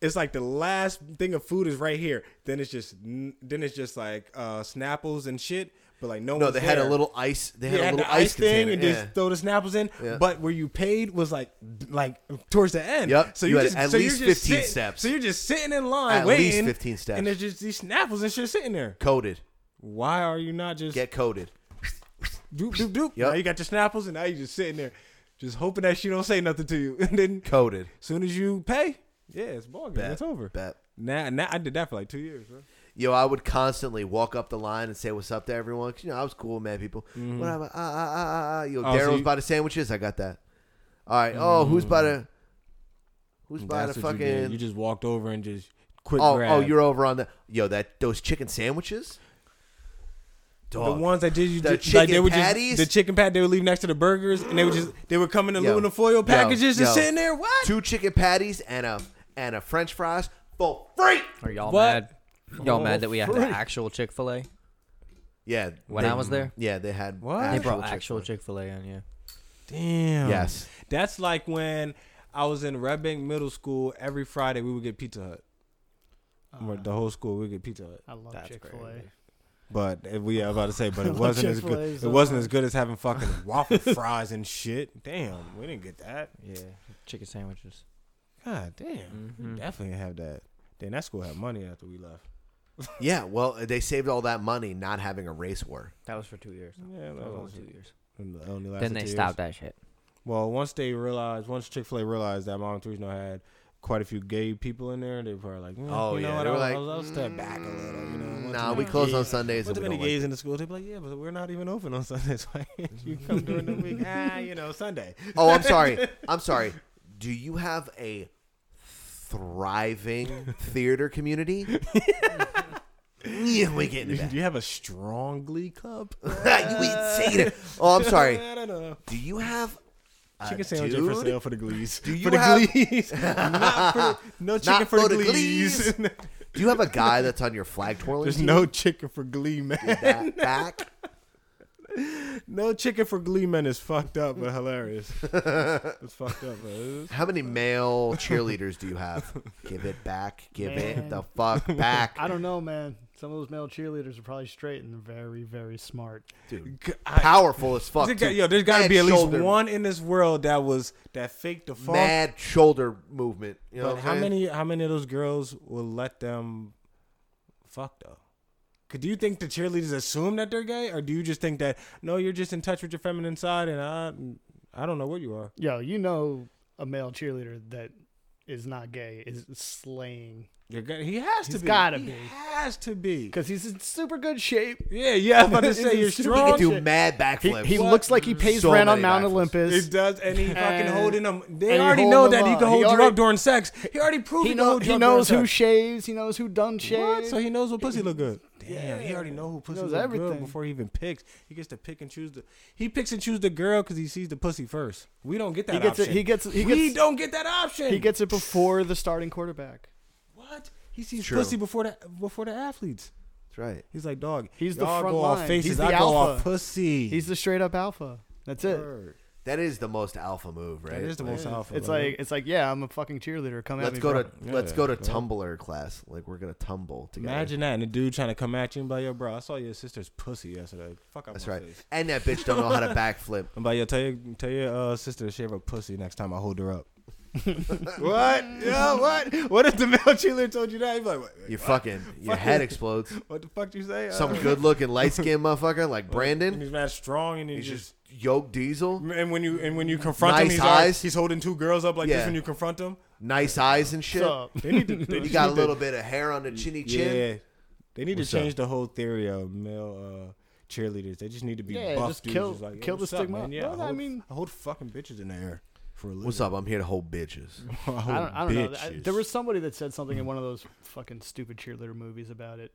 A: it's like the last thing of food is right here. Then it's just n- then it's just like uh Snapples and shit. But like no,
E: No,
A: one's
E: they had a
A: there.
E: little ice- they had a little
A: the
E: ice
A: thing
E: container,
A: and
E: yeah.
A: just throw the Snapples in.
E: Yeah.
A: But where you paid was like like towards the end.
E: Yep,
A: So
E: you
A: you
E: had
A: just
E: at
A: so
E: least
A: you're just
E: 15
A: sitting-
E: steps.
A: So you're just sitting in line
E: At least
A: waiting
E: 15 steps.
A: and there's just these Snapples and shit sitting there.
E: Coated.
A: Why are you not just
E: get coded?
A: Doop, doop, doop. Now you got your snapples, and now you just sitting there, just hoping that she don't say nothing to you. And then
E: Coded.
A: soon as you pay, yeah, it's ball game.
E: Bet.
A: It's over.
E: Bet.
A: Now, now I did that for like two years. Bro.
E: Yo, I would constantly walk up the line and say what's up to everyone. 'cause, you know, I was cool with mad people.
A: Mhm.
E: What up? Ah, ah, ah, ah, ah. Yo,
A: Oh, so
E: Daryl's
A: you- Mm.
E: by the sandwiches. I got that. All right. Oh, who's by the? Who's by the
A: That's what you did.
E: fucking?
A: You, just walked over and just quick
E: oh,
A: grab.
E: oh, you're over on the. Yo, that those chicken sandwiches. Dog.
A: The ones that did you
E: The
A: just, like they
E: chicken
A: would
E: patties?
A: just the chicken pat they would leave next to the burgers and they would just they would come in
E: Yo,
A: aluminum foil
E: yo,
A: packages
E: yo.
A: and sitting there what
E: Two chicken patties and a and a French fries for free.
K: Are y'all
E: What?
K: mad? Y'all
E: Oh,
K: mad that we have the
E: freak.
K: actual Chick Fil A?
E: Yeah.
K: When
E: they-
K: I was there,
E: Yeah, they had. actual
K: They brought
E: Chick-fil-A.
K: actual Chick Fil A in. Yeah.
A: Damn.
E: Yes.
A: That's like when I was in Red Bank Middle School. Every Friday we would get Pizza Hut. Where the whole school we would get Pizza Hut.
H: I love Chick Fil A.
A: But uh, we yeah, I was about to say, but
H: I
A: it
H: love
A: wasn't as
H: Chick-fil-A
A: good.
H: so
A: it wasn't
H: much.
A: as good as having fucking waffle fries and shit. Damn, we didn't get that.
K: Yeah. Chicken sandwiches.
A: God damn,
E: Mm-hmm.
A: we definitely didn't have that. Then that school had money after we left.
E: Yeah, well, they saved all that money not having a race war.
K: That was for two years.
A: Yeah,
K: that
A: that
E: Oh,
K: was
A: was-
K: only two years.
A: And it only
K: Then
A: lasted
K: they
A: two
K: stopped
A: years.
K: that shit.
A: Well, once they realized, once Chick Fil A realized that Mom Torino had quite a few gay people in there, they were probably like, mm,
E: Oh,
A: you know
E: yeah,
A: what?
E: they were
A: I'll,
E: like,
A: I'll, I'll step back a little. You know, want
E: nah,
A: too
E: we
A: many
E: close on
A: gays-
E: Sundays
A: want
E: and
A: too
E: we
A: many
E: don't like
A: gays
E: that.
A: in the school. They'd be like, yeah, but we're not even open on Sundays. Why can't you come during the week? Ah, you know, Sunday.
E: Oh, I'm sorry. I'm sorry. Do you have a thriving theater community? yeah, we get into that.
A: Do you have a strong glee club? we
E: say it. Oh, I'm sorry.
A: I don't know.
E: Do you have a
A: Chicken sandwich
E: Uh, dude?
A: for sale for the glees.
E: Do you
A: for the
E: have
A: glees. Not for- no chicken
E: Not
A: for, the
E: the
A: glees.
E: Glees. Do you have a guy that's on your flag twirling?
A: There's
E: team?
A: no chicken for glee, man.
E: Did that back.
A: No chicken for glee men is fucked up, but hilarious. it's fucked up, man.
E: How many male cheerleaders do you have? Give it back. Give it
H: Man.
E: the fuck back.
H: I don't know, man. Some of those male cheerleaders are probably straight and very, very smart.
E: Dude,
A: G- I-
E: powerful as fuck.
A: There
E: too.
A: got- yo, there's got to
E: Mad
A: be at least
E: shoulder-
A: one in this world that was that faked the fall.
E: mad shoulder movement. You know
A: but
E: what I'm
A: how
E: saying?
A: many how many of those girls will let them fuck though? Could do you think the cheerleaders assume that they're gay, or do you just think that no, you're just in touch with your feminine side, and I I don't know where you are.
H: Yo, you know a male cheerleader that is not gay is slaying
A: You're gay. He has to
H: He's
A: be.
H: gotta
A: He
H: be.
A: has to be.
H: because he's in super good shape.
A: Yeah, yeah. I'm about to
H: He's
A: say
H: in
A: you're
H: super
A: strong.
H: good
E: do
H: shape.
E: mad backflips.
H: He, he
A: What?
H: looks like he pays
E: So
H: rent
E: many
H: on Mount
E: backflips.
H: Olympus.
A: It does, and he fucking
H: And-
A: holding them.
H: and
A: They
H: he
A: already
H: hold
A: know
H: him
A: that he
H: up.
A: can hold
H: He
A: you up
H: already-
A: during sex. He already proved
H: He,
A: can
H: know,
A: hold you
H: he
A: up during
H: knows who
A: sex.
H: shaves. He knows who done
A: What?
H: shaves.
A: So he knows what pussy look good. Damn, he
H: Yeah.
A: already know who pussy
H: knows
A: look good
H: everything.
A: before he even picks. He gets to pick and choose the. He picks and choose the girl because he sees the pussy first. We don't get that.
H: He gets it-
A: option.
H: he gets- he
A: we
H: gets-
A: don't get that option.
H: He gets it before the starting quarterback.
A: what? He sees
E: True.
A: pussy before the before the athletes.
E: That's right.
A: He's like dog.
H: He's the
A: y'all
H: front
A: go
H: line.
A: off faces.
H: He's the
A: I go
H: alpha.
A: off pussy.
H: He's the straight up alpha. That's it.
A: Word.
E: That is the most alpha move, right?
H: It's like it's like yeah, I'm a fucking cheerleader. Come
E: let's
H: at me.
E: go
H: bro.
E: to let's go to Tumblr class. Like we're gonna tumble together.
A: Imagine that, and the dude trying to come at you and be like, "Yo, bro, I saw your sister's pussy yesterday. Fuck out
E: That's
A: my
E: right.
A: face."
E: And that bitch don't know how to backflip.
A: I'm like, "Yo, tell your tell your uh, sister to shave her pussy next time I hold her up." what? Yeah, what? What if the male cheerleader told you that? You'd be like, "Wait, wait,
E: Your
A: what?
E: fucking your
A: Fuck.
E: head explodes.
A: What the fuck do you say?
E: Some
A: Uh,
E: good looking light skinned motherfucker like Brandon.
A: He's mad strong, and he
E: He's
A: just,
E: just yoked diesel.
A: And when you and when you confront him,
E: Nice
A: he's, already-
E: eyes.
A: he's holding two girls up like
E: Yeah.
A: this when you confront him.
E: Nice eyes and shit.
A: Sup? They need to- they
E: you
A: just
E: got a
A: need to-
E: little bit of hair on the chinny chin.
A: Yeah, they need
E: What's
A: to
E: up?
A: change the whole theory of male uh, cheerleaders. They just need to be
H: Yeah,
A: buff
H: just
A: dudes.
H: kill-
A: It's like, yo,
H: kill the
A: what's up,
H: stigma.
A: man? Yeah,
H: No,
A: I,
H: I
A: hold,
H: mean-
A: I hold fucking bitches in the air for a living.
E: What's up? I'm here to hold bitches.
H: I don't, I don't know. I- there was somebody that said something in one of those fucking stupid cheerleader movies about it.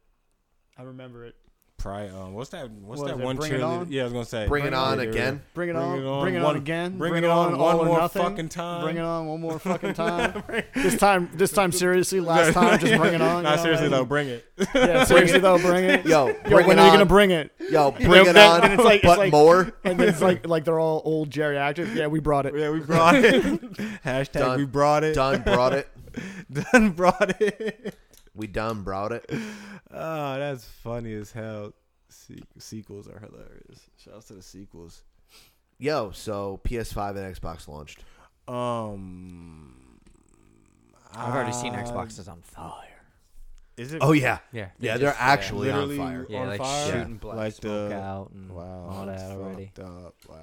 H: I remember it.
A: Probably, um, what's that? What's
H: What
A: that
H: is it,
A: one
H: Bring It
A: cheerleader?
H: On?
A: Yeah, I was gonna say.
E: Bring It On
A: yeah,
E: again?
A: yeah.
H: Bring it on, bring it on
A: one-
H: again,
A: Bring it on
H: all
A: one
H: or
A: more
H: nothing,
A: fucking time.
H: Bring it on one more fucking time. this time, this time seriously. Last
A: Yeah.
H: time, just bring it on.
A: Nah,
H: you know,
A: seriously
H: like-
A: though, bring it.
H: Yeah, seriously though, bring it.
E: Yo,
H: yo,
E: bring
H: when
E: it
H: are you
E: on.
H: gonna bring it?
E: Yo,
H: You
E: bring it
H: that-
E: on,
H: And it's like,
E: but
H: it's like,
E: more.
H: And then it's like, like they're all old geriatric. Yeah, we brought it.
A: Yeah, we brought it. Hashtag
E: Done-
A: we brought it.
E: Done brought it.
A: done brought it.
E: We done brought it.
A: Oh, that's funny as hell. Se- sequels are hilarious. Shouts to the sequels.
E: Yo, so PS5 and Xbox launched.
A: Um,
K: I've already seen
A: uh,
K: Xboxes on fire.
A: Is it?
E: Oh yeah,
K: Ah. Yeah.
E: yeah.
K: They
E: They're
K: just- yeah.
E: actually on
A: Literally
E: fire.
K: Yeah,
A: on
K: like
A: fire?
K: shooting black
A: Like
K: smoke
A: the-
K: out and
A: wow,
K: all
A: that's
K: that already.
A: fucked Up. Wow,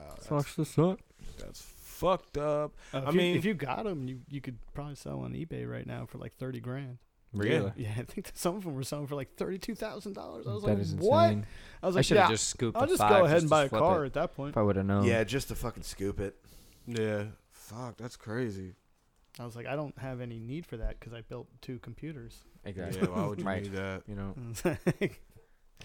A: that's,
K: Sucks to suck.
A: that's fucked up.
H: Uh, if
A: I
H: you-
A: mean,
H: if you got them, you you could probably sell on eBay right now for like thirty grand.
K: Really?
H: Yeah, I think that some of them were selling for like thirty-two thousand dollars. I was
K: That
H: like,
K: is
H: "What?"
K: insane.
H: I was
K: I
H: like,
K: should've
H: yeah,
K: just scooped
H: I'll
K: the
H: just
K: five
H: go
K: just
H: ahead
K: to
H: and buy a
K: flip
H: car
K: it.
H: at that point.
K: If I would have known.
E: Yeah, just to fucking scoop it.
A: yeah, fuck, that's crazy.
H: I was like, I don't have any need for that because I built two computers.
K: Exactly.
A: Yeah, why would you
K: right.
A: need that?
K: You know.
H: I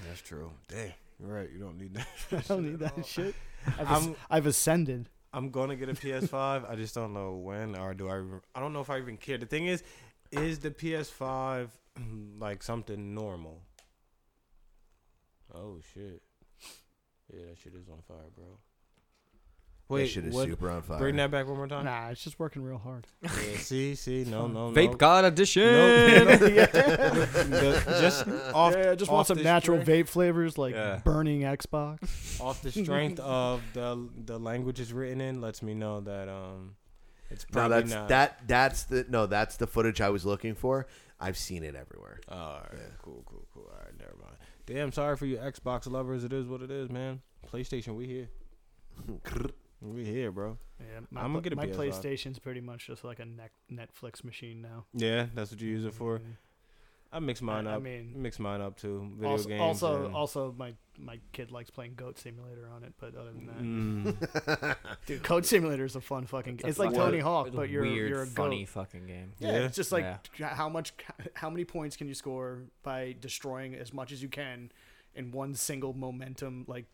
A: That's true. Damn, you're right. You don't need that.
H: don't need that shit. I've, as-
A: I'm-
H: I've ascended.
A: I'm gonna get a PS5. I just don't know when or do I? Even, I don't know if I even care. The thing is, is the PS5 like something normal? Oh shit! Yeah, that shit is on fire, bro.
E: that shit is
A: what-
E: super on fire.
A: Bring that back one more time.
H: Nah, it's just working real hard.
A: Yeah, see, see, no, no, no.
K: Vape God edition.
A: No, no. The- just off,
H: yeah, just
A: off
H: want some
A: the
H: natural
A: strength-
H: vape flavors like
A: Yeah.
H: burning Xbox.
A: Off the strength of the the language it's written in, lets me know that um, it's
E: No,
A: probably
E: that's
A: not.
E: that. That's the no. That's the footage I was looking for. I've seen it everywhere.
A: Oh, all right, cool, cool, cool. All right, never mind. Damn, sorry for you Xbox lovers. It is what it is, man. PlayStation, we here. we here, bro.
H: Yeah, my,
A: I'ma
H: pla-
A: get a
H: my
A: PS5.
H: PlayStation's pretty much just like a nec- Netflix machine now. Mm-hmm.
A: Yeah, that's what you use it for. Mm-hmm. I mix mine
H: I
A: up.
H: mean-
A: mix mine up too. Video
H: also,
A: games.
H: also,
A: and-
H: also, my my kid likes playing Goat Simulator on it, but other than that,
A: Mm.
H: dude, Goat Simulator is a fun fucking. game. It's like Tony Hawk,
K: It's a
H: but you're
K: weird,
H: you're a
K: funny
H: goat.
K: fucking game.
H: Yeah, it's just like
K: Yeah.
H: how much, how many points can you score by destroying as much as you can in one single momentum like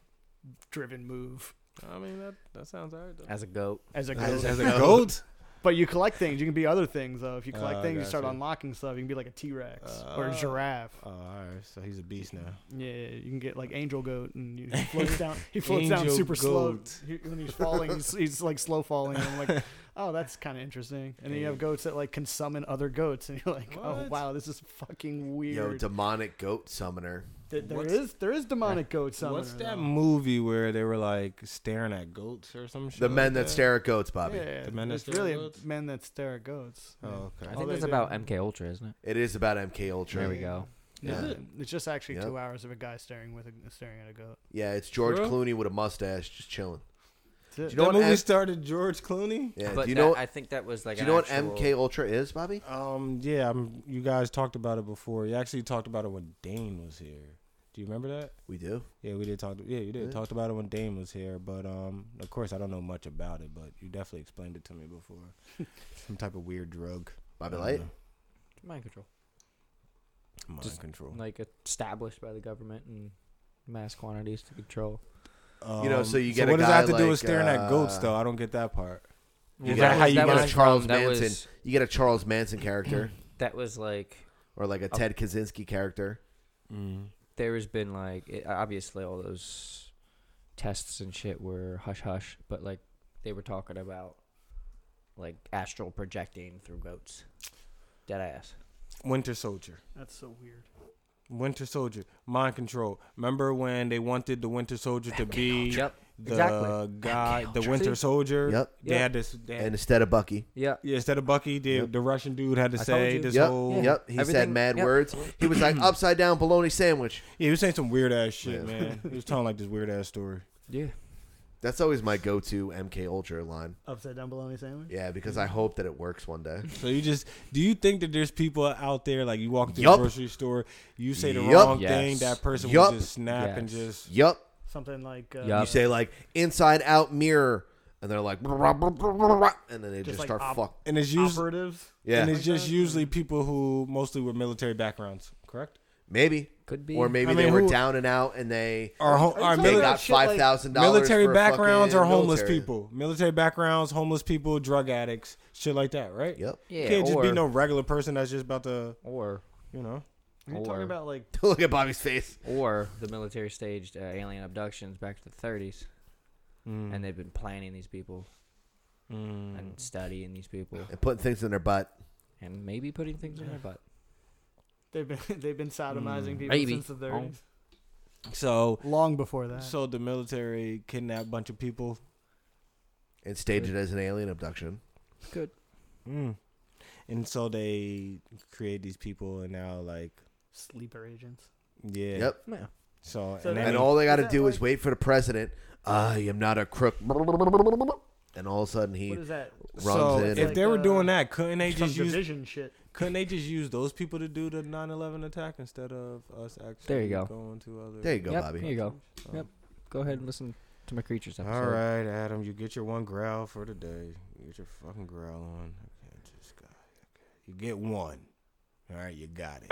H: driven move.
A: I mean, that that sounds alright though.
K: As a goat.
H: As a
A: As,
H: goat.
A: as a goat.
H: But you collect things. You can be other things though. If you collect
A: Oh,
H: things, you start
A: gotcha.
H: unlocking stuff. You can be like a T Rex or a
A: Oh.
H: giraffe.
A: Oh, all right. So he's a beast now.
H: Yeah, you can get like angel goat, and you- he floats down. He floats down
A: Angel
H: super slow.
A: goat.
H: He, when he's falling, he's, he's like slow falling. And I'm like, oh, that's kind of interesting. And then you have goats that like can summon other goats, and you're like, oh
A: What?
H: wow, this is fucking weird.
E: Yo, demonic goat summoner.
H: Th- there
A: what's-
H: is there is demonic goat summoner.
A: What's that
H: though.
A: movie where they were like staring at goats or some shit?
E: The men
A: like
E: that stare at goats, Bobby.
H: Yeah,
A: The men that
H: it's
A: stare at
H: really
A: goats?
H: men that stare at goats.
A: Oh, okay.
K: I
H: All
K: think
H: they
K: that's
H: do-
K: about MK Ultra, isn't it?
E: It is about MK Ultra.
K: There we go.
E: Yeah.
H: Is it? It's just actually
E: Yep.
H: two hours of a guy staring with a, staring at a goat.
E: Yeah, it's George
A: Bro.
E: Clooney with a mustache, just chilling.
H: That's
E: Do
H: it.
E: you know
A: that
E: what
A: movie
E: M-
A: started George Clooney.
E: Yeah,
K: But
E: do you
K: that-
E: know?
K: I think that was like.
E: do you
K: an
E: know what
K: actual-
E: MK Ultra is, Bobby?
A: Um, yeah, I'm, you guys talked about it before. You actually talked about it when Dane was here. Do you remember that?
E: We do.
A: Yeah, we did talk. Yeah, you did talked about it when Dane was here. But um, of course, I don't know much about it, but you definitely explained it to me before. Some type of weird drug.
E: Bobby
A: I don't
E: Light.
A: know.
K: Mind control.
A: Mind
K: Just
A: control.
K: Like established by the government in mass quantities to control.
E: you know, so
A: Um,
E: you get a
A: what does that have to
E: guy
A: do with
E: like,
A: staring at goats?
E: uh,
A: Though I don't get that part.
E: You
K: Well,
E: get
K: that
E: a,
K: was-
E: you
K: that
E: get a
K: was
E: Charles
K: from- that
E: Manson.
K: was-
E: You get a Charles Manson character,
K: That was like
E: or like a Ted Kaczynski character.
K: there has been like it, obviously all those tests and shit were hush hush, but like they were talking about like astral projecting through goats. Dead ass.
A: Winter Soldier.
H: That's so weird.
A: Winter Soldier, mind control. Remember when they wanted the Winter Soldier to be
K: Yep.
A: the
K: Exactly.
A: guy, the
K: Ultra.
A: Winter
K: See?
A: Soldier?
E: Yep.
A: They
E: Yep.
A: had this. They had,
E: And instead of Bucky.
K: Yeah.
A: Yeah. Instead of Bucky, the the Russian dude had to
E: I told
A: say
E: you.
A: this
E: Yep.
A: whole.
E: Yep. He said mad words. He was like upside down bologna sandwich.
A: Yeah, he was saying some weird ass shit,
E: Yeah.
A: man. He was telling like this weird ass story.
K: Yeah.
E: That's always my go-to MK Ultra line.
H: Upside down bologna sandwich.
E: Yeah, because I hope that it works one day.
A: So you just do you think that there's people out there like you walk through
E: Yup.
A: the grocery store, you say the
E: Yup.
A: wrong
E: Yes.
A: thing, that person
E: Yup.
A: will just snap and
E: Yes.
A: just
E: Yup.
H: Something like uh,
E: You say like inside out mirror, and they're like, "Brr, brr, brr, brr, brr," and then they just,
H: Just like
E: start
H: op-
E: fuck.
A: and it's usually
H: operatives.
E: Yeah.
A: and it's just usually people who mostly were military backgrounds, correct?
E: Maybe
K: could
E: or maybe
A: I
E: they
A: mean,
E: were
A: who-
E: down and out, and they
A: Or ho-
E: they
A: or mili-
E: got five thousand dollars.
A: Military backgrounds or homeless
E: military.
A: people. Military backgrounds, homeless people, drug addicts, shit like that, right?
E: Yep.
A: you
K: Yeah,
A: can't just be
K: or-
A: no regular person that's just about to
K: or
A: you know.
H: Are you
K: Or-
H: talking about like
E: Look at Bobby's face.
K: Or the military staged uh, alien abductions back to the 30s.
E: Mm.
K: And they've been planning these people
A: Mm.
K: and studying these people
E: and putting things in their butt.
K: and maybe putting things in their butt.
H: they've been they've been sodomizing people
K: Maybe.
H: since the 30s?
A: So
H: long before that.
A: So the military kidnapped a bunch of people.
E: and staged it as an alien abduction.
K: Good.
A: Mm. And so they create these people, and now like
H: Sleeper agents.
A: yeah,
E: Yep.
K: Yeah.
A: So,
H: So
A: and,
H: that-
A: then
E: And
A: he-
E: all they got
H: Is
E: to
H: that
E: do is
H: like-
E: wait for the president. I am not a crook. And all of a sudden he
H: What is that?
E: runs
A: so
E: in.
A: if
E: and-
H: like,
A: they were
H: uh,
A: doing that, couldn't they
H: Some
A: just use
H: division shit.
A: couldn't they just use those people to do the 9/11 attack instead of us actually
K: There you go.
A: going to other
E: There you go,
K: yep,
E: Bobby.
K: Here you go.
A: So-
K: Yep. Go ahead and listen to my creatures episode.
A: All right, Adam, you get your one growl for the day. You get your fucking growl on. I can't just go. You get one. All right, you got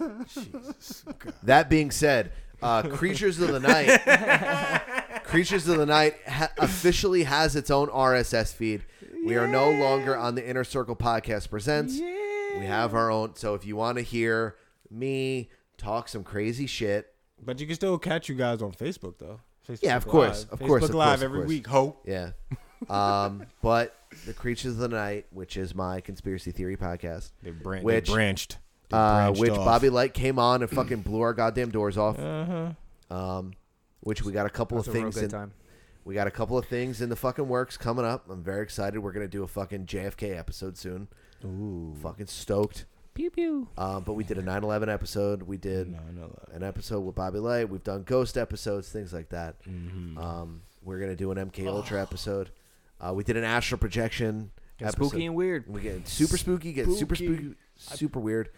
A: it. Jesus. God.
E: That being said, uh, Creatures of the Night, Creatures of the Night ha- officially has its own RSS feed. We are no longer on the Inner Circle Podcast Presents. We have our own. So if you want to hear me talk some crazy shit,
A: But you can still catch you guys on Facebook though. Facebook
E: yeah, of course,
A: Live.
E: of course,
A: Facebook
E: of course,
A: Live
E: of
A: every
E: course.
A: week. Ho.
E: Yeah. Um, but the Creatures of the Night, which is my conspiracy theory podcast,
A: They, bran- they
E: which
A: branched. They
E: uh,
A: branched
E: which
A: off.
E: Bobby Light came on and fucking blew our goddamn doors off.
A: Uh-huh.
E: Um, which we got a couple
K: That's
E: of
K: a real
E: things
K: good
E: in.
K: time.
E: We got a couple of things in the fucking works coming up. I'm very excited. We're gonna do a fucking JFK episode soon.
A: Ooh.
E: Fucking stoked.
K: Pew pew.
E: Um, but we did a 9/11 episode. We did
A: No, no, no.
E: an episode with Bobby Light. We've done ghost episodes, things like that. Um, we're gonna do an MK Ultra episode. Uh, we did an astral projection.
K: Get spooky and weird.
E: We get super spooky. Get super spooky.
H: Spooky.
E: Super weird.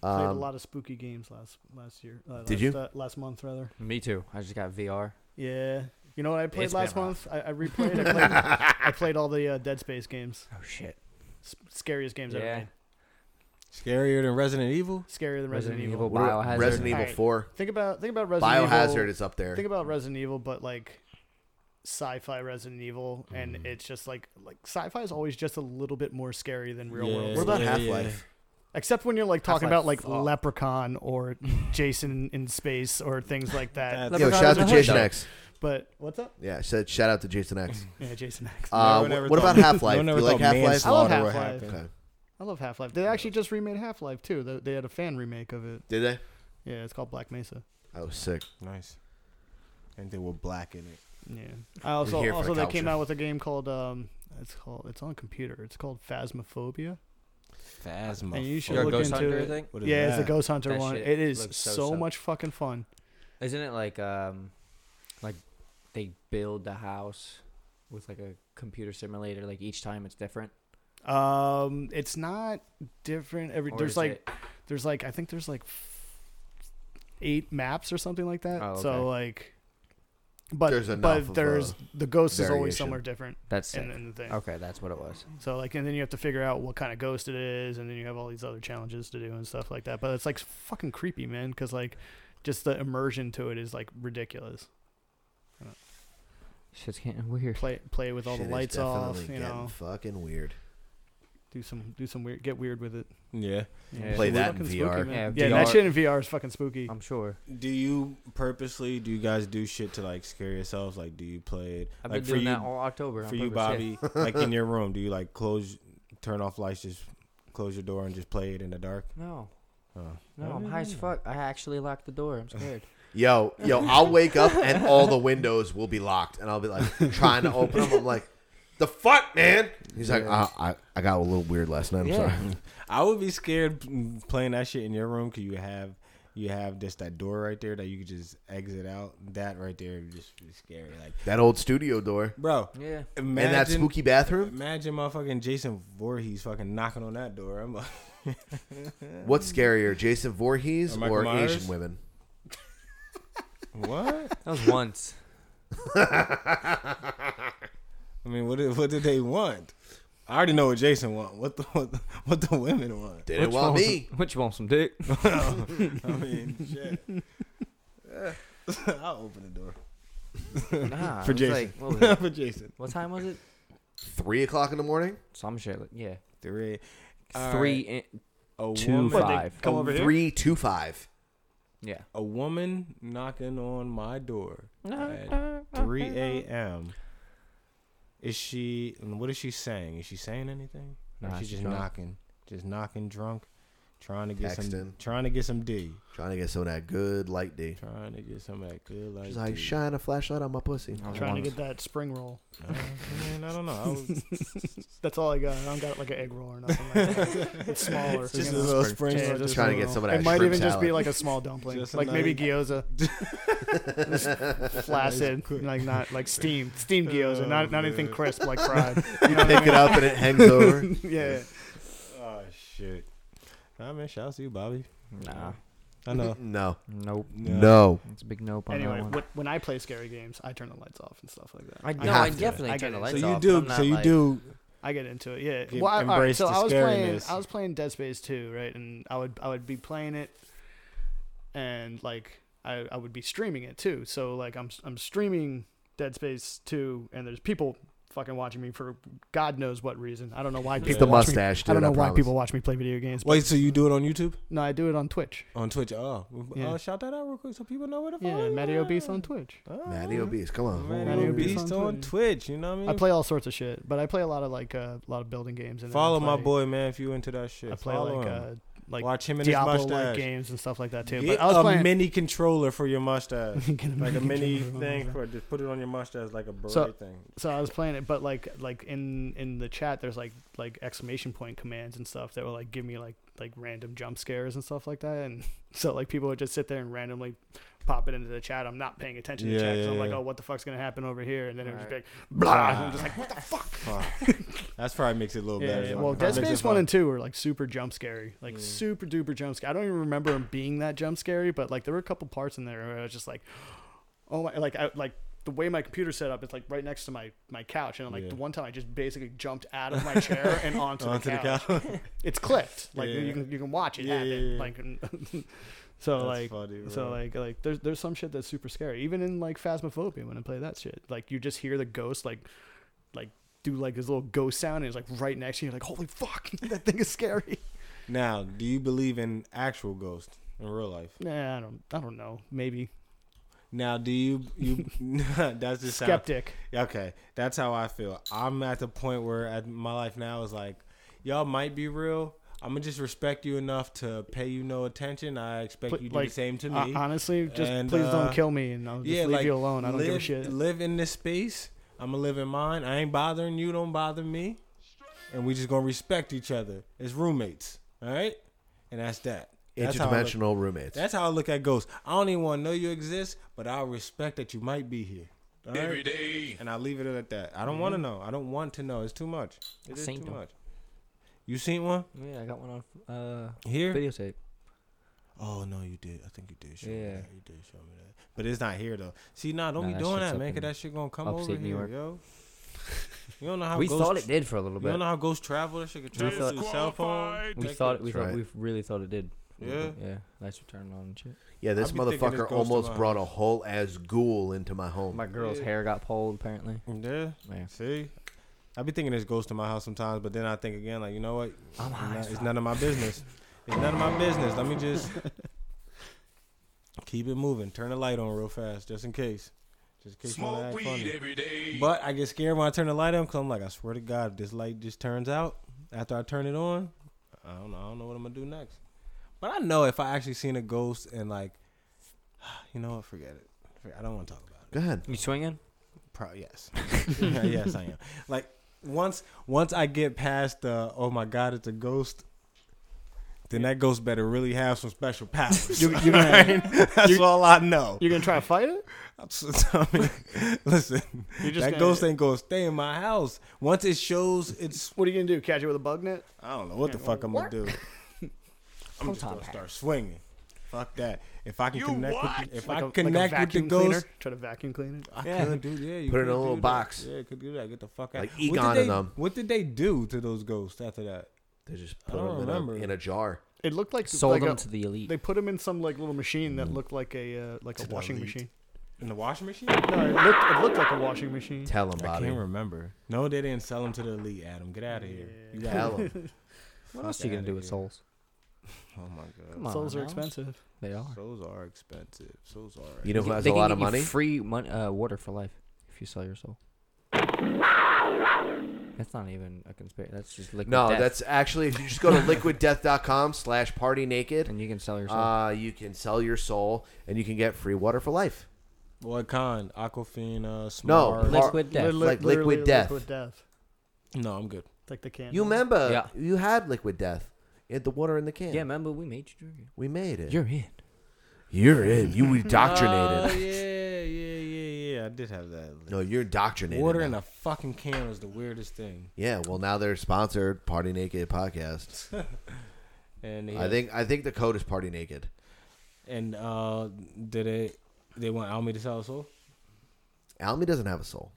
H: Played a
E: Um,
H: lot of spooky games last last year. Uh,
E: Did
H: last,
E: you?
H: uh, last month rather.
K: Me too. I just got VR.
H: Yeah. You know what I played
K: It's been
H: last
K: rough.
H: month? I, I replayed. I played, I played all the uh, Dead Space games.
K: Oh shit.
H: S- scariest games I've ever.
K: Yeah.
H: Made.
A: Scarier than Resident Evil.
H: Scarier than
K: Resident
H: Resident, Evil.
K: Evil. Biohazard.
E: Resident Evil
H: Alright.
E: Four.
H: Think about think about Resident Evil.
E: Biohazard is up there.
H: Think about Resident Evil, but like sci-fi Resident Evil, and it's just like like sci-fi is always just a little bit more scary than real world.
E: What about
A: Yeah,
E: Half
A: yeah.
E: Life?
H: Except when you're like talking
E: Half-Life
H: about like
E: fuck.
H: Leprechaun or Jason in space or things like that.
A: That's-
E: Yo,
A: Leprechaun
E: shout out
A: in
E: to
A: the Hood,
E: Jason
A: though.
E: X.
H: but what's up?
E: Yeah, said shout out to Jason X.
H: Yeah, Jason X.
E: Uh,
A: one ever
E: what
A: thought-
E: about Half Life?
A: no one
E: Do you
A: ever
E: like
A: thought
E: Half Life?
H: I love
A: manslaughter would
H: Half-Life.
A: happen.
E: Okay.
H: I love Half Life. They actually just remade Half Life too. They, they had a fan remake of it.
E: Did they?
H: Yeah, it's called Black Mesa.
E: I was Oh, sick.
A: Nice. And they were black in it.
H: Yeah. I also
E: here for
H: also
E: the
H: they came
E: culture.
H: out with a game called um it's called it's on computer. It's called Phasmophobia.
A: Phasma.
H: And you should
K: You're a
H: look
K: ghost
H: into
K: hunter, I
H: it.
K: think?
A: What is
H: Yeah,
A: that?
H: it's a ghost hunter
K: That
H: one.
K: shit
H: It is
K: looks so
H: so,
K: sub-
H: much fucking fun.
K: Isn't it like um like they build the house with like a computer simulator like each time it's different?
H: Um, it's not different. Every
K: Or
H: there's
K: is
H: like
K: it-
H: there's like I think there's like eight maps or something like that.
K: Oh, okay.
H: So like, but
E: There's enough of
H: but there's
E: a
H: the ghost is always
E: variation.
H: somewhere different.
K: That's
H: in,
K: sick.
H: in the thing.
K: Okay, that's what it was.
H: So like, and then you have to figure out what kind of ghost it is, and then you have all these other challenges to do and stuff like that. But it's like fucking creepy, man, because like, just the immersion to it is like ridiculous.
K: Shit's getting weird.
H: Play play with all
E: Shit
H: the
E: is
H: lights off,
E: definitely
H: you
E: getting
H: know.
E: Fucking weird.
H: do some do some weird get weird with it.
A: Yeah.
E: Play
H: it's
E: that in
H: fucking
E: VR.
H: Spooky, man.
K: Yeah,
H: Yeah, that
K: VR.
H: shit in VR is fucking spooky.
K: I'm sure.
A: Do you purposely? Do you guys do shit to like scare yourselves? Like, do you play it?
K: I've
A: like,
K: been doing that all October on
A: For you,
K: purpose, yeah.
A: Bobby, like in your room, do you like close, turn off lights, just close your door and just play it in the dark?
K: No.
A: Oh.
K: No, I'm high as fuck. I actually locked the door. I'm scared.
E: Yo, yo, I'll wake up and all the windows will be locked, and I'll be like trying to open them. I'm like, the fuck, man. He's like,
A: Yeah.
E: "I- I, I got a little weird last night. I'm sorry.
A: I would be scared mm, playing that shit in your room because you have you have just that door right there that you could just exit out. That right there would just be scary. Like
E: That old studio door,
A: Bro,
K: Yeah.
A: Imagine,
E: and that spooky bathroom.
A: Imagine motherfucking Jason Voorhees fucking knocking on that door. I'm like,
E: What's scarier, Jason Voorhees
A: Or
E: or,
A: Michael Myers?
E: Asian women?
A: what?
K: That was once.
A: I mean, what did, what did they want? I already know what Jason want. What the what the, what the women want?
E: They didn't want me.
K: What you want, some dick?
A: I mean, shit. Eh, I'll open the door.
K: Nah.
A: For
K: it was
A: Jason.
K: Like, what, was it?
A: For Jason.
K: what time was it?
E: Three o'clock in the morning.
K: Some shit. like- Yeah.
A: Three.
K: Three
A: Alright.
K: in-
A: A
K: two
A: woman-
K: five.
A: Come over here.
E: Oh, Three two five.
K: Yeah.
A: A woman knocking on my door at 3 a.m. Is she? and What is she saying? Is she saying anything? Or
K: Nah,
A: is she
K: she's
A: just
K: drunk.
A: knocking, just knocking, drunk, trying to get some,
E: Texting.
A: trying to get some D,
E: Trying to get some of that good light D.
A: trying to get some of that good light.
E: She's like,
A: D.
E: shine a flashlight on my pussy.
H: Trying to get that spring roll.
A: Uh, man, I don't know. I was,
H: That's all I got. I don't got like an egg roll or nothing. Like that. It's smaller.
A: It's just
H: you know?
A: a little spring
H: Yeah,
A: roll,
H: just
A: just
H: a
E: trying to
H: little-
E: get some of
H: It
E: that
H: might
E: shrimp
H: even just be
E: salad.
H: like a small dumpling,
A: Just
H: like maybe gyoza,
A: Just
H: flaccid, like not like steamed, steamed gyoza, not not anything crisp like fried. You, know what I
E: Pick it
H: mean?
E: up and it hangs over.
H: yeah.
A: oh shit! I mean, shout out to you, Bobby.
K: Nah.
A: I know.
E: No,
K: Nope.
E: no.
K: It's a big nope on
H: Anyway,
K: that one.
H: when, when I play scary games, I turn the lights off and stuff like that.
K: I,
H: get
K: no, I
H: into it.
K: definitely
H: I
K: turn
H: get
K: the
H: into
K: lights
A: So
H: it.
A: you
K: off.
A: do.
K: I'm not
A: so you
K: like-
A: do.
H: I get into it.
A: You
H: Yeah. Well, I, all right,
A: embrace
H: so
A: the
H: I was playing.
A: scariness.
H: I was playing Dead Space 2, right? And I would I would be playing it, and like I, I would be streaming it too. So like I'm I'm streaming Dead Space 2, and there's people fucking watching me for God knows what reason. I don't know why people.
E: the
H: watch me-
E: mustache,
H: I don't
E: dude, I
H: know why
E: promise.
H: people watch me play video games. But
A: Wait, so you do it on YouTube?
H: no, I do it on Twitch.
A: On Twitch? Oh,
H: Yeah.
A: oh, shout that out real quick so people know where to find.
H: Yeah, Matty
A: you. Ah,
H: Obese on Twitch.
E: Maddie Obese, come on.
A: Maddie
H: Obese
A: Obese
H: on
A: on Twitch. You know what I
H: I
A: mean?
H: play all sorts of shit, but I play a lot of like uh, a lot of building games. And then I
A: Follow my
H: play-
A: boy, man. If you into that shit,
H: I play
A: Follow
H: like
A: him.
H: uh, like
A: Watch him and his
H: Diablo
A: mustache.
H: like games and stuff like that too.
A: Get
H: but I was
A: a
H: playing.
A: mini controller for your mustache,
H: Get a
A: like a mini
H: mini controller for
A: thing
H: my mustache.
A: for just put it on your mustache like a beret
H: So-
A: thing.
H: so I was playing it, but like like in in the chat, there's like like exclamation point commands and stuff that will like give me like like random jump scares and stuff like that. And so like people would just sit there and randomly pop it into the chat. I'm not paying attention
A: Yeah,
H: to chat. so
A: yeah,
H: I'm like,
A: yeah.
H: oh, what the fuck's gonna happen over here? And then it would just be like, blah.
A: Blah.
H: And ah, I'm just like, what the fuck?
A: Ah. Fuck. That's probably makes it a little
H: Yeah,
A: better.
H: yeah,
A: That
H: well, Dead
A: probably makes it
H: Space one
A: fun.
H: and two were like super jump scary, like
A: Mm.
H: super duper jump scary. I don't even remember them being that jump scary, but like there were a couple parts in there where I was just like, oh my, like I like the way my computer's set up, it's like right next to my my couch, and like
A: Yeah.
H: the one time I just basically jumped out of my chair and onto,
A: Onto
H: the
A: the
H: couch. it's clipped, like
A: Yeah.
H: you can you can watch it
A: Yeah,
H: happen,
A: yeah, yeah.
H: like. and- So
A: That's
H: like,
A: funny,
H: so
A: bro.
H: like, like there's there's some shit that's super scary. Even in like Phasmophobia, when I play that shit, like you just hear the ghost like, like do like this little ghost sound, and it's like right next to you. You're like, holy fuck, that thing is scary.
A: Now, do you believe in actual ghosts in real life?
H: Nah, I don't, I don't know. Maybe
A: Now, do you you? that's just how-
H: skeptic.
A: Okay, that's how I feel. I'm at the point where at my life now is like, y'all might be real. I'm gonna just respect you enough to pay you no attention. I expect
H: But,
A: you to do
H: like,
A: the same to
H: uh,
A: me.
H: honestly, just
A: And,
H: please
A: uh,
H: don't kill me, and I'll just leave
A: like,
H: you alone. I don't give a
A: live-
H: shit.
A: Live in this space. I'm gonna live in mine. I ain't bothering you. Don't bother me. And we just gonna respect each other as roommates. All right. And that's that. That's how I look-
E: Interdimensional roommates.
A: That's how I look at ghosts. I don't even want to know you exist, but I respect that you might be here. All right?
D: Every day.
A: And I leave it at that. I don't want to know. I don't want to know. It's too much. It is
K: Mm-hmm. seen
A: too
K: them.
A: much. You seen one
K: Yeah, I got one on uh,
A: here?
K: videotape.
A: Oh no, you did. I think you did. Show me
K: Yeah.
A: that. You did show me that. But it's not here though. See, nah, don't
K: Nah,
A: be
K: that
A: doing
K: shit's
A: that,
K: up
A: man. Cause
K: in
A: that shit gonna come
K: upstate
A: over
K: New
A: here,
K: York.
A: yo. You don't know how
K: we
A: ghosts,
K: thought it did for a little
A: You don't
K: bit.
A: know how ghosts travel. That shit can
K: We
A: travel through the cell phone.
K: We
A: Take
K: thought
A: it-
K: it, we
E: That's
K: thought we
E: right.
K: really thought it did. for a little
A: Yeah.
K: bit. yeah. Lights were turned on and shit.
E: yeah, this
A: I be thinking this
E: motherfucker
A: goes to
E: almost
A: my
E: brought a whole ass ghoul into my home.
K: My girl's
A: Yeah.
K: hair got pulled apparently.
A: Yeah.
K: Yeah.
A: See, I be thinking this goes to my house sometimes, but then I think again, like you know what? I'm high it's none of my business. It's none of my business. Let me just keep it moving. Turn the light on real fast, just in case. Just in case you wanna
D: Smoke
A: act
D: weed
A: funny.
D: every day.
A: But I get scared when I turn the light on because I'm like, I swear to God, if this light just turns out after I turn it on, I don't know. I don't know what I'm gonna do next. But I know if I actually seen a ghost and like, you know what? Forget it. I don't want to talk about it.
E: Go ahead.
K: You swinging?
A: Probably yes. yes, I am. Like once once I get past the oh my god, it's a ghost. Then that ghost better really have some special powers.
H: You- you're gonna-
A: Alright? that's
H: you're-
A: all I know.
H: You're gonna try to fight it?
A: I mean, listen,
H: You're just
A: that
H: gonna-
A: ghost ain't gonna stay in my house. Once it shows, it's
H: what are you gonna do? Catch it with a bug net?
A: I don't know what the fuck I'm gonna do. I'm just
H: Photon
A: gonna
H: pack.
A: start swinging. Fuck that. If I can
H: You
A: connect,
H: what?
A: with, if
H: Like
A: I
H: a- like a
A: connect with the
H: vacuum
A: ghost,
H: cleaner? Try to vacuum clean it?
A: I
H: Yeah.
A: could do. Yeah, you
E: Put it in
A: could
E: a little
A: do that.
E: box.
A: Yeah, could do that. Get the fuck out.
E: Like
A: What did
E: Egon
A: they,
E: and them.
A: What did they do to those ghosts after that?
E: They just
A: I
E: put
A: don't
E: them in a,
A: remember.
E: in a jar.
H: It looked like
K: Sold
H: like
K: them
H: a-
K: to the elite.
H: They put them in some like little machine
K: Mm.
H: that looked like a uh, like a washing
A: elite.
H: machine.
A: in the washing machine.
H: No, it looked, it looked like a washing machine.
E: Tell them,
A: I
E: Bobby.
A: can't remember. No, they didn't sell them to the elite. Adam, get out of here. You got
E: Tell
A: it.
E: 'em.
K: What
A: Fuck
K: else you gonna
A: outta
K: do with
A: here.
K: souls?
A: Oh my god.
K: Come on,
H: Souls are
K: Miles.
H: expensive.
K: They are.
A: Souls are expensive. Souls are.
E: You know who
K: They
E: has
K: can
E: a lot
K: get
E: of
K: you
E: money?
K: Free money, uh, water for life if you sell your soul. That's not even a conspiracy. That's just liquid
E: No,
K: death.
E: that's actually if you just go to liquiddeath.com slash party naked
K: and you can sell your soul.
E: uh, you can sell your soul and you can get free water for life.
A: Boy, Khan, Aquafina, uh,
E: No,
A: Smart.
E: par-
K: Liquid death.
H: Li-
E: Like
H: literally
E: liquid death.
H: Liquid death.
A: No, I'm good.
H: Like the can.
E: You remember
K: Yeah.
E: you had liquid death. You had the water in the can.
K: yeah, remember we made you drink it.
E: We made it.
K: You're in.
E: You're in. You
A: Oh,
E: indoctrinated.
A: yeah, yeah, yeah, yeah. I did have that.
E: no, you're indoctrinated.
A: Water
E: now.
A: in a fucking can was the weirdest thing.
E: Yeah, well now they're sponsored Party Naked podcast.
A: And
E: I think I think the code is Party Naked.
A: And uh, did they? They want Almi to sell a soul,
E: Almy doesn't have a soul.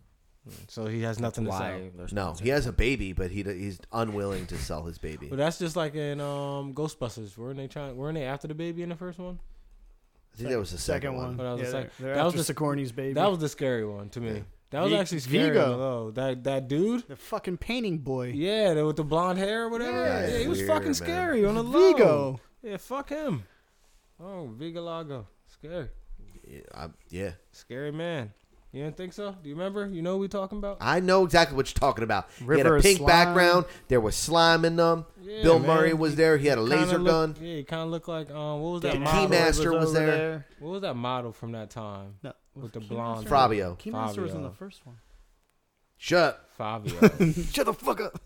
A: so he has nothing to sell.
K: Why? there's-
E: No, he has a baby, but he d- he's unwilling to sell his baby.
A: But that's just like in um, Ghostbusters. Weren't they trying? Weren't they after the baby in the first one?
E: I think that was the second,
H: Second
E: one.
H: one.
A: Or that was
H: Yeah,
A: the second.
H: they're- they're
A: that was
H: after Sigourney's baby.
A: That was the scary one to me. That was
H: Vi-
A: actually scary.
H: Vigo.
A: Though that that dude,
H: The fucking painting boy.
A: yeah, the- with the blonde hair or whatever. Yeah,
E: Yeah,
A: he was
E: weird,
A: fucking
E: man.
A: scary on the low.
H: Vigo.
A: Yeah, fuck him. Oh, Vigo Lago, scary,
E: Yeah, I, Uh, yeah.
A: scary man. You didn't think so? Do you remember? You know what we talking about?
E: I know exactly what you're talking about. he had
H: River
E: a
H: of
E: pink
H: slime.
E: background. There was slime in them.
A: Yeah,
E: Bill
A: man.
E: Murray was there. He had a
A: Kinda
E: laser
A: look-
E: gun.
A: Yeah, he kind of looked like um, what was
E: The
A: that?
E: Key
A: model?
E: Master was
H: over
E: there.
A: What was that model from that time?
H: No,
A: With the blonde.
E: Fabio.
H: Keymaster was in the
A: Fabio.
H: first one.
E: Shut up.
A: Fabio.
H: Shut the fuck up.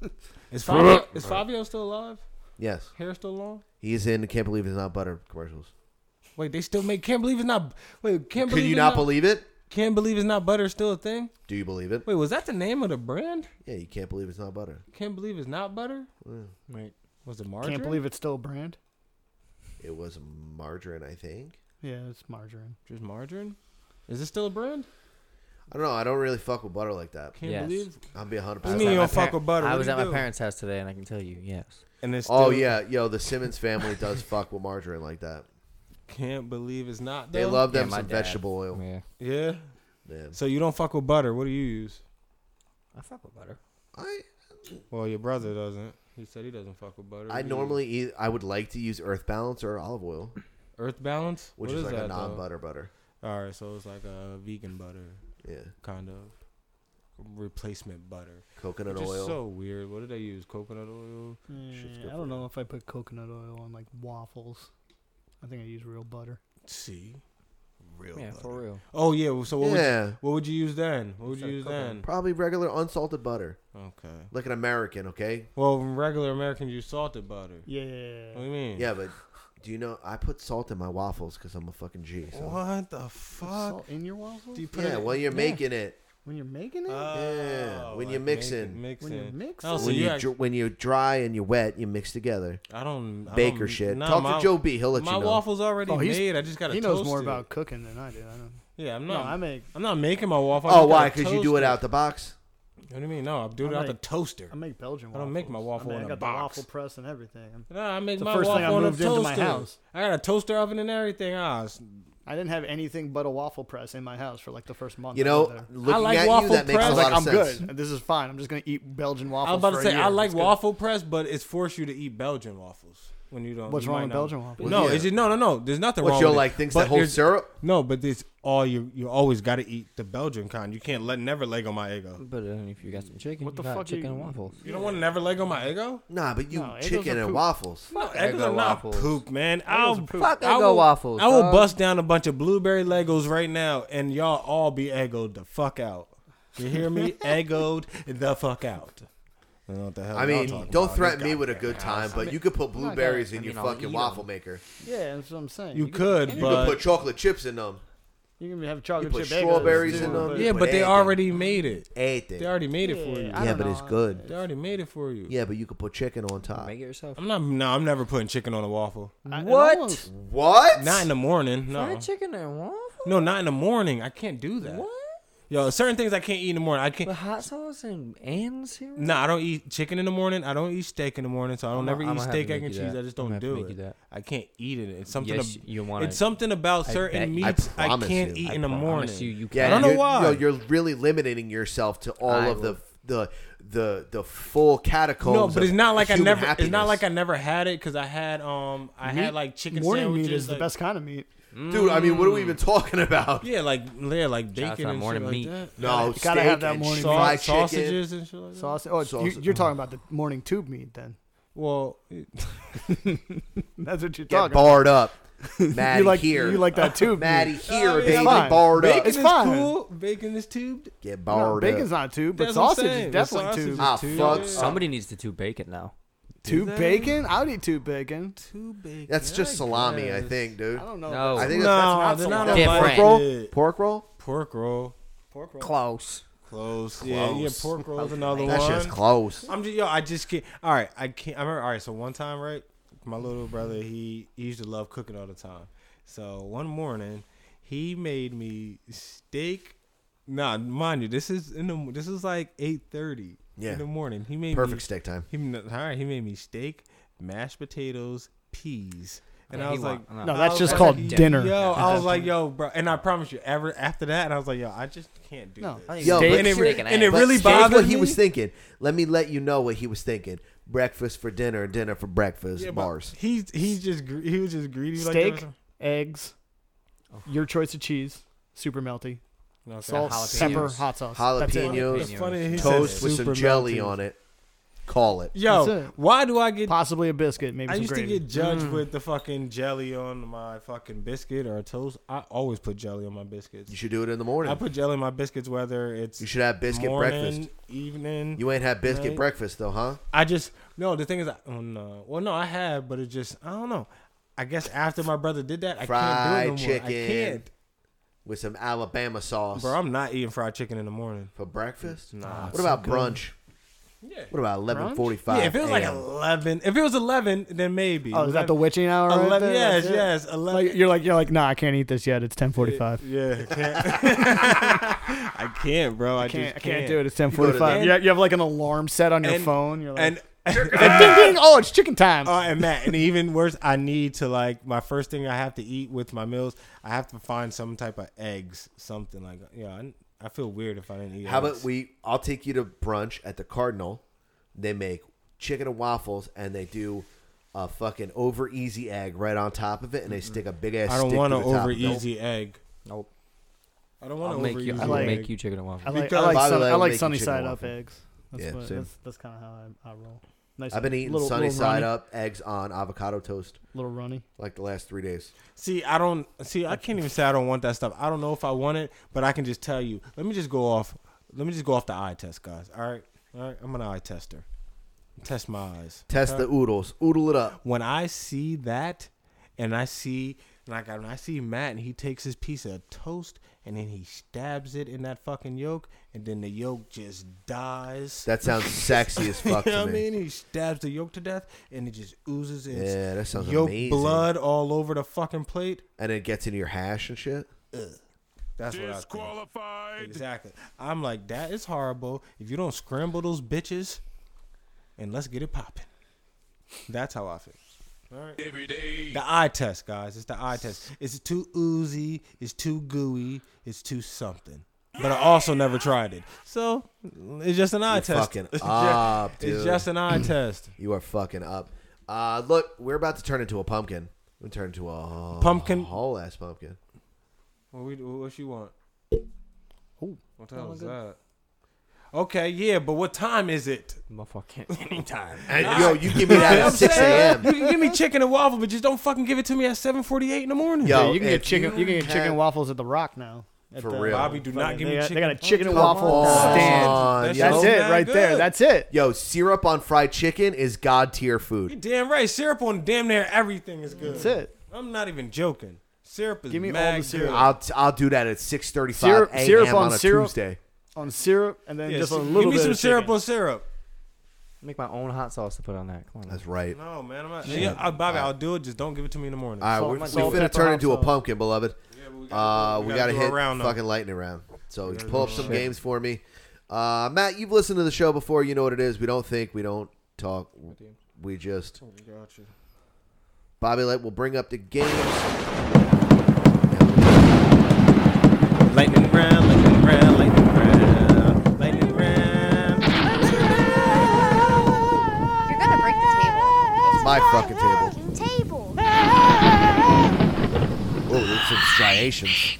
A: is Fabio is Fabio still alive?
E: Yes.
A: Hair still long?
E: He's in Can't Believe It's Not Butter commercials.
A: Wait, they still make can't believe it's not wait can't
E: Could
A: believe
E: you
A: it's
E: not believe it?
A: can't believe it's not butter still a thing?
E: Do you believe it?
A: Wait, was that the name of the brand?
E: Yeah, you can't believe it's not butter.
A: Can't believe it's not butter.
K: Wait.
A: Was it margarine?
H: Can't believe it's still a brand.
E: It was margarine, I think.
H: Yeah, it's margarine.
A: just margarine. Is it still a brand?
E: I don't know. I don't really fuck with butter like that.
A: Can't
K: Yes.
A: believe.
E: I'll be 100.
A: What do
E: percent
A: you mean you
K: My
A: don't fuck
K: par-
A: with butter?
K: I
A: What
K: was
A: do
K: at
A: you
K: my
A: do?
K: parents' house today, and I can tell you, yes.
A: And it's
E: Oh
A: still-
E: yeah, yo, the Simmons family does fuck with margarine like that.
A: Can't believe it's not.
E: They
A: though?
E: love them
K: my
E: some
K: dad.
E: vegetable oil.
K: Yeah.
A: Yeah.
E: Yeah.
A: So you don't fuck with butter. What do you use?
K: I fuck with butter.
E: I
A: Well, your brother doesn't. He said he doesn't fuck with butter.
E: I
A: What do you
E: normally eat. I would like to use Earth Balance or olive oil,
A: use? Earth Balance,
E: which
A: What
E: is, like a
A: that, though?
E: non-butter butter.
A: All right, so it's like a vegan butter
E: Yeah,
A: kind of replacement butter.
E: coconut
A: Which is
E: oil.
A: so weird. What do they use? Coconut oil.
E: Shit's
H: Yeah,
E: good
H: Mm, I
E: for
H: don't know if I put coconut oil on like waffles. I think I use real butter.
A: See, real.
K: Yeah,
A: butter.
K: for real.
A: Oh yeah. well, So what? Would
E: Yeah.
A: you, what would you use then? What would you
K: Instead of
A: use then?
K: coconut.
E: Probably regular unsalted butter,
A: Okay.
E: like an American. Okay.
A: Well, regular Americans use salted butter. What do
H: Yeah.
A: you mean?
E: Yeah, but do you know I put salt in my waffles because I'm a fucking G. So.
A: What the fuck?
H: Salt in your waffles?
A: Do you put
E: Yeah,
A: it?
E: while you're making it,
H: When you're making it?
E: Yeah,
A: Oh,
E: when you're
A: make it-
E: mixing.
A: mix
H: When you're
A: it.
H: mixing.
A: Oh, so
E: when
A: you
E: you
A: act-
E: dr- when you dry and you wet, you mix together.
A: I don't I
E: Baker
A: don't-
E: shit.
A: nah,
E: Talk
A: my-
E: to Joe B. He'll let
A: My
E: you know.
A: waffles already made. I just gotta.
H: Oh, He knows
A: toast
H: more
A: it.
H: about cooking than I do. I don't.
A: Yeah, I'm
H: No,
A: not.
H: I make
A: I'm not making my waffle. I
E: oh,
A: just
E: why?
A: gotta
E: Because you do
A: toast
E: it out the box.
A: What do you mean? No, I'm doing
H: I
A: it out the
H: make-
A: toaster.
H: I make Belgian
A: I
H: waffles.
A: don't make my waffle
H: I,
A: in
H: mean, I
A: a
H: got the
A: box.
H: waffle press and everything.
A: No, I make
H: the
A: my
H: first thing I
A: waffle in a
H: moved into
A: toaster.
H: my house.
A: I got a toaster oven and everything. Ah, it's
H: I didn't have anything but a waffle press in my house for like the first month.
E: You
H: I
E: know,
H: lived there.
E: looking I like at you, waffle that makes a
H: I was like,
E: lot of
H: I'm
E: sense.
H: good. This is fine. I'm just gonna eat Belgian waffles.
A: I was about
H: for
A: to
H: a
A: say
H: year.
A: I like
H: It's good.
A: waffle press, but it's forced you to eat Belgian waffles when you don't.
H: What's
A: you
H: wrong
A: might
H: with
A: not-
H: Belgian waffles?
A: No,
E: Yeah.
A: it's just, no, no, no. There's nothing
E: What,
A: wrong.
E: you'll
A: with
E: like
A: it.
E: thinks
A: But
E: that whole
A: there's-
E: syrup?
A: No, but it's all you. You always got to eat the Belgian kind. You can't let never Lego my ego.
K: But uh, if you got some chicken,
A: what
K: the got fuck chicken you- and waffles.
A: You don't want never Lego my ego?
E: Nah, but you
A: No,
E: chicken and waffles.
A: No, egos are not poop, man. I'll
K: poop.
A: I
K: Fuck Eggo
A: will-
K: waffles,
A: I will
K: dog.
A: bust down a bunch of blueberry Legos right now, and y'all all be eggoed the fuck out. You hear me? eggoed the fuck out. I don't know what the hell
E: I
A: y'all
E: mean,
A: talking
E: don't
A: about.
E: threaten
A: You
E: me
A: got
E: with a
A: that
E: good
A: ass.
E: time,
A: I
E: but
A: mean-
E: you could put
A: I'm not
E: blueberries
A: gonna-
E: in
A: I
E: your
A: mean, I'll
E: fucking
A: eat
E: waffle
A: 'em.
E: maker.
H: Yeah, that's what I'm saying.
A: You could,
E: You
A: but
E: could put chocolate chips in them.
H: You can have chocolate
E: put
H: chip egg
E: strawberries
H: rolls,
E: in
H: too,
E: them.
A: yeah,
E: put
A: but they
E: egg in.
A: already made it.
E: Anything.
A: They already made it for you.
E: Yeah, but it's good.
A: They already made it for you.
E: Yeah, but you could put chicken on top. Make
K: it yourself.
A: I'm not. No, I'm never putting chicken on a waffle.
K: What?
E: What?
A: Not in the morning. No.
K: Fried chicken and waffle?
A: No, not in the morning. I can't do that. What? Yo, certain things I can't eat in the morning. I can't.
K: With hot sauce and and cereal?
A: No, I don't eat chicken in the morning. I don't eat steak in the morning, so I don't
K: I'ma-
A: never
K: I'ma
A: eat
K: have
A: steak,
K: to
A: egg,
K: make
A: and
K: you
A: cheese.
K: that.
A: I just
K: I'ma
A: don't
K: have to
A: do
K: make you
A: it.
K: that.
A: I can't eat it. It's something.
K: Yes,
A: ab-
K: you wanna-
A: It's something about
K: I bet
A: certain
K: you- I
A: meats I,
E: promise
A: can't
E: you.
A: eat
E: I
A: in the
K: promise
A: morning.
K: you, you
A: I don't know
E: you're-
A: why.
E: yo, you're really limiting yourself to all
A: I
E: of the
A: will.
E: the the the full catacombs.
A: no, but it's
E: of
A: not like I
E: human
A: never.
E: Happiness.
A: It's not like I never had it because I had um I
H: Meat-
A: had like chicken
H: morning
A: sandwiches.
H: meat is
A: like-
H: the best kind of meat.
E: Dude, I mean, what are we even talking about?
A: Mm. Yeah, like yeah, like
H: Shout out
A: bacon
H: to
A: and
H: morning
A: shit
H: meat.
A: like that.
E: No,
H: You gotta have that morning meat.
A: Saus- sausages and shit like that.
H: Sausage. Oh, it's-
A: Sausage.
H: You, you're talking about the morning tube meat then.
A: Well,
H: that's what you're
E: Get
H: talking.
E: barred
H: about.
E: up. Maddie
H: you like,
E: here.
H: You like that tube?
E: Maddie
H: meat.
E: here,
H: It's
E: baby,
H: fine.
E: barred up.
H: Bacon
E: It's
H: is fine.
A: cool. Bacon is tubed.
E: Get
H: No,
E: barred
H: bacon's
E: up.
H: not tube, but
A: That's what I'm
H: sausage
A: saying.
H: is
A: The
H: definitely
A: sausage
H: tube.
A: is Ah, tube, fuck. yeah.
K: Somebody needs to tube bacon now.
H: Tube
A: Is
H: bacon? I would eat tube bacon.
A: Tube bacon.
E: That's just salami, I think, dude.
H: I don't know.
K: No.
E: I think
A: No,
E: that's,
A: they're
E: that's
A: not
E: not
A: alike.
E: salami. Pork
A: Different.
E: roll? Pork roll?
A: Pork roll.
H: Pork roll.
K: Close.
A: Close. Yeah, yeah.
E: Close.
A: Pork rolls another
E: That
A: one.
E: shit's close.
A: I'm just yo. I just can't. All right, I can't. I remember. All right, so one time, right, my little brother he, he used to love cooking all the time. So one morning, he made me steak. Nah, mind you, this is in the this is like eight thirty.
E: Yeah.
A: In the morning, he made
E: Perfect
A: me,
E: steak time.
A: He all right. He made me steak, mashed potatoes, peas. And
K: Yeah,
A: I
K: he
A: was
K: wa-
A: like,
K: no.
H: No,
A: I
H: that's
A: was
H: just
A: like,
H: called dinner.
A: Yo,
H: At
A: I
H: that
A: was like,
H: point.
A: yo, bro, and I promise you, ever after that, and I was like, yo, I just can't do
H: No.
A: this.
E: Yo,
A: and
E: but-
A: it,
K: steak and
A: and it
E: But
A: really
E: here's
A: bothered
E: what
A: me.
E: he was thinking. Let me let you know what he was thinking. Breakfast for dinner, dinner for breakfast.
A: Yeah, but
E: bars.
A: He he's just gre- he was just greedy. like that or
H: Steak,
A: something.
H: eggs, your choice of cheese, super melty,
A: Okay.
H: salt,
K: Jalapenos.
H: pepper, hot sauce. That's it.
A: It's funny
E: Jalapenos.
A: he
E: Toast
A: said
E: with some
A: super
E: jelly
A: melted.
E: on it. Call it.
A: Yo,
H: That's
A: why do I get?
H: Possibly a biscuit, maybe
A: I
H: some
A: used
H: gravy. Mm.
A: to get judged
E: Mm.
A: with the fucking jelly on my fucking biscuit or toast. I always put jelly on my biscuits.
E: You should do it in the morning.
A: I put jelly in my biscuits whether it's
E: You should have biscuit
A: morning,
E: breakfast.
A: evening.
E: You ain't had biscuit
A: night.
E: breakfast though, huh?
A: I just no. The thing is, I, oh no. Well, no, I have, but it just I don't know. I guess after my brother did that, I
E: Fried
A: can't do it no
E: chicken
A: more. I can't,
E: with some Alabama sauce
A: bro. I'm not eating fried chicken in the morning.
E: for breakfast.
A: Nah,
E: what
A: it's
E: about
A: so good.
E: brunch?
A: Yeah.
E: What about eleven forty-five?
A: Yeah, if it was like eleven, if it was eleven, then maybe.
H: Oh, is that the witching hour? right
A: 11,
H: there?
A: yes,
H: That's it?
A: yes, 11.
H: Like, you're like, you're like, nah, I can't eat this yet. It's 10:45.
A: Yeah, I can't. I can't, bro. I,
H: I can't,
A: just
H: I can't do it. It's 10:45.
A: 45.
H: You, you have like an alarm set on your
A: And-
H: phone. You're like,
A: and
H: ding, ding. Oh, it's chicken time.
A: Oh, and Matt, and even worse, I need to like my first thing I have to eat with my meals. I have to find some type of eggs, something like yeah. I, I feel weird if I didn't eat.
E: How about
A: eggs.
E: we? I'll take you to brunch at the Cardinal. They make chicken and waffles, and they do a fucking over easy egg right on top of it, and they stick a big ass.
A: I don't
E: want to
A: an over easy egg.
K: Nope.
A: I don't want
K: I'll
A: to
K: make
A: over easy.
K: you. I'll
H: like-
K: make you chicken and waffles.
H: I like, I
A: Because-
H: like,
E: Bobby
H: sun,
E: Lyle
H: I like
E: making
H: sunny
E: chicken
H: side up
E: waffles.
H: eggs. That's,
E: Yeah,
H: what,
E: same.
H: that's, that's kind of how I, I roll. Nice
E: I've been
H: and
E: eating
H: little-
E: sunny
H: little
E: side
H: runny-
E: up eggs on avocado toast
H: Little runny.
E: like the last three days.
A: See, I don't see. I can't even say I don't want that stuff. I don't know if I want it, but I can just tell you. Let me just go off. Let me just go off the eye test, guys. All right, all right. I'm an eye tester. Test my eyes.
E: Test the oodles, oodle it up.
A: When I see that, and I see like when I see Matt, and he takes his piece of toast, and then he stabs it in that fucking yolk, and then the yolk just dies.
E: That sounds sexy as fuck
A: you know
E: to
A: what I
E: me.
A: mean? He stabs the yolk to death, and it just oozes. Its
E: Yeah, that sounds
A: yolk
E: amazing.
A: blood all over the fucking plate.
E: And it gets into your hash and shit.
A: That's what I Disqualified. Exactly. I'm like, that is horrible. If you don't scramble those bitches, and let's get it popping. That's how I feel. Every day. The eye test, guys. It's the eye test. It's too oozy. It's too gooey. It's too something. But I also never tried it. So it's just an eye
E: You're
A: test.
E: Fucking
A: it's, ju-
E: up,
A: it's just, an
E: dude.
A: eye test.
E: You are fucking up. Uh, look, we're about to turn into a pumpkin. We turn into a
A: Pumpkin.
E: whole ass pumpkin.
A: What we what you want? What time
K: Oh,
A: was
K: good.
A: that? Okay, yeah, but what time is it?
K: Motherfucker.
A: Anytime.
E: And, yo, you give me that at
A: I'm
E: 6
A: saying,
E: a.m..
A: You can give me chicken and waffle, but just don't fucking give it to me at 7:48 in the morning.
H: Yeah, you can get chicken. You, can get chicken and waffles at the Rock now. At
E: For
H: the-
E: real.
A: Bobby, do not
H: fucking-
A: give
H: they
A: me
H: got,
A: chicken.
H: They got a chicken and
A: Come
H: waffle
A: on.
H: stand.
E: On,
H: That's
E: yo.
H: it right there. That's it.
E: Yo, syrup on fried chicken is god tier food.
A: Damn right, syrup on damn near everything is good.
H: That's it.
A: I'm not even joking. Syrup is
H: Give me all
A: mad
H: the
A: good.
H: syrup.
E: I'll I'll do that at 6:35
H: Syrup,
E: a.m.
H: syrup
E: on,
H: on
E: a
H: syrup.
E: Tuesday.
H: On syrup and then
A: Yeah,
H: just a
A: so
H: little
A: give me
H: bit
A: some
H: of
A: syrup
H: chicken.
A: on syrup.
K: Make my own hot sauce to put on that. Come on.
E: That's right.
H: Oh,
A: No man, I'm not.
K: Yeah.
A: Yeah, I- Bobby, I'll do it. Just don't give it to me in the morning.
E: All right,
K: Salt,
E: we're,
K: my
E: we're
K: salt,
E: finna
K: pepper,
E: turn
K: hot
E: into a
K: sauce.
E: pumpkin, beloved. uh, we,
A: we
E: gotta,
A: gotta do a
E: hit
A: round, though.
E: fucking lightning round. So
A: gotta
E: pull up
A: do a
E: some
A: round.
E: games for me. Uh, Matt, you've listened to the show before. You know what it is. We don't think. We don't talk. We just.
A: Gotcha.
E: Bobby Light will bring up the games.
A: Lightning round, lightning round, lightning round, lightning round.
J: You're gonna break the table.
E: It's my fucking table.
J: Table.
E: Whoa, there's some striations.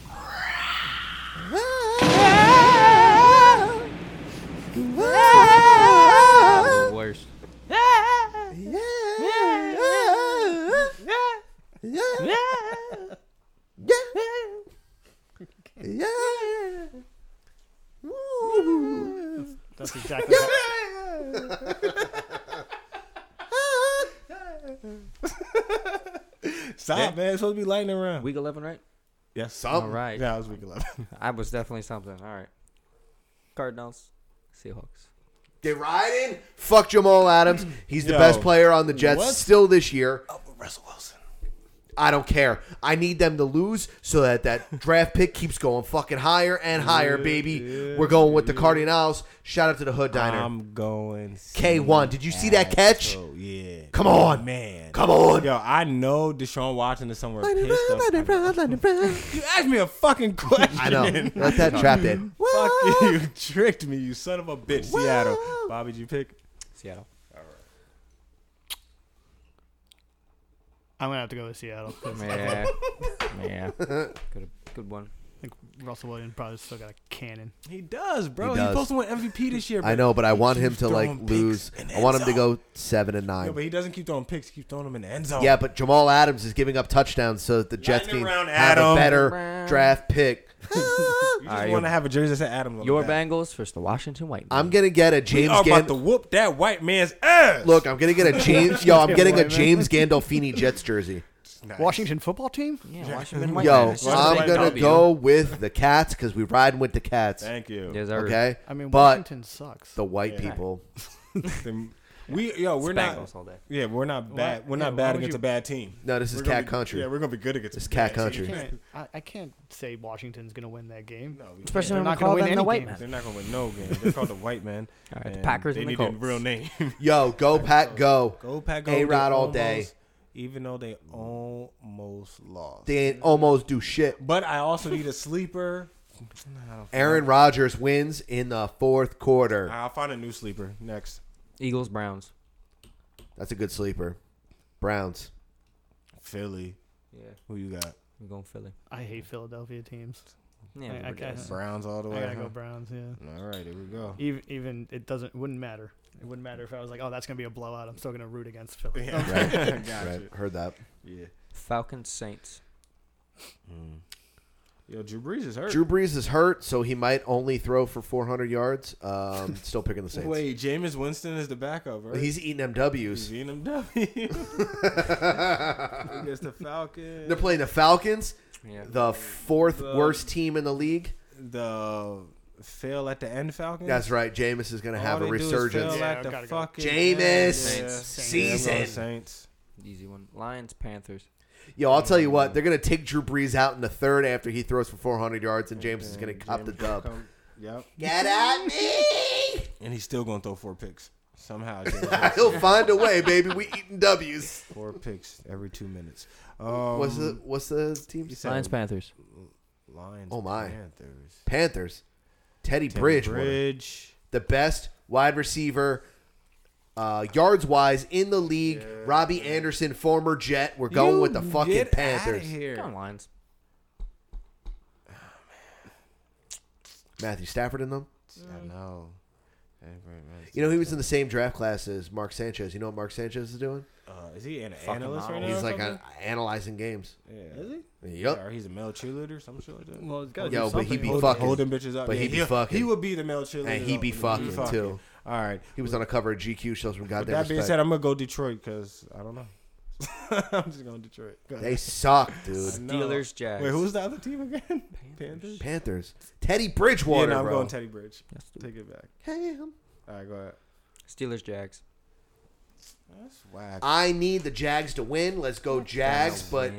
K: The worst.
H: That's exactly. what-
A: Stop,
K: Yeah.
A: man. It's supposed to be lightning round.
K: Week 11, right?
A: Yes,
K: All right.
A: Yeah, it was week eleven.
K: I was definitely something. All right. Cardinals, Seahawks.
E: They riding? Fuck Jamal Adams. He's the
A: Yo,
E: best player on the Jets
A: what?
E: still this year.
A: Russell Wilson.
E: I don't care. I need them to lose so that that draft pick keeps going fucking higher and higher, baby. We're going with the Cardinals. Shout out to the Hood Diner.
A: I'm going
E: K1. Did you see that catch?
A: Oh yeah.
E: Come on.
A: man.
E: Come on.
A: Yo, I know Deshaun Watson is somewhere pissed off. You asked me a fucking question.
E: I know. Let that trap in.
A: Fuck you. You tricked me, you son of a bitch. Seattle. Bobby, did you pick?
K: Seattle. All right.
H: I'm gonna have to go with Seattle. I
K: Yeah. yeah. Good, good one.
H: think Russell Williams probably still got a cannon.
A: He does, bro. He
E: He does.
A: supposed to win MVP this year.
E: I know, but I
A: he
E: want him
A: keeps
E: to like
A: throwing picks
E: lose.
A: in the
E: I want
A: end
E: him to
A: zone.
E: go seven and
A: No, but
E: nine.
A: he doesn't keep throwing picks. He keeps throwing them in the end zone.
E: Yeah, but Jamal Adams is giving up touchdowns so that the Jets
A: Lightning
E: can
A: round,
E: have a
A: Adam.
E: better draft pick.
A: You
K: All
A: just
K: right,
A: want to
K: your-
A: have a jersey that said Adam. on
K: Your
A: the back.
K: Bengals versus the Washington White.
E: I'm gonna get a
A: We
E: James
A: are about
E: Gan-
A: to whoop that white man's ass.
E: Look, I'm gonna get a James. yo, I'm getting a
H: White man.
E: James Gandolfini Jets jersey.
A: Nice.
H: Washington football team.
K: Yeah, Washington White.
E: Yo,
K: It's just
E: I'm
K: like
E: gonna
K: W.
E: go with the cats because we riding with the cats.
A: Thank you.
K: Yes, sir.
E: Okay,
H: I mean,
E: but
H: Washington sucks.
E: the white
A: Yeah.
E: people.
A: Then we yo, we're not.
K: Bengals all day.
A: Yeah, we're not bad. We're
H: yeah,
A: not
H: why
A: bad
H: would
A: against
H: you-
A: a bad team.
E: No, this is
A: We're gonna
E: cat
A: be-
E: country.
A: Yeah, we're gonna be good against
E: This
A: a
E: is cat
A: bad team.
E: country.
H: I can't- I, I can't say Washington's gonna win that game.
A: No, we can't.
K: Especially
H: They're
K: when we
H: not gonna
K: call
H: win
K: them the
H: any
K: white
H: games.
K: man.
A: They're not gonna win no game. They're called the white man.
K: All right, the
A: and
K: Packers
A: They
K: and the
A: need
K: Colts.
A: a real name.
E: Yo, go pack, go.
A: Go Pack. Go.
E: A
A: They
E: Rod all day.
A: almost- Even though they almost lost,
E: They ain't almost do shit.
A: but I also need a sleeper.
E: Aaron Rodgers wins in the fourth quarter.
A: I'll find a new sleeper next.
K: Eagles, Browns.
E: That's a good sleeper. Browns.
A: Philly.
K: Yeah.
A: Who you got?
K: We're going Philly.
H: I hate Philadelphia teams.
K: Yeah.
H: I- I
K: we're
H: guess.
K: just-
A: Browns all the
H: I
A: way.
H: gotta go
A: huh?
H: Browns. Yeah.
A: All right, here we go.
H: Even even it doesn't it wouldn't matter. It wouldn't matter if I was like, oh, that's gonna be a blowout. I'm still gonna root against Philly.
A: Yeah. Gotcha.
E: Right. Heard that.
A: Yeah.
K: Falcons, Saints.
A: Yo, Drew Brees is hurt.
E: Drew Brees is hurt, so he might only throw for 400 yards. Um, still picking the Saints.
A: Wait, Jameis Winston is the backup, right?
E: He's eating them W's.
A: He's eating him W. Against the Falcons.
E: They're playing the Falcons,
K: Yeah.
E: the fourth
A: The-
E: worst team in the league.
A: the fail at the end Falcons.
E: That's right. Jameis is going to
A: All
E: have a
A: they do is fail
E: resurgence.
H: Yeah,
A: at the
H: gotta go.
A: fucking
E: Jameis
A: end.
E: Saints.
A: Yeah, I'm going
E: season.
A: Saints.
K: Easy one. Lions, Panthers.
E: Yo, I'll tell you what. They're going to take Drew Brees out in the third after he throws for 400 yards, and James is going to cop the
A: Jameis will
E: dub.
A: come- Yep.
E: Get at me!
A: And he's still going to throw four picks. Somehow
E: He'll find a way, baby. We eating W's.
A: Four picks every two minutes. Um,
E: What's the- what's the team?
A: you said
E: Lions,
K: Panthers.
A: Lions.
E: Oh my
A: Panthers.
E: Panthers. Teddy,
A: Teddy
E: Bridgewater.
A: Bridge.
E: the best wide receiver, uh, yards wise in the league. Robbie Anderson, former Jet. We're going
A: You
E: with the fucking
A: get outta
E: Panthers.
A: here.
K: Come on, Lions.
E: Matthew Stafford in them.
A: I know.
E: You know he was in the same draft class as Mark Sanchez. You know what Mark Sanchez is doing?
A: Uh, is he an
E: Fucking
A: analyst right
E: model.
A: now?
E: He's
A: or
E: like
A: something?
E: a, Uh, analyzing games.
A: Yeah. Is
E: he?
A: Yeah,
E: Yup.
A: Or he's a male cheerleader, some shit like that.
H: Well, it's gotta
E: do Yo, but he something. be
A: Hold-
E: fucking-
A: holding bitches up.
E: but
A: yeah,
E: he be
A: he'll-
E: fucking.
A: He would be the male cheerleader,
E: and he
A: up
E: be fucking too.
A: All right,
E: he was on a cover of GQ. Shows from
A: With
E: goddamn.
A: that being
E: respect.
A: said, I'm gonna go Detroit because I don't know. I'm just going Detroit. Go
E: They
A: ahead.
E: suck, dude.
A: I know.
E: Steelers, Jags.
A: Wait, who's the other team again? Panthers.
E: Panthers. Teddy Bridgewater.
A: Yeah, no, I'm
E: bro.
A: going Teddy Bridge. Take it back.
E: Ham.
A: All right, go ahead.
K: Steelers, Jags.
A: That's whack.
E: I need the Jags to win. Let's go Jags,
A: They'll
E: but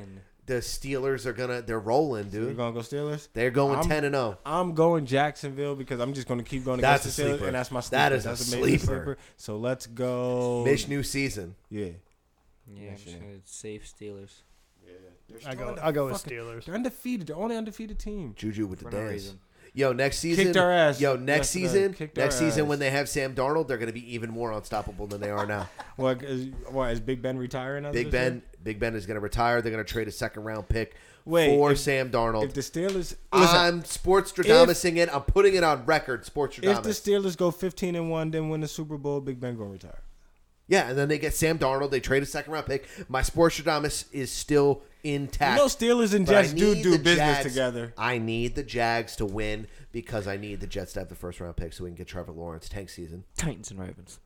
E: the Steelers are gonna they're rolling, dude.
A: You're gonna go Steelers.
E: They're going
A: I'm-
E: 10 and oh. 0.
A: I'm going Jacksonville because I'm just gonna keep going
E: That's
A: against the
E: a
A: Steelers,
E: sleeper.
A: and that's my sleeper.
E: That is a
A: that's amazing
E: sleeper.
A: So let's go.
E: Mish new season.
A: Yeah.
K: Yeah, I'm just gonna save Steelers.
H: I go. I go with Steelers.
A: They're undefeated. They're only undefeated team.
E: Juju with the
A: For no
E: dance.
A: reason.
E: Yo, next
A: Kicked
E: season.
A: our ass
E: Yo, next
A: yesterday.
E: season.
A: Kicked
E: next
A: our
E: season,
A: ass.
E: when they have Sam Darnold, they're gonna be even more unstoppable than they are now.
A: What is, what is Big Ben retiring? after
E: Big
A: this
E: Ben.
A: year?
E: Big Ben is gonna retire. They're gonna trade a second round pick
A: Wait,
E: for
A: if-
E: Sam Darnold.
A: If the Steelers,
E: I'm sports dramatising it. I'm putting it on record. Sports
A: if the
E: dramatis.
A: Steelers go 15 and one, then win the Super Bowl, Big Ben gonna retire.
E: Yeah, and then they get Sam Darnold. They trade a second round pick. My sports Stradamus is still intact.
A: You know Steelers and
E: But I
A: Jets do
E: need
A: do
E: the
A: business
E: Jags-
A: together.
E: I need the Jags to win because I need the Jets to have the first round pick so we can get Trevor Lawrence tank season.
K: Titans and Ravens.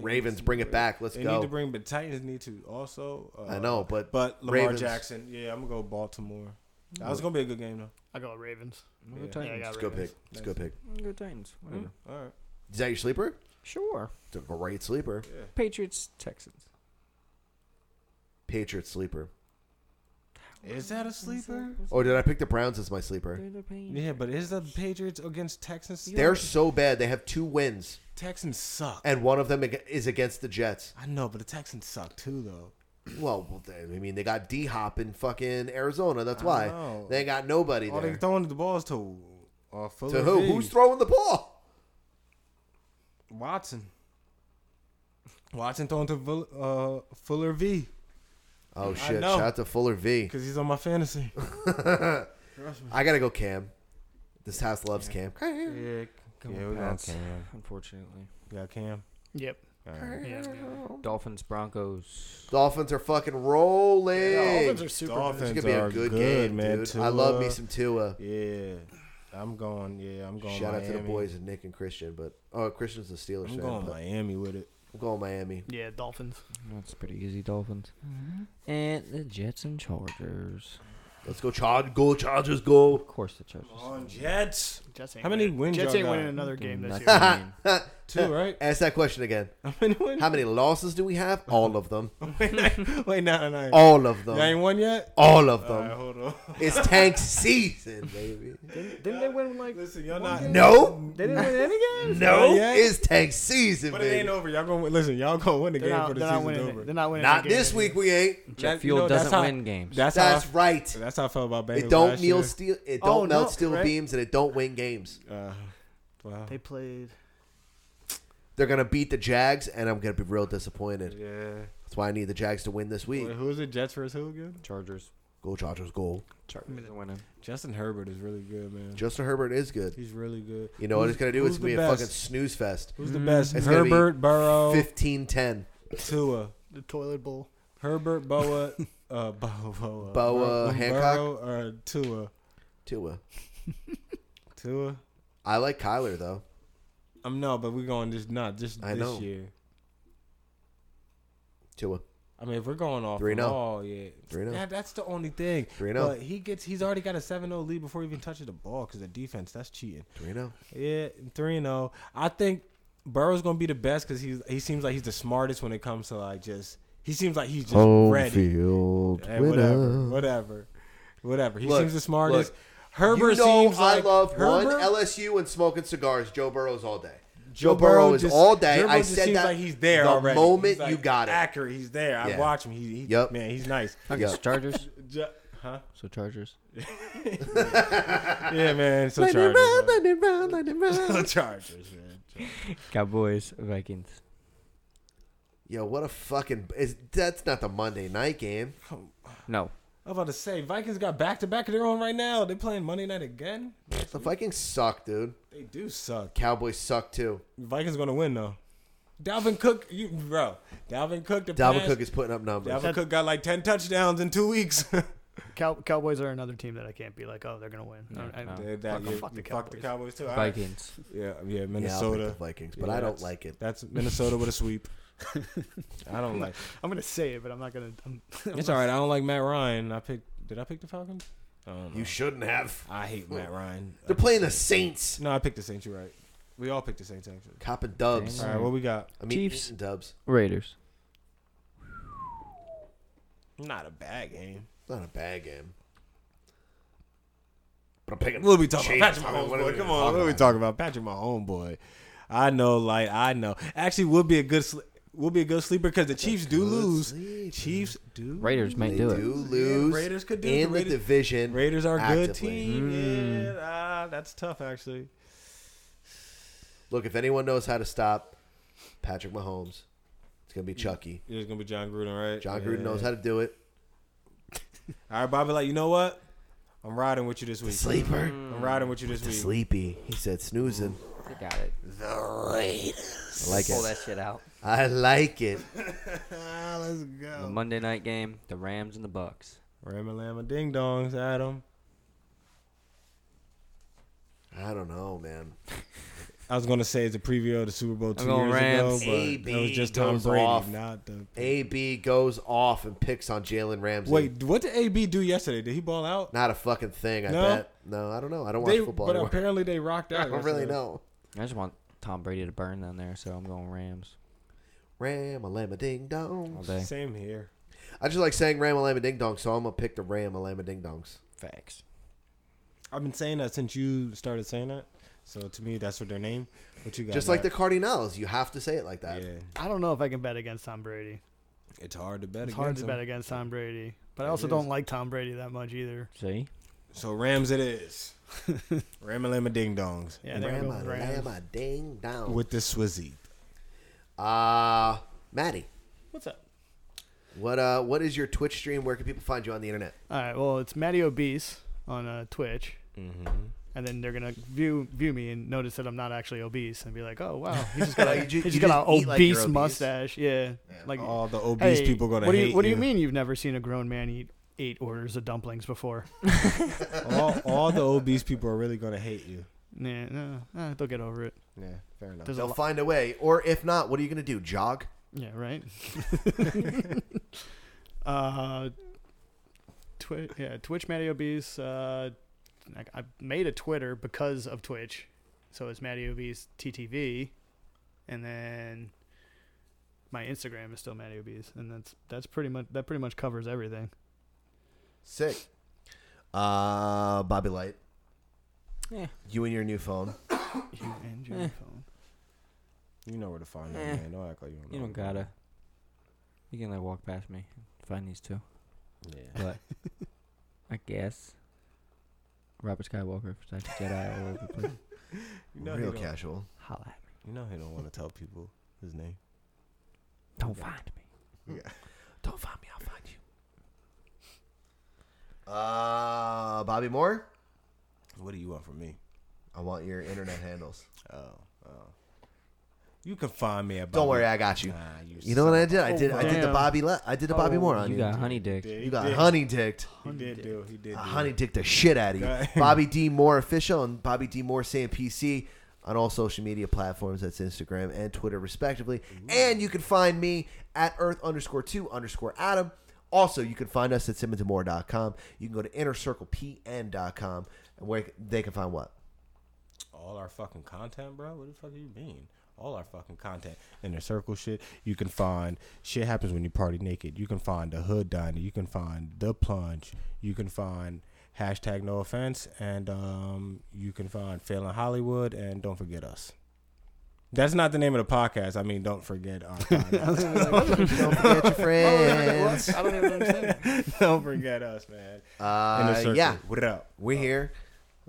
E: Ravens, bring it back. Let's
A: they
E: go.
A: need to bring, but Titans need to also. Uh,
E: I know, but
A: but Lamar
E: Ravens-
A: Jackson. Yeah, I'm gonna go Baltimore. That was gonna be a good game though.
H: I go with Ravens.
K: Go
H: Yeah, I
K: Titans.
H: got
E: It's a good
H: Ravens.
E: pick. It's a good pick.
K: Go Titans. Whatever.
A: All right.
E: Is that your sleeper?
K: Sure.
E: It's a great sleeper.
K: Patriots, Texans.
E: Patriots sleeper.
A: Is that a sleeper?
E: Or did I pick the Browns as my sleeper?
A: Yeah, but is the Patriots against Texans?
E: They're so bad. They have two wins,
A: Texans suck.
E: and one of them ag- is against the Jets.
A: I know, but the Texans suck too, though.
E: Well, well, they- I mean, they got D Hop in fucking Arizona. That's
A: I
E: why
A: know.
E: they got nobody
A: All
E: there.
A: they throwing the balls to uh,
E: to
A: Fuller
E: who?
A: Reed.
E: Who's throwing the ball?
A: Watson? Watson throwing to Vul- uh, Fuller V
E: Oh
A: I
E: shit!
A: know.
E: Shout out to Fuller V.
A: because he's on my fantasy.
E: I gotta go Cam. This house loves Cam.
A: Yeah,
K: Come
A: yeah,
K: on,
A: we got
K: Pats,
A: Cam.
K: Unfortunately.
A: We got Cam.
H: Yep.
A: Alright.
H: Yeah.
K: Dolphins, Broncos.
E: Dolphins are fucking rolling.
H: Dolphins are super.
A: Dolphins
E: It's gonna be a
A: are
E: good
A: good,
E: game,
A: man.
E: dude. I love me
A: Tua.
E: some Tua.
A: Yeah, I'm going. Yeah, I'm going.
E: Shout out to the
A: Miami.
E: boys and Nick and Christian, but oh, Christian's a Steelers
A: I'm
E: fan.
A: going
E: but
A: Miami with it.
E: I'm going Miami.
H: Yeah, Dolphins.
K: That's pretty easy, Dolphins. And the Jets and Chargers.
E: Let's go Charge, go Chargers, go.
K: Of course, the Chargers.
A: On Jets.
H: Jets ain't
A: How many
H: winning-
A: wins?
H: Jets
A: y'all
H: ain't
A: got?
H: winning another game this
K: Nothing.
H: year.
A: Two, right?
E: Ask that question again.
A: How many wins?
E: How many losses do we have? All of them.
A: Wait, no, no, no.
E: All of
A: Y'all ain't Oh.
E: them.
A: won yet.
E: All of
A: All right,
E: them.
A: hold on.
E: It's tank season, baby.
H: Didn't they win like?
A: Listen, y'all not.
E: No,
H: They didn't win any games.
E: no,
A: Not yet.
E: it's tank season,
A: But it ain't
E: baby.
A: over. Y'all gonna listen. Y'all gonna win the
H: They're
A: game
H: not,
A: for
H: they're
A: the
H: not
A: season's
H: winning.
A: over.
H: They're not winning.
E: Not
H: any
E: this
H: games.
E: week. We ain't.
K: Jet
A: That-
K: fuel
A: you know, that's
K: doesn't
A: how-
K: win games.
A: That's,
E: That's
A: how. I,
E: right.
A: That's how I felt about Bengals.
E: It don't
A: last
E: kneel
A: year.
E: steel. It
H: Oh,
E: don't melt
H: no,
E: steel
H: right?
E: beams, and it don't win games.
A: Uh, wow.
H: They played.
E: They're gonna beat the Jags, and I'm gonna be real disappointed.
A: Yeah.
E: That's why I need the Jags to win this week.
A: Wait, who is it? Jets versus who again?
K: Chargers.
E: Go Chargers, go!
K: Chargers are winning.
A: Justin Herbert is really good, man.
E: Justin Herbert is good.
A: He's really good.
E: You know what
A: Who's-
E: it's gonna do? It's
A: who's
E: gonna be
A: the
E: a
A: best?
E: fucking snooze fest.
A: Who's the best?
E: It's gonna be
A: Herbert, Burrow,
E: 15-10.
A: Tua.
H: The toilet bowl.
A: Herbert, Boa, uh, Boa, Boa,
E: Boa,
A: Bur-
E: Hancock?
A: Burrow, or Tua,
E: Tua.
A: Tua.
E: I like Kyler though.
A: Um, no, but we're going just not just
E: I
A: this
E: know.
A: year.
E: Tua.
A: I mean, if we're going off
E: Three
A: three
E: and oh.
A: ball, yeah,
E: Three and oh.
A: That- that's the only thing.
E: Three and oh.
A: But he gets, he's already got a 7-0 lead before he even touches the ball because the defense, that's cheating.
E: Do you know?
A: Yeah, three and zero. I think Burrow's gonna be the best because he's he seems like he's the smartest when it comes to like just he seems like he's just ready.
E: field
A: Hey, Eh, whatever, whatever, whatever. He
E: Look,
A: seems the smartest.
E: look,
A: Herbert
E: you know
A: seems
E: I
A: like
E: love
A: Herbert.
E: one LSU and smoking cigars. Joe Burrows all day. Joe Burrow, is
A: just-
E: all day.
A: Joe Burrow
E: I
A: just
E: said
A: seems
E: that
A: like he's there
E: the
A: already.
E: moment
A: He's, like,
E: you got it.
A: accurate. He's there. I
E: Yeah.
A: watch him. He, he
E: Yep.
A: man, he's nice.
K: Fucking Chargers.
A: Ju- huh?
K: So Chargers.
A: Yeah, man. So
K: Let me
A: Chargers.
K: run,
A: man.
K: let me run, let me run.
A: So Chargers, man.
K: Cowboys, Vikings.
E: Yo, what a fucking is that's not the Monday night game.
K: No.
A: I'm about to say Vikings got back to back of their own right now. They're playing Monday night again.
E: The Vikings suck, dude.
A: They do suck.
E: Cowboys suck too.
A: Vikings gonna win though. Dalvin Cook, you bro. Dalvin Cook. The
E: Dalvin
A: pass-
E: Cook is putting up numbers.
A: Dalvin Cook got like ten touchdowns in two weeks.
H: Cow- Cowboys are another team that I can't be like, oh, they're gonna win. I, I,
A: Yeah, that-
H: fuck,
A: you-
H: fuck the
A: you fuck
H: Cowboys.
A: the Cowboys too. All right.
K: Vikings.
A: Yeah, yeah,
E: Yeah,
A: Minnesota.
E: I'll pick the Vikings, but I don't
A: that's-
E: like it.
A: That's Minnesota with a sweep. I don't
H: I'm,
A: like.
H: not, I'm gonna say it, but I'm not gonna. I'm, I'm
A: It's
H: not-
A: all right. I don't like Matt Ryan. I picked. Did I pick the Falcons? I don't know.
E: You shouldn't have.
A: I hate Matt Ryan. Uh,
E: They're playing the Saints.
A: No, I picked the Saints. You're right. We all picked the Saints actually.
E: Cop and dubs.
A: All right, what we got?
E: I mean,
K: Chiefs.
E: Chiefs and dubs.
K: Raiders.
A: Not a bad game.
E: Not a bad game. But I'm picking.
A: What are we talking
E: Chiefs.
A: about? Patrick
E: I mean,
A: Mahomes,
E: what are
A: boy.
E: we
A: Come on. What are we talking about? Patrick Mahomes, boy. I know, like I know. Actually, we'll be a good. Sl- We'll be a good sleeper because the Chiefs do lose. Chiefs do.
K: Raiders might do
E: They
K: it.
E: do lose.
A: Raiders could do it.
E: in
A: The Raiders-
E: the division.
A: Raiders are a good
E: actively.
A: team. Yeah, ah, that's tough actually.
E: Look, if anyone knows how to stop Patrick Mahomes, it's gonna be Chucky.
A: It's gonna be John Gruden, right?
E: John Gruden knows how to do it.
A: All right, Bobby. Like you know what? I'm riding with you this week.
E: sleeper.
A: I'm riding with you this
E: The
A: week.
E: sleepy. He said snoozing.
K: They got it.
E: The Raiders. I like
K: Pull
E: it.
K: that shit out.
E: I like it.
A: Let's
K: The
A: go.
K: Monday night game, the Rams and the Bucks.
A: Rama Lama Ding Dongs, Adam.
E: I don't know, man.
A: I was gonna say it's a preview of the Super Bowl two
K: going
A: years
K: Rams.
A: ago, but it was
E: AB
A: just Tom
E: goes
A: Brady,
E: off.
A: not the.
E: AB goes off and picks on Jalen Ramsey.
A: Wait, what did AB do yesterday? Did he ball out?
E: Not a fucking thing, I
A: No?
E: bet. No, I don't know. I don't watch
A: They,
E: football
A: but
E: anymore.
A: apparently they rocked out.
E: I don't really
A: yesterday.
E: know.
K: I just want Tom Brady to burn down there, so I'm going Rams
E: Ram a lamb a ding
K: all
E: dong.
K: day.
A: Same here.
E: I just like saying Ram a lamb a ding dong, so I'm gonna pick the Ram a lamb a ding dongs.
K: Facts.
A: I've been saying that since you started saying that. So to me, that's what their name. What you got?
E: Just like the
A: Matt?
E: Cardinals, you have to say it like that.
A: Yeah,
H: I don't know if I can bet against Tom Brady.
A: it's hard to bet.
H: It's hard
A: against
H: to
A: them.
H: bet against Tom Brady, but I
A: It
H: also
A: is.
H: don't like Tom Brady that much either.
K: See?
A: So Rams, it is. Ram and Lama Ding Dongs
H: Yeah, they're
E: Ram
H: going
E: a
H: Rams.
E: lamb a ding dong.
A: with the Swizzy.
E: Uh Maddie,
H: What's up?
E: what uh what is your Twitch stream? Where can people find you on the internet?
H: All right. Well, it's Matty Obese on uh, Twitch, and then they're gonna view view me and notice that I'm not actually obese and be like, "Oh wow, he's just got a,
E: You ju-
H: he's
E: you
H: just got
E: just
H: an
E: eat like you're
H: obese
E: obese.
H: mustache." Yeah, like
A: All the obese
H: "Hey,
A: people gonna
H: what
A: hate
H: do you, What do you mean you've never seen a grown man eat eight orders of dumplings before?
A: all, all the obese people are really gonna hate you.
H: nah, no, nah, they'll get over it.
A: Yeah, fair enough.
H: There's a
E: They'll
H: lot-
E: find a way. Or if not, what are you gonna do? Jog?
H: Yeah, right. uh, Twi- yeah, Twitch Matty Obese. Uh, I, I made a Twitter because of Twitch, so it's Matty Obese TTV, and then my Instagram is still Matty Obese, and that's that's pretty much that pretty much covers everything.
E: Sick. Uh Bobby Light.
K: Yeah.
E: You and your new phone.
H: You and your phone.
A: You know where to find them,
K: Eh.
A: man. Don't act like you don't know.
K: You don't gotta. You can like walk past me and find these two.
A: Yeah.
K: But I guess Robert Skywalker for Science Jedi all over the place.
A: You know,
E: Real
A: he don't,
E: casual.
K: Holla at me.
A: you know he don't want to tell people his name.
K: Don't find me.
E: Don't find me, I'll find you. Uh Bobby Moore?
A: What do you want from me?
E: I want your internet handles.
A: Oh, oh. You can find me at.
E: Don't
A: Bobby-
E: worry, I got you.
A: Nah, you.
E: You know what I did? I did I did the
H: damn.
E: Bobby Le- I did the Bobby Moore on
K: Oh, You
E: you.
K: got honey dick.
A: did.
E: You got
A: did.
E: honey dicked.
A: He did do. He did.
E: I
A: do.
E: honey dicked the shit out of you.
A: Right.
E: Bobby D Moore official and Bobby D Moore Sam PC on all social media platforms. That's Instagram and Twitter respectively. And you can find me at Earth underscore two underscore Adam. Also, you can find us at simmonsandmore.com. You can go to innercirclepn.com and where they can find what?
A: all our fucking content, bro. What the fuck do you mean? All our fucking content in the circle shit. You can find shit happens when you party naked. You can find the hood diner. You can find the plunge. You can find hashtag no offense, and um, you can find failing Hollywood, and don't forget us. That's not the name of the podcast. I mean, don't forget our podcast.
E: Don't forget your friends.
A: I don't even understand. Don't forget us, man. Inner
E: Uh,
A: Circle.
E: yeah, Oh.
A: What up?
E: We're here.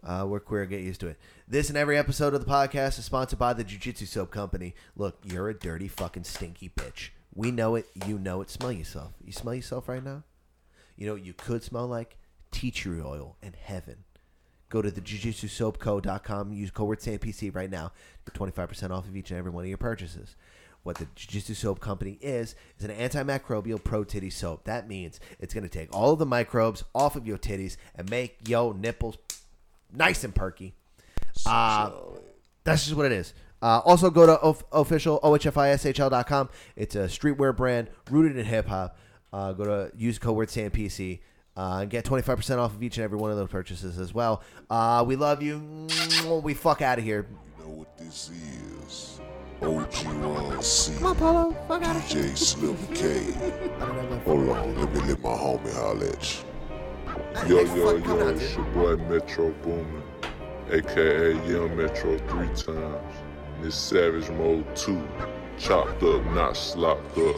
E: Uh, we're queer. Get used to it. This and every episode of the podcast is sponsored by the Jiu Jitsu Soap Company. Look, you're a dirty fucking stinky bitch. We know it. You know it. Smell yourself. You smell yourself right now. You know what you could smell like tea tree oil and heaven. Go to the jujitsusoapco.com. Use code word SAMPC right now. Get 25% off of each and every one of your purchases. What the Jujitsu Soap Company is, is an antimicrobial pro titty soap. That means it's going to take all of the microbes off of your titties and make your nipples nice and perky. Uh, that's just what it is. Uh, also, go to of, official OHFISHL.com. It's a streetwear brand rooted in hip hop. Uh, go to use code word SAMPC. Uh, and get 25% off of each and every one of those purchases as well. Uh, we love you. Mwah. We fuck out of here.
L: This is OGYC.
E: Come on, Polo. Fuck out of
L: DJ Slim K. Hold on, let me let my homie holler at you. Yo, yo, yo, it's your boy Metro Boomin, aka Young Metro three times. And it's Savage Mode 2, chopped up, not slopped up.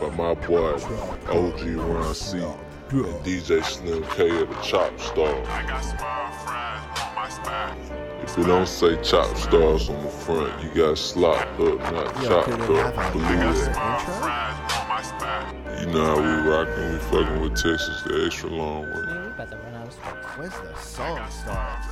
L: By my boy OG Ron C. And DJ Slim K of the Chop Star.
G: got small fries on my spine.
L: If you don't say Chop Stars on the front, you got slopped up, not chopped up. Believe it.
G: Fries on my spine.
L: You know how we rockin', we fucking with Texas the extra long way.
K: About to run out of space.
E: Where's the song starts?